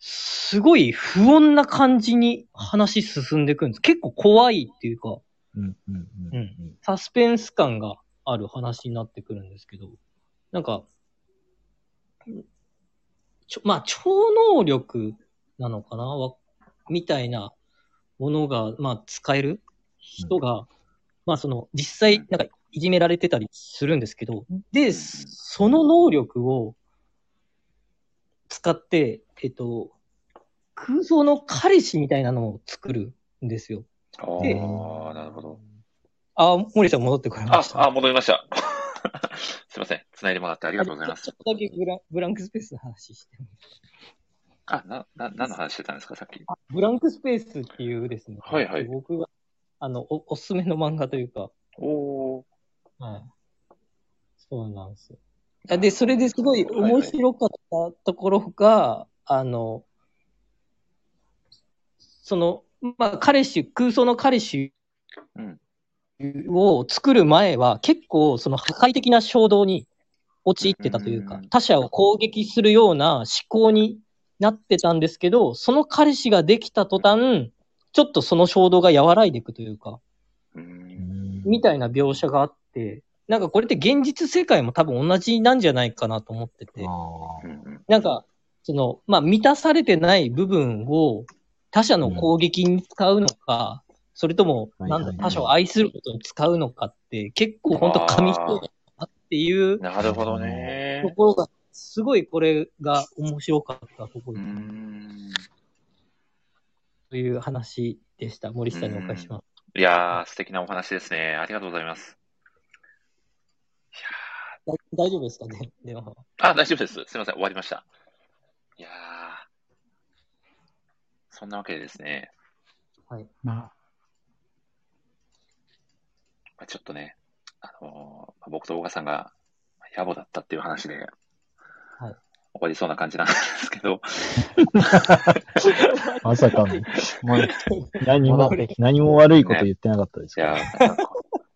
すごい不穏な感じに話進んでいくんです。結構怖いっていうか、
うんうんうん
うんサスペンス感がある話になってくるんですけど、なんか、ちょまあ、超能力なのかなわみたいなものが、まあ、使える人が、まあ、その、実際、なんか、いじめられてたりするんですけど、で、その能力を使って、えっと、空想の彼氏みたいなのを作るんですよ。
あ
で
あ、なるほど。
あ、森さん戻ってこられま
あ
し、た。
あ、戻りました。 すいません。繋いでもらってありがとうございま
ち
す
ょ。っとだけブラブランクスペースの話してもいいですか
あ、な、な、何の話してたんですか、さっき。
あブランクスペースっていうですね、
はいはい
僕があのおおすすめの漫画というか、
おー。
はい、そうなんですよ。あで、それですごい面白かったところが、あの、その、まあ、彼氏、空想の彼氏
うん
を作る前は、結構、その破壊的な衝動に陥ってたという
う
か
ん、
他者を攻撃するような思考になってたんですけど、その彼氏ができた途端、ちょっとその衝動が和らいでいくというか、
う
う。
んん。
みたいな描写があって、なんかこれって現実世界も多分同じなんじゃないかなと思ってて
あ、あ
うんうん。
なんか、その、まあ、満たされてない部分を他者の攻撃に使うのか、それとも、
はい
な
はい
ん
は
だ
い、
他者を愛することに使うのかって、結構本当紙一重だなっていう
なるほど
と
ね。
ころが、すごいこれが面白かったとこ
う
ろ
ーん。
という話でした。森下にお返しします。
いやー、素敵なお話ですね。ありがとうございます。
だ大丈夫ですかね 電話は。
あ、大丈夫です。すいません。終わりました。いやー。そんなわけでですね。
まあ、
まあ、ちょっとね、あのーまあ僕と小川さんが野暮だったっていう話で、終わりそうな感じなんですけど、
まさかの。
もう、
何も
戻ってき、
何も悪いこと言ってなかったです
い
けど
やー、なんか、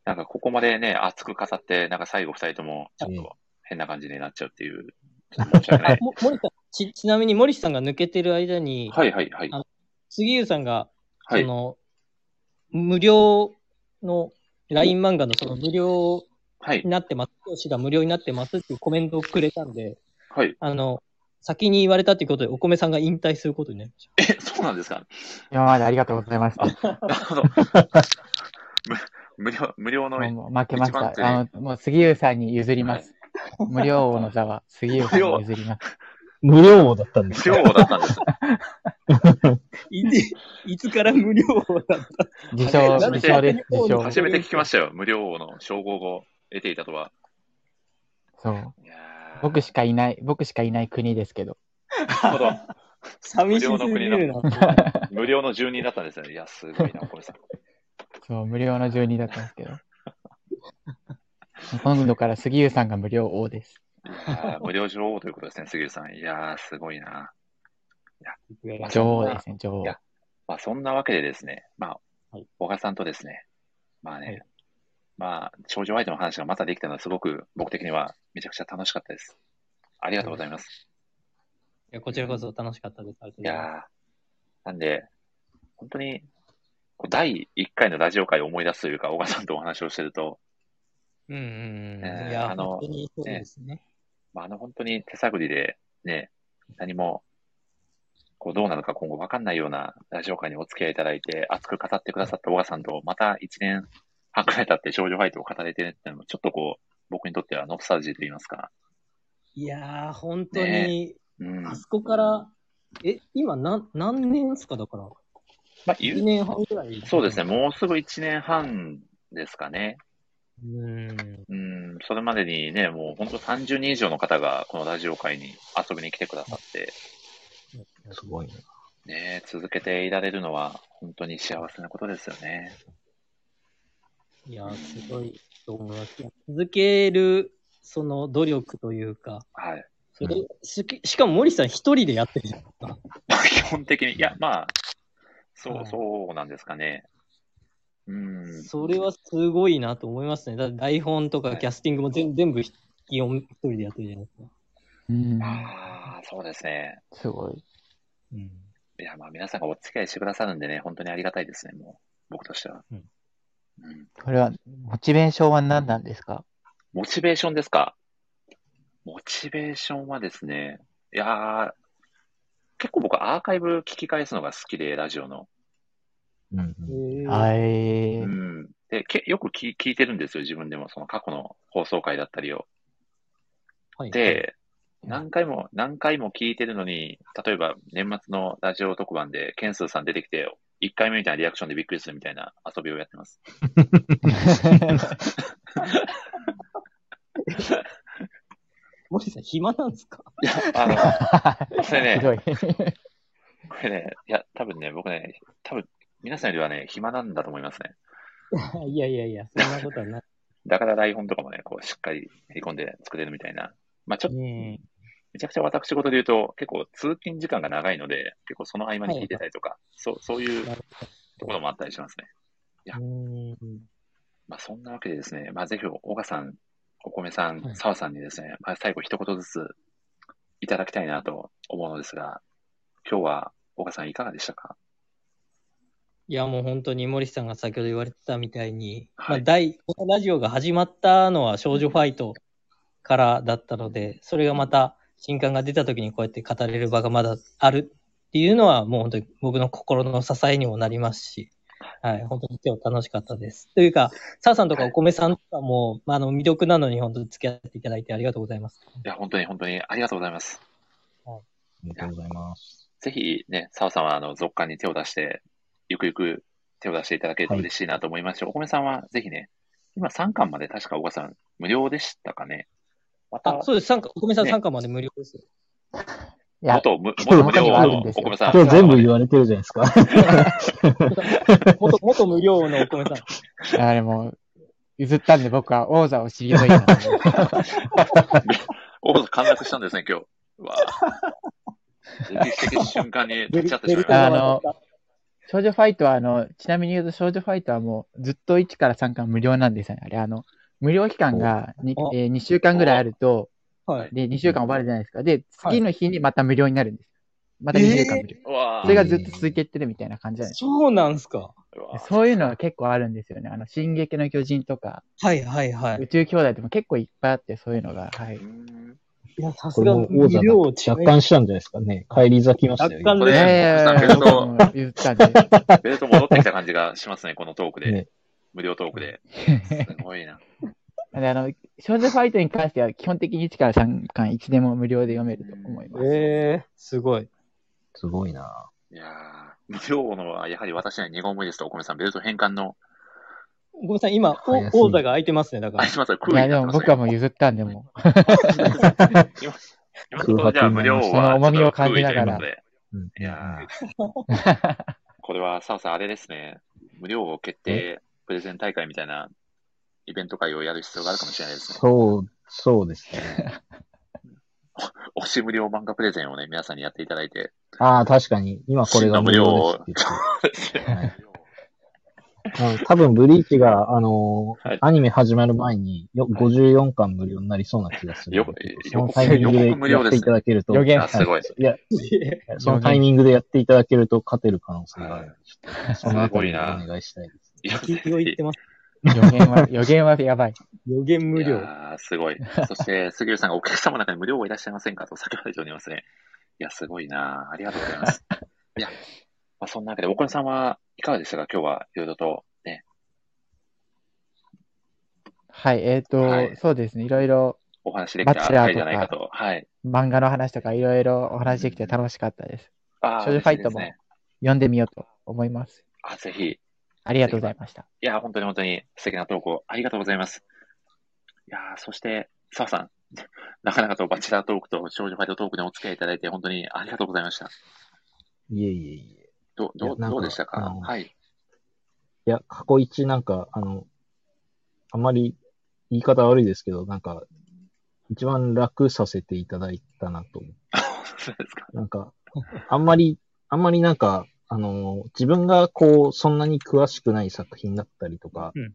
なんかここまでね、熱く語って、なんか最後二人とも、ちょっ
ええ
と変な感じになっちゃうっていう、ちょっと申し訳 ない。
も森下ち、ちなみに森下さんが抜けてる間に、
はいはいはい。
あ杉浦さんが
は
そ
い。
の、無料の LINE 漫画のその無料
はい
に。なってます、講師が無料になってますっていうコメントをくれたんで、
はい。
あの、先に言われたっていうことで、お米さんが引退することになりまし
え、そうなんですか
今までありがとうございました。
なるほど。無無料、無料の、
もうもう負けまし
一番
た。
手
あの、もう杉浦さんに譲ります。無料王の座は杉浦さんに譲ります。
無料王だったんです
不良だったん です。
いつ、いつから無料だった
自称、
初め
自
て
称です、自称。
初めて聞きましたよ。無料王の称号を得ていたとは。
そう。
いやー
僕しかいない、僕しかいない国ですけど。
なるほど
寂しすぎるな。
無料の住人だったんですよね。いや、すごいな、これさん。
そう、無料の住人だったんですけど。今度から杉浦さんが無料王です。
いやー無料女王ということですね、杉浦さん。いやー、すごいな。
女王ですね、女王
い。やまあ、そんなわけでですね、まあ
はい、
小賀さんとですね、まあね、
はい
まあ、頂上相手の話がまたできたのは、すごく僕的にはめちゃくちゃ楽しかったです。ありがとうございます。
いやこちらこそ楽しかったです。あり
い
がとうございます
やーなんで、本当に、こう第1回のラジオ会を思い出すというか、小賀さんとお話をしてると、
うんうんう
ね
ん。いや、
あの
本当にそうですね。
まあ、あの本当に手探りで、ね、何も、こうどうなのか今後わかんないようなラジオ会にお付き合いいただいて、熱く語ってくださった小川さんと、また1年半くらい経って少女ファイトを語れてるっていうのも、ちょっとこう、僕にとってはノスタルジーと言いますか。
いやー、本当
ね
に、
うん。ま
あそこから、え、今何、何年ですかだから。
あ、
1
言う
年半ぐらい。
そうですね、。もうすぐ1年半ですかね。
うん。
うん、それまでにね、もう本当30人以上の方がこのラジオ会に遊びに来てくださって、
すごいな。
ね、続けていられるのは本当に幸せなことですよね。
いやー、すごいと思います。続ける、その努力というか、
はい。
それ
う
ししかも森さん一人でやってるじゃないですか。
まあ基本的に、いや、まあ、そう、
はい
そうなんですかね。うん。
それはすごいなと思いますね。だって台本とかキャスティングも全,、全部基本一人でやってるじゃないですか。
うん。
ああ、そうですね。
すごい。
うん。
いや、まあ皆さんがお付き合いしてくださるんでね、本当にありがたいですね、もう、僕としては。
うん
うん
これは、モチベーションは何なんですか
モチベーションですかモチベーションはですね、いやー、結構僕アーカイブ聞き返すのが好きで、ラジオの。
うんうん。
あえ
う
ー
ん。で、けよく聞聞いてるんですよ、自分でも、その過去の放送回だったりを。
はい、
で、何回も、何回も聞いてるのに、例えば年末のラジオ特番で、ケンスーさん出てきて、1回目みたいなリアクションでびっくりするみたいな遊びをやってます。
森さん暇なんですか
いや、 あそれね
ひどい。
の、これね、いや、多分ね、僕ね、多分、皆さんよりはね、暇なんだと思いますね。
いやいやいや、そんなことはない。
だから台本とかもね、こう、しっかり練り込んで作れるみたいな。まあ、ちょっと、
ね
めちゃくちゃ私事で言うと、結構通勤時間が長いので、結構その合間に聞いてたりとか、そう、そういうところもあったりしますね。
え。うん。
まあ、そんなわけでですね、まあ、ぜひ、小賀さん、お米さん
は、い
澤さんにですね、まあ、最後一言ずついただきたいなと思うのですが、今日は小賀さんいかがでしたか
いや、もう本当に森さんが先ほど言われてたみたいに、
はい
まあ、第、このラジオが始まったのは少女ファイトからだったので、それがまた新刊が出た時にこうやって語れる場がまだあるっていうのは、もう本当に僕の心の支えにもなりますし、はい、本当に今日楽しかったです。というか、澤さんとかお米さんとかも、まあ、あの、魅力なのに本当に付き合っていただいてありがとうございます。
いや、本当に本当にありがとうございます。
ありがとうございます。
ぜひね、澤さんは、あの、続刊に手を出して、ゆくゆく手を出していただけると
はい
嬉しいなと思いますし、お米さんはぜひね、今3巻まで確か小賀さん無料でしたかね。また
あ、、そうです。参加、お米さん
ね
参加まで無料ですよ。
いや、
元無
ちょっと
元無料
ある
の
んです
お
よ
米さん。
今日全部言われてるじゃないですか。
元、元無料のお米さ ん。
あれもう、譲ったんで僕は王座を退いたので。
おお、陥落したんですね、今日。うわぁ。歴史的瞬間に立ち会ってしまいました。
あの少女ファイトは、あの、ちなみに言うと少女ファイトはもうずっと1から3巻無料なんですよね。あれ、あの、無料期間が 2,
お
えー2週間ぐらいあると、
はい。
で、2週間終わるじゃないですか。で、次の日にまた無料になるんです。また
えー
2週間無料。
うわ
そ
ぁ
れがずっと続けてるみたいな感じじゃないです
そうなんすか。
うわ
か。
ぁ。
そういうのは結構あるんですよね。あの、進撃の巨人とか、
はいはいはい
宇。宙兄弟でも結構いっぱいあって、そういうのが、はいう
ん
いや、さす
これ
が
も王
無
座
料
奪
違い
還したんじゃないですかね。帰り咲きましたよ。
奪還
こ
で
れ
す
ね、
え
奥さんベル
僕
ト
も、言ったんで。
ベルト戻ってきた感じがしますね、このトークで
ね。
無料トークで。すごいな。
なん であの、少女ファイトに関しては基本的に1から3巻1でも無料で読めると思います。
ええすごい。
すごいない
やー、今日のはやはり私には二言目ですと、お米さん、ベルト返還の、
ごめんなさい、今、お
早すぎ
王座が空いてますね、だか
あ、
ら。
すみません、空
い
位
や、
になって
でも
ます
僕はもう
ね。
譲ったんで、もう。
今のところじゃあ無料は、
空白になりましたその重みを感じながら
ちょっと空位ということで
うん。
いやー、 これは、澤さん、あれですね、無料を決定、プレゼン大会みたいなイベント会をやる必要があるかもしれないですね。
そう、そうですね。
推し無料漫画プレゼンをね、皆さんにやっていただいて、
ああ、確かに。今これが無料ですって言って。はいうん多分、ブリーチが、あのー
はい
アニメ始まる前によ、
はい
54巻無料になりそうな気がするんで。
よ
そのタイミングで
予告無料
や
で
っ
すね
ていただけると。
予言
あすごい
いや、そのタイミングでやっていただけると勝てる可能性がある。そのあたりお願いしたいです。
いや
先を言ってます。
予言は、予言はやばい。
予言無料
い。やーすごい。そして、杉浦さんがお客様の中に無料はいらっしゃいませんかと叫ばれておりますね。いや、すごいなーありがとうございます。いや、まあ、そんなわけで、おこねさんはいかがでしたか今日はいろいろと、ね。
はい、えっ、と、
はい
そうですね、いろいろ
お話できた
バチェラー
回
とか
じゃないかと。はい。
漫画の話とかいろいろお話できて楽しかったです。
ああ、
少女ファイトも
嬉しいですね
読んでみようと思います。
あ、ぜひ。い
ありがとうございました。
やー、本当に本当に素敵な投稿ありがとうございます。いやーそして、澤さん。なかなかとバチェラートークと少女ファイトトークでお付き合いいただいて、本当にありがとうございました。
いえいえいえ。
ど
い
ど
や
う
なんか
どうでしたか
あの
はい。
いや、過去一なんか、あの、あまり言い方悪いですけど、なんか、一番楽させていただいたなと思う。
そうですか。
なんか、あんまり、あんまりなんか、あの、自分がこう、そんなに詳しくない作品だったりとか
うん、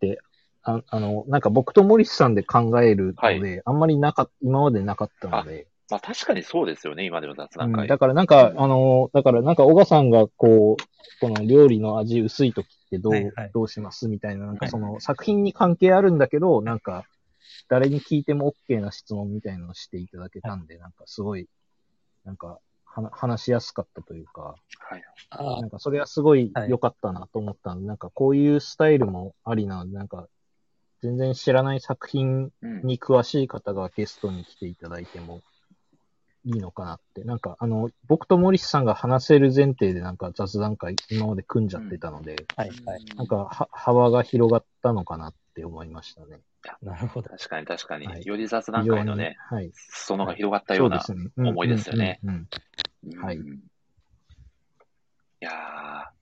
で、ああの、なんか僕と森士さんで考えるので、
はい
あんまりなかっ今までなかったので、
まあ確かにそうですよね、今での雑談
うん
会。
だからなんか、あの、だからなんか、小川さんがこう、この料理の味薄い時ってどう、
はいはい
どうしますみたいな、なんかその作品に関係あるんだけど、なんか、誰に聞いても OK な質問みたいなのをしていただけたんで、なんかすごい、なんか、はな話しやすかったというか、
はい。
あ
なんかそれはすごい
はい
良かったなと思ったんで、なんかこういうスタイルもありなので、なんか、全然知らない作品
うん
に詳しい方がゲストに来ていただいてもいいのかなって。なんか、あの、僕と森さんが話せる前提でなんか雑談会今まで組んじゃってたので、
はいはい。
なんかは幅が広がったのかなって思いましたね。
なるほど。
確かに確かに、
はい
より雑談会のね、
非常に。はい。
裾野が広がったような。
そうですね
思いですよね。
うんうんうんうん
うん
はい
いやー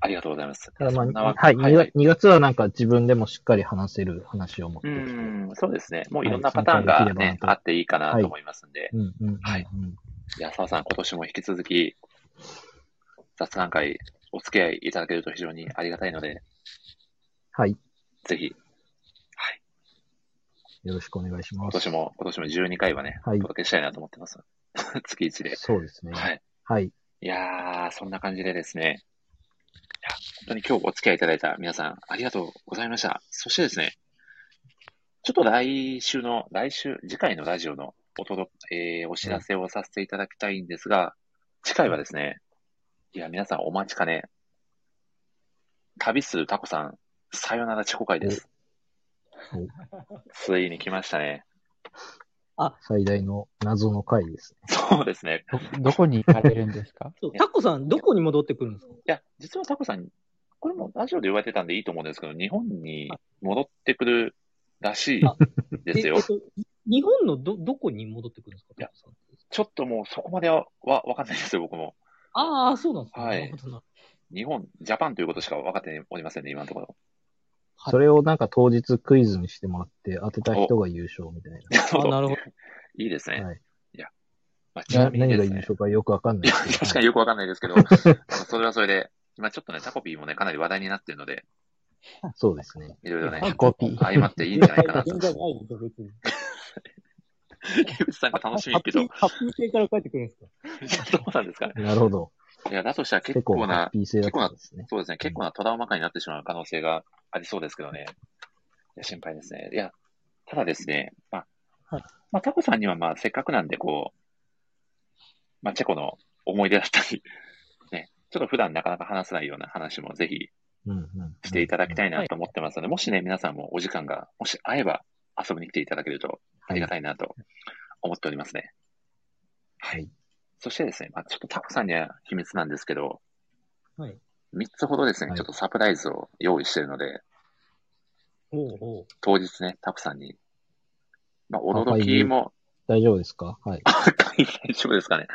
ありがとうございます。
ただま
そんなわ
あ、
け
はい、
はい、
2
はい
月。2月はなんか自分でもしっかり話せる話を持って
う
きて。
ん、そうですね。もういろんな
はい
パターンが
参加できれば
ね
な、と
あっていいかなと思いますんで。
うんうんうん
はい
うん
いや、澤さん、今年も引き続き、雑談会、お付き合いいただけると非常にありがたいので、
はい。
ぜひ、はい。
よろしくお願いしま
今
す。
年も、今年も12回はね、
はい
お届けしたいなと思ってます。 月1で。
そうですね。
はい。
はい。
いやー、そんな感じでですね。いや、本当に今日お付き合いいただいた皆さん、ありがとうございました。そしてですね、ちょっと来週の、来週、次回のラジオのお届け、えーお知らせをさせていただきたいんですが、次回はですね、いや、皆さんお待ちかね、旅するタコさん、さよならチェコ会です
おお。
ついに来ましたね。
最大の謎の回ですね。
そうですね。
ど、どこに行かれるんですか
そうタコさん、どこに戻ってくるんですか
いや、実はタコさん、これもラジオで言われてたんでいいと思うんですけど、日本に戻ってくるらしいです
え
よ
えっ。と日本のど、どこに戻ってくるんですか
いや
タコさん
ちょっともうそこまではわわかんないですよ、僕も。
ああ、そうなんですね。
はい
なるほどな
日本、ジャパンということしか分かっておりませんね、今のところ。
はい
それをなんか当日クイズにしてもらって当てた人が優勝みたいな。
あなるほど。
いいですね。
はい
まあ、 ちな
な
みに
何
で
が
す
優
ね。
勝かよくわかんないい
や、
ですけど。
確かによくわかんないですけど、あのそれはそれで、今ちょっとね、タコピーもね、かなり話題になってるので、
そうですね。
いろいろね、
タコピー。
相まっていいんじゃないかなと。
現在ないですよ別に
江口さんが楽しみっていう
ハッピーハッピー系から帰ってくるんですか
と、どうなんですかね。
なるほど。
いや、だとしたら結
結構
構
ハ
な
ッ、ピー性だったんですね。
そうですね、結構なトラウマ化になってしまう可能性がありそうですけどね。いや心配ですね。いや、ただですね、まあ
はい、
まあ、タコさんにはまあ、せっかくなんで、こう、 まあ、チェコの思い出だったり、ね、ちょっと普段なかなか話せないような話もぜひ
うんうん。
していただきたいなと思ってますので、もしね、皆さんもお時間が、もし合えば遊びに来ていただけるとありがたいなと思っておりますね。はい。
はい
そしてですね、まあ、ちょっとタコさんには秘密なんですけど、
はい。
3つほどですね、
はい
ちょっとサプライズを用意しているので、
おうおう。
当日ね、タコさんに、まあ、
アーカイブ
驚きも、
大丈夫ですかはい。
アーカイブ大丈夫ですかね。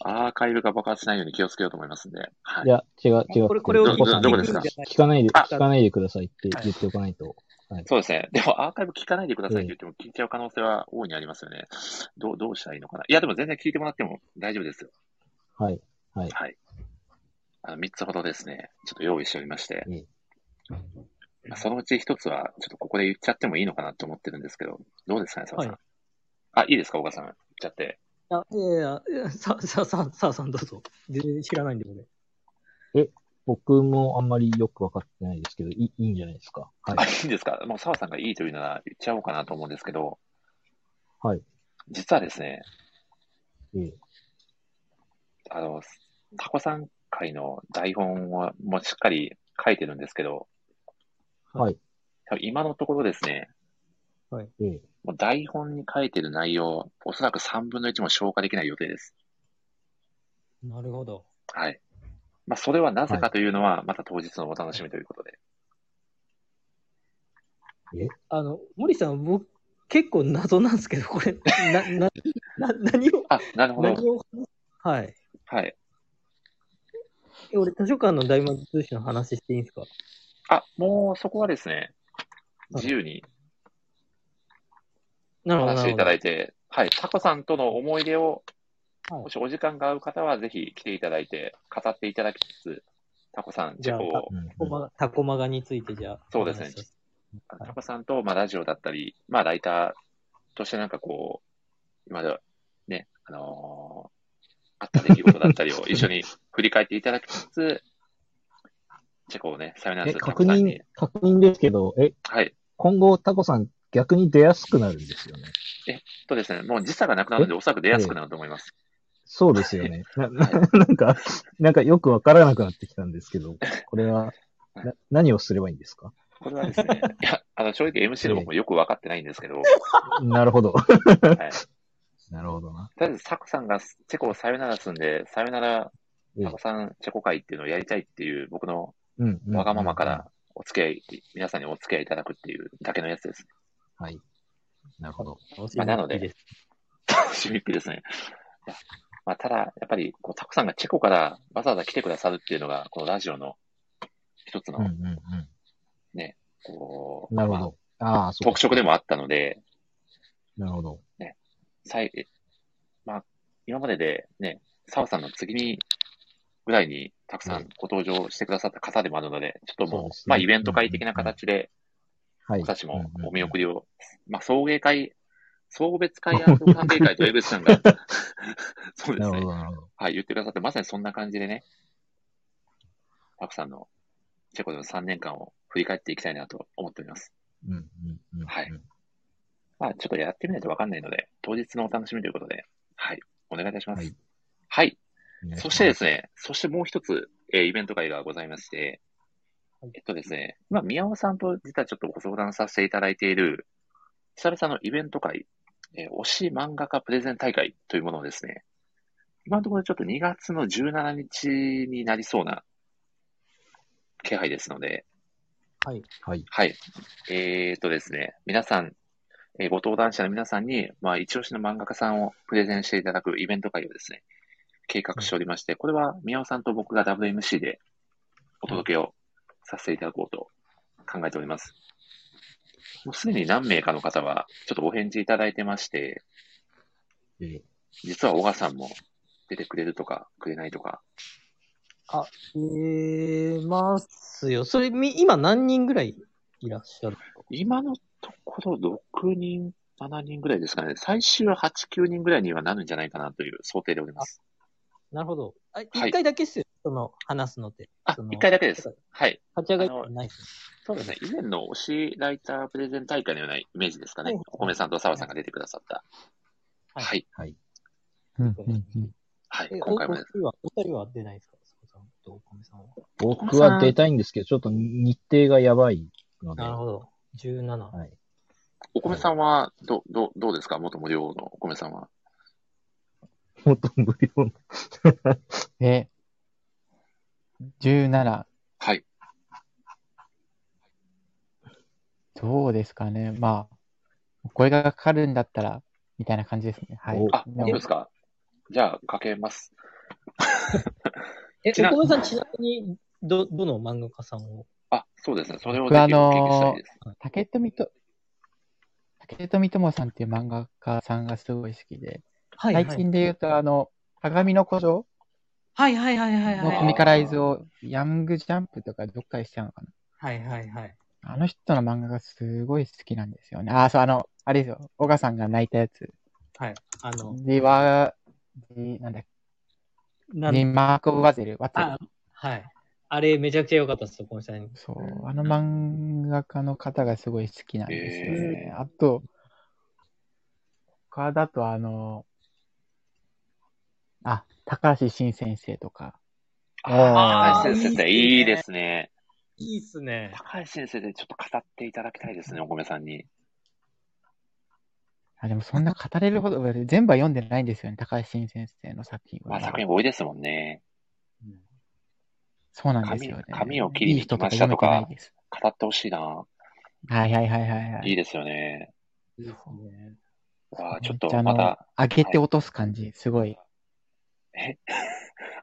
アーカイブが爆発しないように気をつけようと思いますんで、はい
い。や、違う、違う。
これ、これを
ど
タコさん
どこですか
聞かないで、
あ
聞かないでくださいって言っておかないと。
そうですね。でもアーカイブ聞かないでくださいって言っても聞いちゃう可能性は大いにありますよね。どう、どうしたらいいのかな。いや、でも全然聞いてもらっても大丈夫ですよ。
はい。はい。
はい。あの、3つほどですね、ちょっと用意しておりまして
うん。
まあそのうち1つは、ちょっとここで言っちゃってもいいのかなと思ってるんですけど、どうですかね、澤さん。
は
あ、いいですか、岡さん。言っちゃって。
あ、いやいやいや、さ、さ、さ、さ、さんどうぞ。全然知らないんで、俺。
僕もあんまりよくわかってないですけど、いいいいんじゃないですか。はい
あ、。いいですか。もう澤さんがいいというなら言っちゃおうかなと思うんですけど、
はい。
実はですね、
ええ
あの、タコさん会の台本はもうしっかり書いてるんですけど、
はい。
多分今のところですね、
ええ
もう台本に書いてる内容、おそらく3分の1も消化できない予定です。
なるほど。
はい。まあ、それはなぜかというのは、また当日のお楽しみということで。
あの、森さん、僕、結構謎なんですけど、これ、 な、な、な、何を、
あ、なるほど。
何を、はい。
はい。
え俺、図書館の大魔術師の話していいんですか
あ、もうそこはですね、自由に
なるほど。
話
な
して
る
い
ほ
た
ど
だいて、はい、タコさんとの思い出を、
はい
もしお時間が合う方は、ぜひ来ていただいて、語っていただきつつ、タコさん、
じ
自
ゃあ
己を
う、ん
タコマガタコマガについて、じゃあ。
そうですね
お話しし
タコさんと、まあ、ラジオだったり、まあ、ライターとしてなんかこう、今まで、ね、あのーあった出来事だったりを一緒に振り返っていただきつつ、チェコをね、サヨナラ
え、
スタ
確
コさん
認
に。、
確認ですけど、え、
はい。
今後タコさん逆に出やすくなるんですよね。
とですね、もう時差がなくなるので、おそらく出やすくなると思います。
そうですよね。 なななんか、なんかよくわからなくなってきたんですけど、これは、な何をすればいいんですか
これはですね、いや、あの、正直 MC の僕もよくわかってないんですけど、
なるほど。
はい。
なるほどな。
とりあえず、サコさんがチェコをさよならすんで、さよなら、
ええ
サコさんチェコ会っていうのをやりたいっていう、僕の
うんうん、うん
わがままか。らお付き合い、皆さんにお付き合いいただくっていうだけのやつです。
はい。なるほど。
ます
まあなので
いいす
楽しみっぴですね。いやまあ、ただ、やっぱり、こう、タコさんがチェコからわざわざ来てくださるっていうのが、このラジオの一つの
うん、うんう
こう、
ん。なるほ
まあ
ど。ああ、そうか
特色でもあったので、
なるほど。
さい、えまあ、今まででね、澤さんの次に、ぐらいにたくさ
うん
んご登場してくださった方でもあるので、ちょっと
そ
も
う
う、
ですね
まあイベント会的な形で、
はい。
僕たちもお見送
り。
りを、まあ送迎会、送別会、歓迎会と江口 さんが、そうで
なる
す
ほ
ね、
ど、なるほど。
はい、言ってくださって、まさにそんな感じでね、たくさんのチェコでの3年間を振り返っていきたいなと思っております。
うんうんうんうん。
はいまあちょっとやってみないとわかんないので、当日のお楽しみということで、はい、お願いいたします。
はい
はい
お願いします。
そしてですね、そしてもう一つ、えーイベント会がございまして、えっとですね、今、宮尾さんと実はちょっとご相談させていただいている、久々のイベント会、えー推し漫画家プレゼン大会というものをですね、今のところちょっと2月の17日になりそうな気配ですので、
はい。
はい。えー、っとですね、皆さん、えーご登壇者の皆さんに、まあ、一押しの漫画家さんをプレゼンしていただくイベント会をですね、計画しておりまして、これは宮尾さんと僕が WMC でお届けをさせていただこうと考えております。もうすでに何名かの方は、ちょっとお返事いただいてまして、
ええ
実は小川さんも出てくれるとか、くれないとか、
えー、ますよ。それ、み、今何人ぐらいいらっしゃる
今のところ6人、7人ぐらいですかね、最終は8、9人ぐらいにはなるんじゃないかなという想定でおります。
なるほど。あ、
はい
一回だけっすよ。その、話すのって。
あ
そ、の
一回だけです。はい。
立ち上がりってないっすね。
そうですね。以前の推しライタープレゼン大会のようなイメージですかね。
はいはい
お米さんと澤さんが出てくださった。
は
はいい。
はい。
うんうんうん
はい。
え
今回も
お
です
お二人は、お二人は出ないですかそこさ
んと、お米さんは。僕は出たいんですけど、ちょっと日程がやばいので。
なるほど。17。
はい。
お米さんは、ど、ど、どうですか元無料のお米さんは。
もっと無料の。
で、17、
はい。
どうですかね。まあ、お声がかかるんだったら、みたいな感じですね。はい
お。
あ、
で
ど
も
うですかじゃあ、かけます。
え
ち、な
お米さんちなみに、ど、どの漫画家さんを
あ、そうですね。それを
僕
ぜひ
は
お聞きしたいです。
竹富と、竹富友さんっていう漫画家さんがすごい好きで、
は
最近で言うと、あの、鏡の古城
はいはいはいはい
の
はい。
コミカライズを、ヤングジャンプとかどっかでしちゃうのか
はいはいはい。
な。あの人の漫画がすごい好きなんですよね。ああ、そう、あの、あれですよ。小川さんが泣いたやつ。
はい。あの、
リワー、なんだっ
な
け、リマーク・オブ・ワゼル、ワゼル
あ。、はい。あれ、めちゃくちゃ良かったです、この下に。
そう、あの漫画家の方がすごい好きなんですよね。
へ
あと、他だとあの、あ、高橋真先生とか、
あ
あー
高橋先生っていいですね。
いいっすね。
高橋先生でちょっと語っていただきたいですね、お米さんに。
あ、でもそんな語れるほど、全部は読んでないんですよね、高橋真先生の作品
ま
は。
あ、作品多いですもんね。
そうなんですよね。
髪を切り
いい
に来
人とか
ました
読め
と
て
か
ないです。
語ってほしいな。
はいはいはいはいはい
い
い。
ですよね。
いいっすね。
ああ、ちょっ
めちゃ
と
あ
ま
の
た、
上げて落とす感じ、すごい。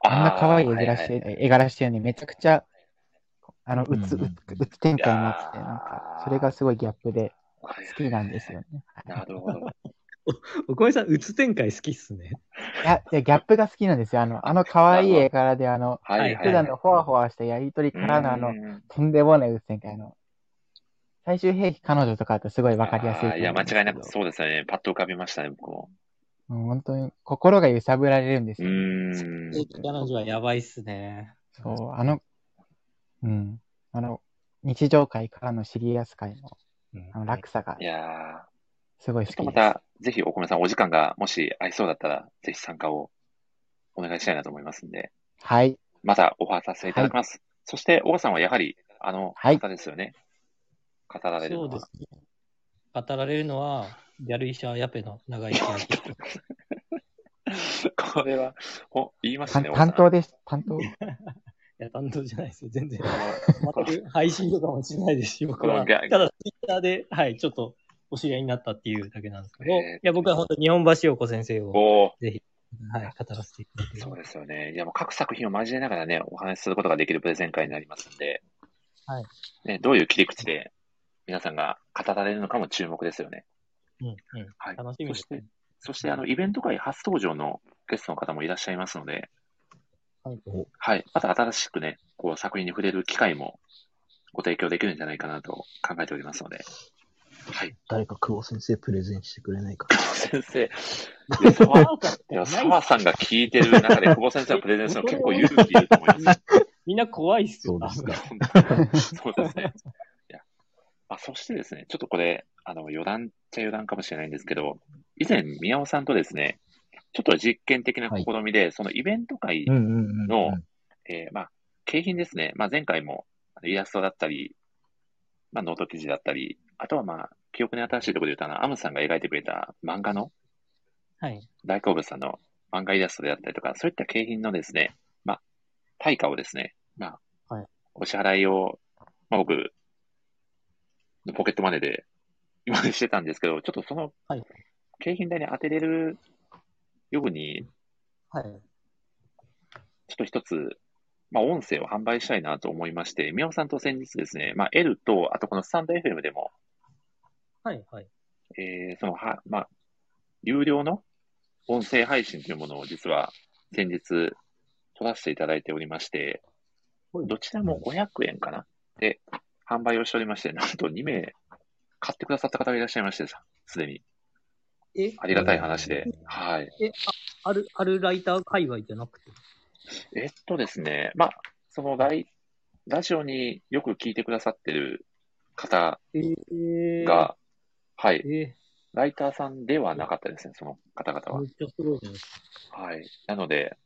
あんな可愛い絵柄して、
はい
絵柄してるのにめちゃくちゃ、あの、う
う
つ、
んうんう
うんつ、うつ展開になってて、
いやー
なんか、それがすごいギャップで
はい
好きなんですよね。
なるほど。
お米さん、うつ展開好きっすね。
いや、いやギャップが好きなんですよ。あの、あの可愛い絵柄で、あの、
はいはい
普
は
段
い。
のほわほわしたやりとりからの、あ
う
の、
ん
とんでもないうつ展開の、最終兵器彼女とかだとすごいわかりやすいと
あーいや、間
思うんですけど
違いなくそうですよね。パッと浮かびましたね、僕も。
もう本当に心が揺さぶられるんです
う
よ。
ーん。
彼女はやばいっすね。
そう、あの、うん、あの、日常界からのシリアス界の、
うん
あの、落差が
いや
すごい
ー、ちょ
好
っと
き
ま
です。
た、ぜひお米さんお時間がもし合いそうだったら、ぜひ参加をお願いしたいなと思いますんで、
はい。
またオファーさせていただきます。そして、大川さんはやはり、あの
はい
方ですよね。語られるのは
そうですね。語られるのは、ギャル医者ヤペの長い生き生き
これは、お、言いました
担
ね、
担
大
当です。担当。
いや、担当じゃないですよ、全然。
沢さん。
全く配信とかもしないで すし、僕
この
は。
ギャ
ただ、ツイッターで、はい、ちょっとお知り合いになったっていうだけなんですけど、
えー
いや、僕は本当に日本橋陽子先生を、
おー
はい、語らせていただいて
そうですよね。いや、もう各作品を交えながらね、お話しすることができるプレゼン会になりますんで、
はい。
ね、どういう切り口で皆さんが語られるのかも注目ですよね。
うん、うん。
はい。
楽しみですね。
そして、あの、イベント会初登場のゲストの方もいらっしゃいますので、
はい
はい。また新しくね、こう作品に触れる機会もご提供できるんじゃないかなと考えておりますので、はい。
誰か久保先生プレゼンしてくれないか。
先生、いや沢いや沢さんが聞いてる中で久保先生がプレゼンするの結構勇気いると思います。
みんな怖いっす
そ
よ
う、ですか。
そうですね。いやあそしてですね、ちょっとこれ、あの、余談っちゃ余談かもしれないんですけど、以前、宮尾さんとですね、ちょっと実験的な試みで、そのイベント会、
うんうんうんうん。
のえーまあ、景品ですね、まあ、前回もあのイラストだったり、まあ、ノート記事だったり、あとはまあ、記憶に新しいところで言うと、あの、アムさんが描いてくれた漫画の、
はい。
大好物さんの漫画イラストであったりとか、そういった景品のですね、まあ、対価をですね、まあ、
はい
お支払いを、まあ、僕、ポケットマネーで今までしてたんですけど、ちょっとその
はい、
景品代に当てれるように、
はい。
ちょっと一つ、まあ、音声を販売したいなと思いまして、宮尾さんと先日ですね、まあ、L と、あとこのスタンド FM でも、
はい、はい。
えーそのは、まあ、有料の音声配信というものを実は先日取らせていただいておりまして、どちらも500円かなで、販売をしておりまして、なんと2名買ってくださった方がいらっしゃいましてさ、すでに。
え、
ありがたい話で。はい。
ある、あるライター界隈じゃなくて。
えっとですね、まあ、そのライラジオによく聞いてくださってる方
えー、
が、はい、
え
ライターさんではなかったですね、その方々
ー、
は
めっ。ちゃすごいじゃないですか。
はい。なので、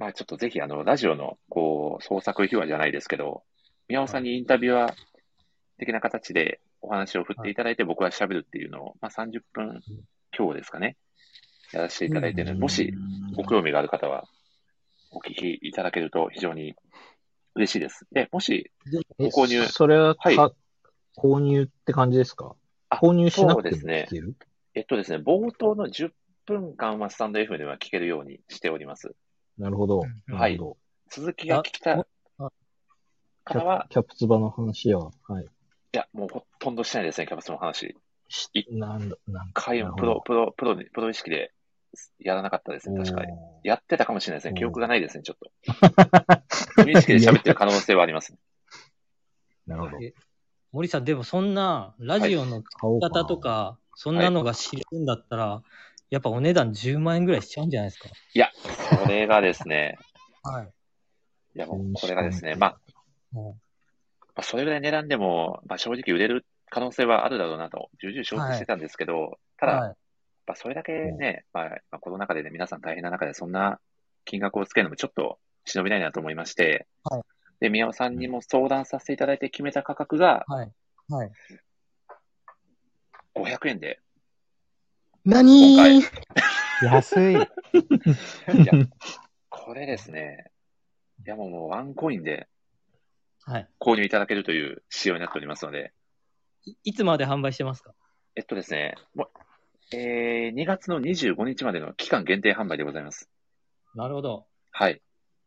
まあちょっとぜひ、あの、ラジオの、こう、創作秘話じゃないですけど、宮尾さんにインタビュアー的な形でお話を振っていただいて、僕は喋るっていうのを、まあ30分強ですかね、やらせていただいてるので、もしご興味がある方は、お聞きいただけると非常に嬉しいです。で、もし、
え
ご購入
それは、
はい
か購入って感じですか
あ
購入しなくて
そうで
も
すね
聞ける、
えっとですね、冒頭の10分間はスタンド F では聞けるようにしております。
なるほど。
ん
なるほど。
続きが聞きたい
キ
方
ャ
は
プ、キャプツバの話やわ。はい。
いや、もうほとんどしてないですね、キャバスの話。
し
い
なんだ、なんか。
会
なる
話、
ほ
プ
ど
ロ、プロ、プロに、プロ意識でやらなかったですね、確かに。
おー
やってたかもしれないですね。
おー
記憶がないですね、ちょっ と。無意識で喋ってる可能性はあります。
なるほど。
え森さん、でもそんな、ラジオ
買
の
おうかな
方と。か、そんなのが知れるんだったら、やっぱお値段10万円ぐらいしちゃうんじゃないですか。
いや、これがですね、
はい。
いや、もうこれがですね、まあ、
も
まあ、それぐらい値段でも、まあ、正直売れる可能性はあるだろうなと、重々承知してたんですけど、
う
ただ、
は
や
い
っぱそれだけね、まあ、まあこの中でね、皆さん大変な中で、そんな金額をつけるのもちょっと忍びないなと思いまして、
はい
で、宮尾さんにも相談させていただいて決めた価格が
はい。はい。
500円 で、
何
今
安い。
いや、これですね、いやもうもうワンコインで
はい。
購入いただけるという仕様になっておりますので、
いいつまで販売してますか
えっとですね、もうえー、2月の25日までの期間限定販売でございます。
なるほど。
はい。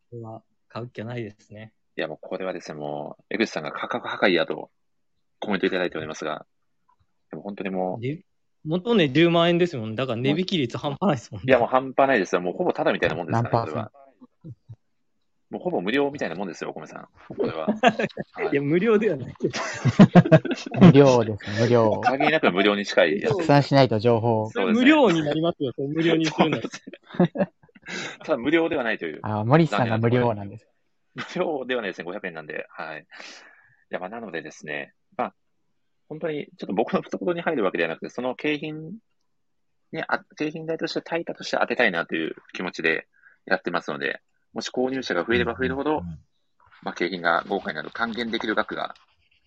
これは買う気はないですね。
いや、もうこれはですね、もう、江口さんが価格破壊やとコメントいただいておりますが、でも本当にもう、
で元ね10万円ですもんね。だから値引き率半端ないですもんね。
いや、もう半端ないですよ。もうほぼタダみたいなもんですから
何
ね、こ
パーセ
れ
ント
は。もうほぼ無料みたいなもんですよ、お米さん。これは。はい
いや無料ではないけど。
無料ですね、無料。
限りなく無料に近いやつ。
拡散しないと情報。
そうですね
無料になりますよ。 それ無料にするの。
ただ無料ではないという。
あ、森さんが無料なんです。
無料ではないですね、500円なんで。はい。いや、まあ、なのでですね、まあ、本当に、ちょっと僕の懐に入るわけではなくて、その景品にあ、景品代として、対価として当てたいなという気持ちでやってますので、もし購入者が増えれば増えるほど、
うん
まあ、景品が豪華になる、還元できる額が、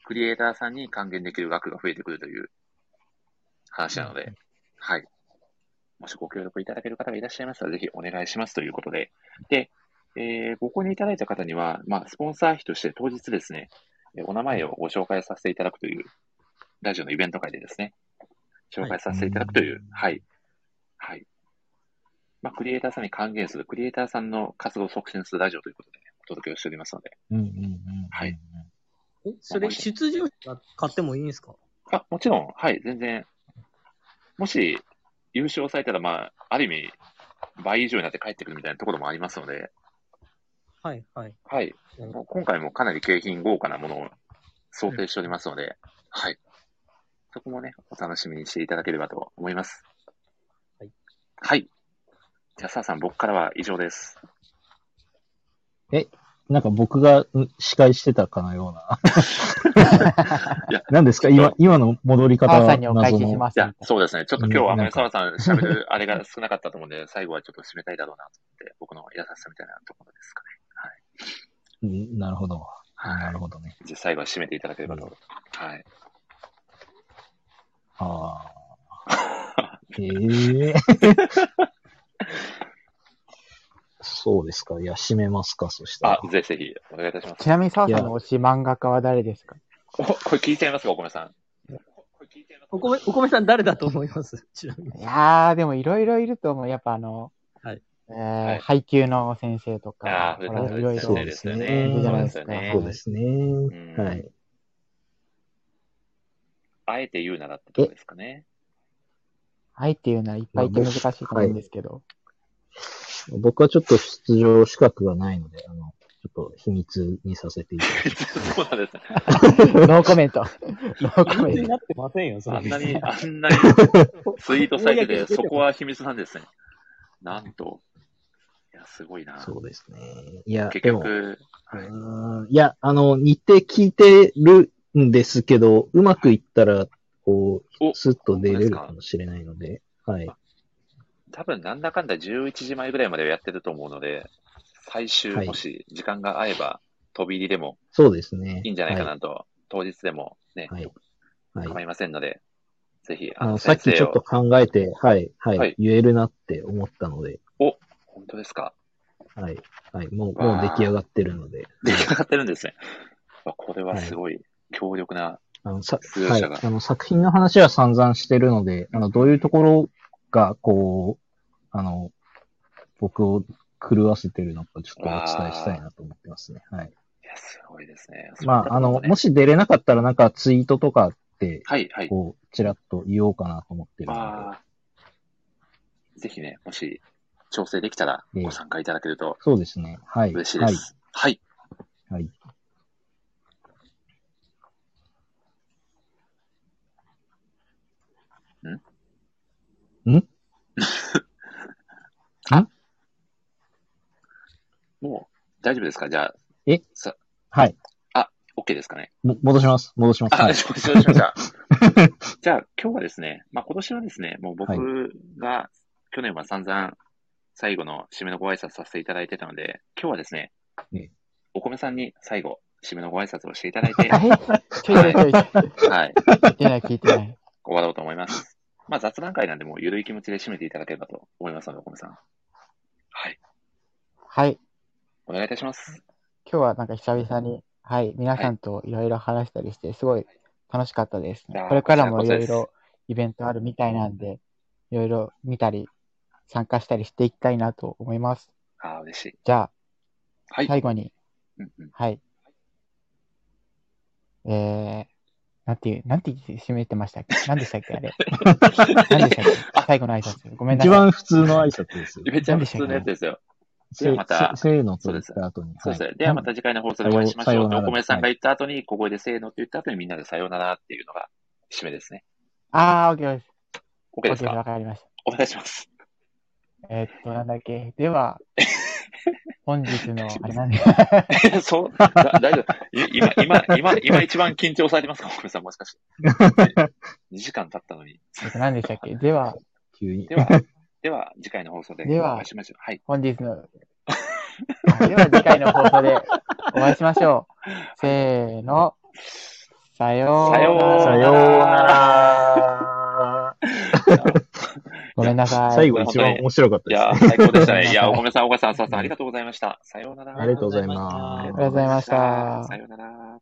クリエイターさんに還元できる額が増えてくるという話なので、はい。もしご協力いただける方がいらっしゃいましたら、ぜひお願いしますということで。で、えーご購入いただいた方には、まあ、スポンサー費として当日ですね、えーお名前をご紹介させていただくという、ラジオのイベント会でですね、紹介させていただくという、はい。はい。まあ、クリエイターさんに還元する、クリエイターさんの活動を促進するラジオということで、お届けをしておりますので、
うんうんうんうん。
はい。
えそれ出場者買ってもいいんですか
あ、もちろん、はい、全然。もし、優勝されたら、まあ、ある意味、倍以上になって帰ってくるみたいなところもありますので、
はいはい。
はい。もう今回もかなり景品豪華なものを想定しておりますので、はい。そこもね、お楽しみにしていただければと思います。
はい。
はい。じゃあ、澤さん、僕からは以上です。
なんか僕がん司会してたかのような。 何ですか
ちょっ
今
と、
今の戻り方
母
は
さんにお返
謎
しし
の。
ま
い
す。
や、そうですね。ちょっと今日はあまり
な
澤さん喋るあれが少なかったと思うんで、最後はちょっと締めたいだろうなと思って、僕の優しさみたいなところですかね。
うんなるほど。
はい。
なるほどね。
じゃあ最後は締めていただければと。はい。
ああ。ええそうですか。いや、締めますか、そし
あ
たら。、
ぜひぜひ、お願いいたします。
ちなみに澤さんの推し漫画家は誰ですか
おこれ聞いちゃいますか、お米さん。
お米、お米さん誰だと思いますちなみ に。
いやー、でもいろいろいると思う。やっぱあの、
はい
え
はい
ー配給の先生と
ああ、
か、
古
ほ
田
ら
さ
いろ
ん
い
先
ろ
生。ですよね。
そうですね
そうですよね
そうですね。
ん
はい。
あえて言うならってとこですかね。
愛っていうのはいっぱいいて難しいと思うんですけど。
僕はちょっと出場資格がないので、あの、ちょっと秘密にさせていただ き
そうなんですね。
ノーコメント。ノーコ
全
メ
然
ン
なってませんよ、そ
あ
れ
ん。なに、あんなにツイートされてて、そこは秘密なんですね。なんと。いや、すごいな
ます。。そうですね。いや、
結
でも、
局、
う
はい
ーんいや、あの、日程聞いてるんですけど、うまくいったら、こ
お
う、スッと出れるかもしれないので、はい。
多分なんだかんだ11時前ぐらいまではやってると思うので、最終、もし時間が合えば、飛び入りでも
そうですね。
いいんじゃないかなと、当日でもね、
はい。はい。
構いませんので、ぜひ、
あ
あ
の、
の、
さっ
先
きち
生
ょっと
を、
考えて、はい、はい、
はい
言えるなって思ったので、
本当ですか
はい、はい、もう、
わあ
もう出来上がってるので、
出来上がってるんですね。わこれはすごい強力な、
あの、さ、
出演
はい、
者が
あの、作品の話は散々してるので、あの、どういうところが、こう、あの、僕を狂わせてるのか、ちょっとお伝えしたいなと思ってますね。はい。
いや、すごいですね。
ま
そん
あ、
なこと
あの、も
ね、
し出れなかったら、なんかツイートとかって、
はい、はい。
こう、ちらっと言おうかなと思ってるので、
ああ。ぜひね、もし、調整できたら、
ええ
ご参加いただけると
そうですね。はい。
嬉しいです。はい。
はい。はい。
もう、大丈夫ですかじゃあ、
はい。
OK ですかね。
も、戻します。戻します。は
あ、
い。
承知しまし た。じゃあ、今日はですね、まあ、今年はですね、もう僕
はい
が、去年は散々、最後の締めのご挨拶させていただいてたので、今日はですね、
ええ
お米さんに最後、締めのご挨拶をしていただい て、
えちょいちょいちょい。
はい、
聞いてない、聞いてない。
終わろうと思います。まあ、雑談会なんで、もう、ゆるい気持ちで締めていただければと思いますので、お米さん。はい、
はい。
お願いいたします。
今日はなんか久々に、はい、皆さんといろいろ話したりして、すごい楽しかったです。
いやー
これからも
こ
い
ちら
ろ
こそで
い
す
ろイベントあるみたいなんで、いろいろ見たり、参加したりしていきたいなと思います。
ああ、嬉しい。
じゃ
は
あ、
い。
最後に、
うんうん
はい。えー、なんていう、なんて締めてましたっけ何でしたっけ あれ。何でしたっけ最後の挨拶。ごめんな
一
さい。
番普通の挨拶ですよ。
めっちゃ普通のやつですよ。で
せ
はまた
せせーのと言った後に。
そうですね。
はい
ではまた次回の放送でお会いしまし
さ
ょ
よ
う。
う
で
な
お
ら
米さんが言った後に、小声でせーのって言った後にみんなでさようならっていうのが締めですね。
あー、OK です。
OK です
OK わ
か
かりました。
お願いします。
えーっと、なんだっけ。では、本日の、あれなんで、
そう、だ大丈夫。い今、今、今、今一番緊張されてますかお米さんもしかして。2時間経ったのに。
えっと、何でしたっけ。では、
急に
で。は、では次回の放送で
では
お会いしましょう。はい。
本日の、では次回の放送でお会いしましょう。せーの、さよう
さよう
さようなら。
ごめんなさい。
最後一番面白かった
い
です
やー、
ね。
最高でしたね。いやー、お米さん、お母さん、さっさん、ありがとうございました。さようなら。
ありがとうございます
あり
ありがとうございました
さようなら。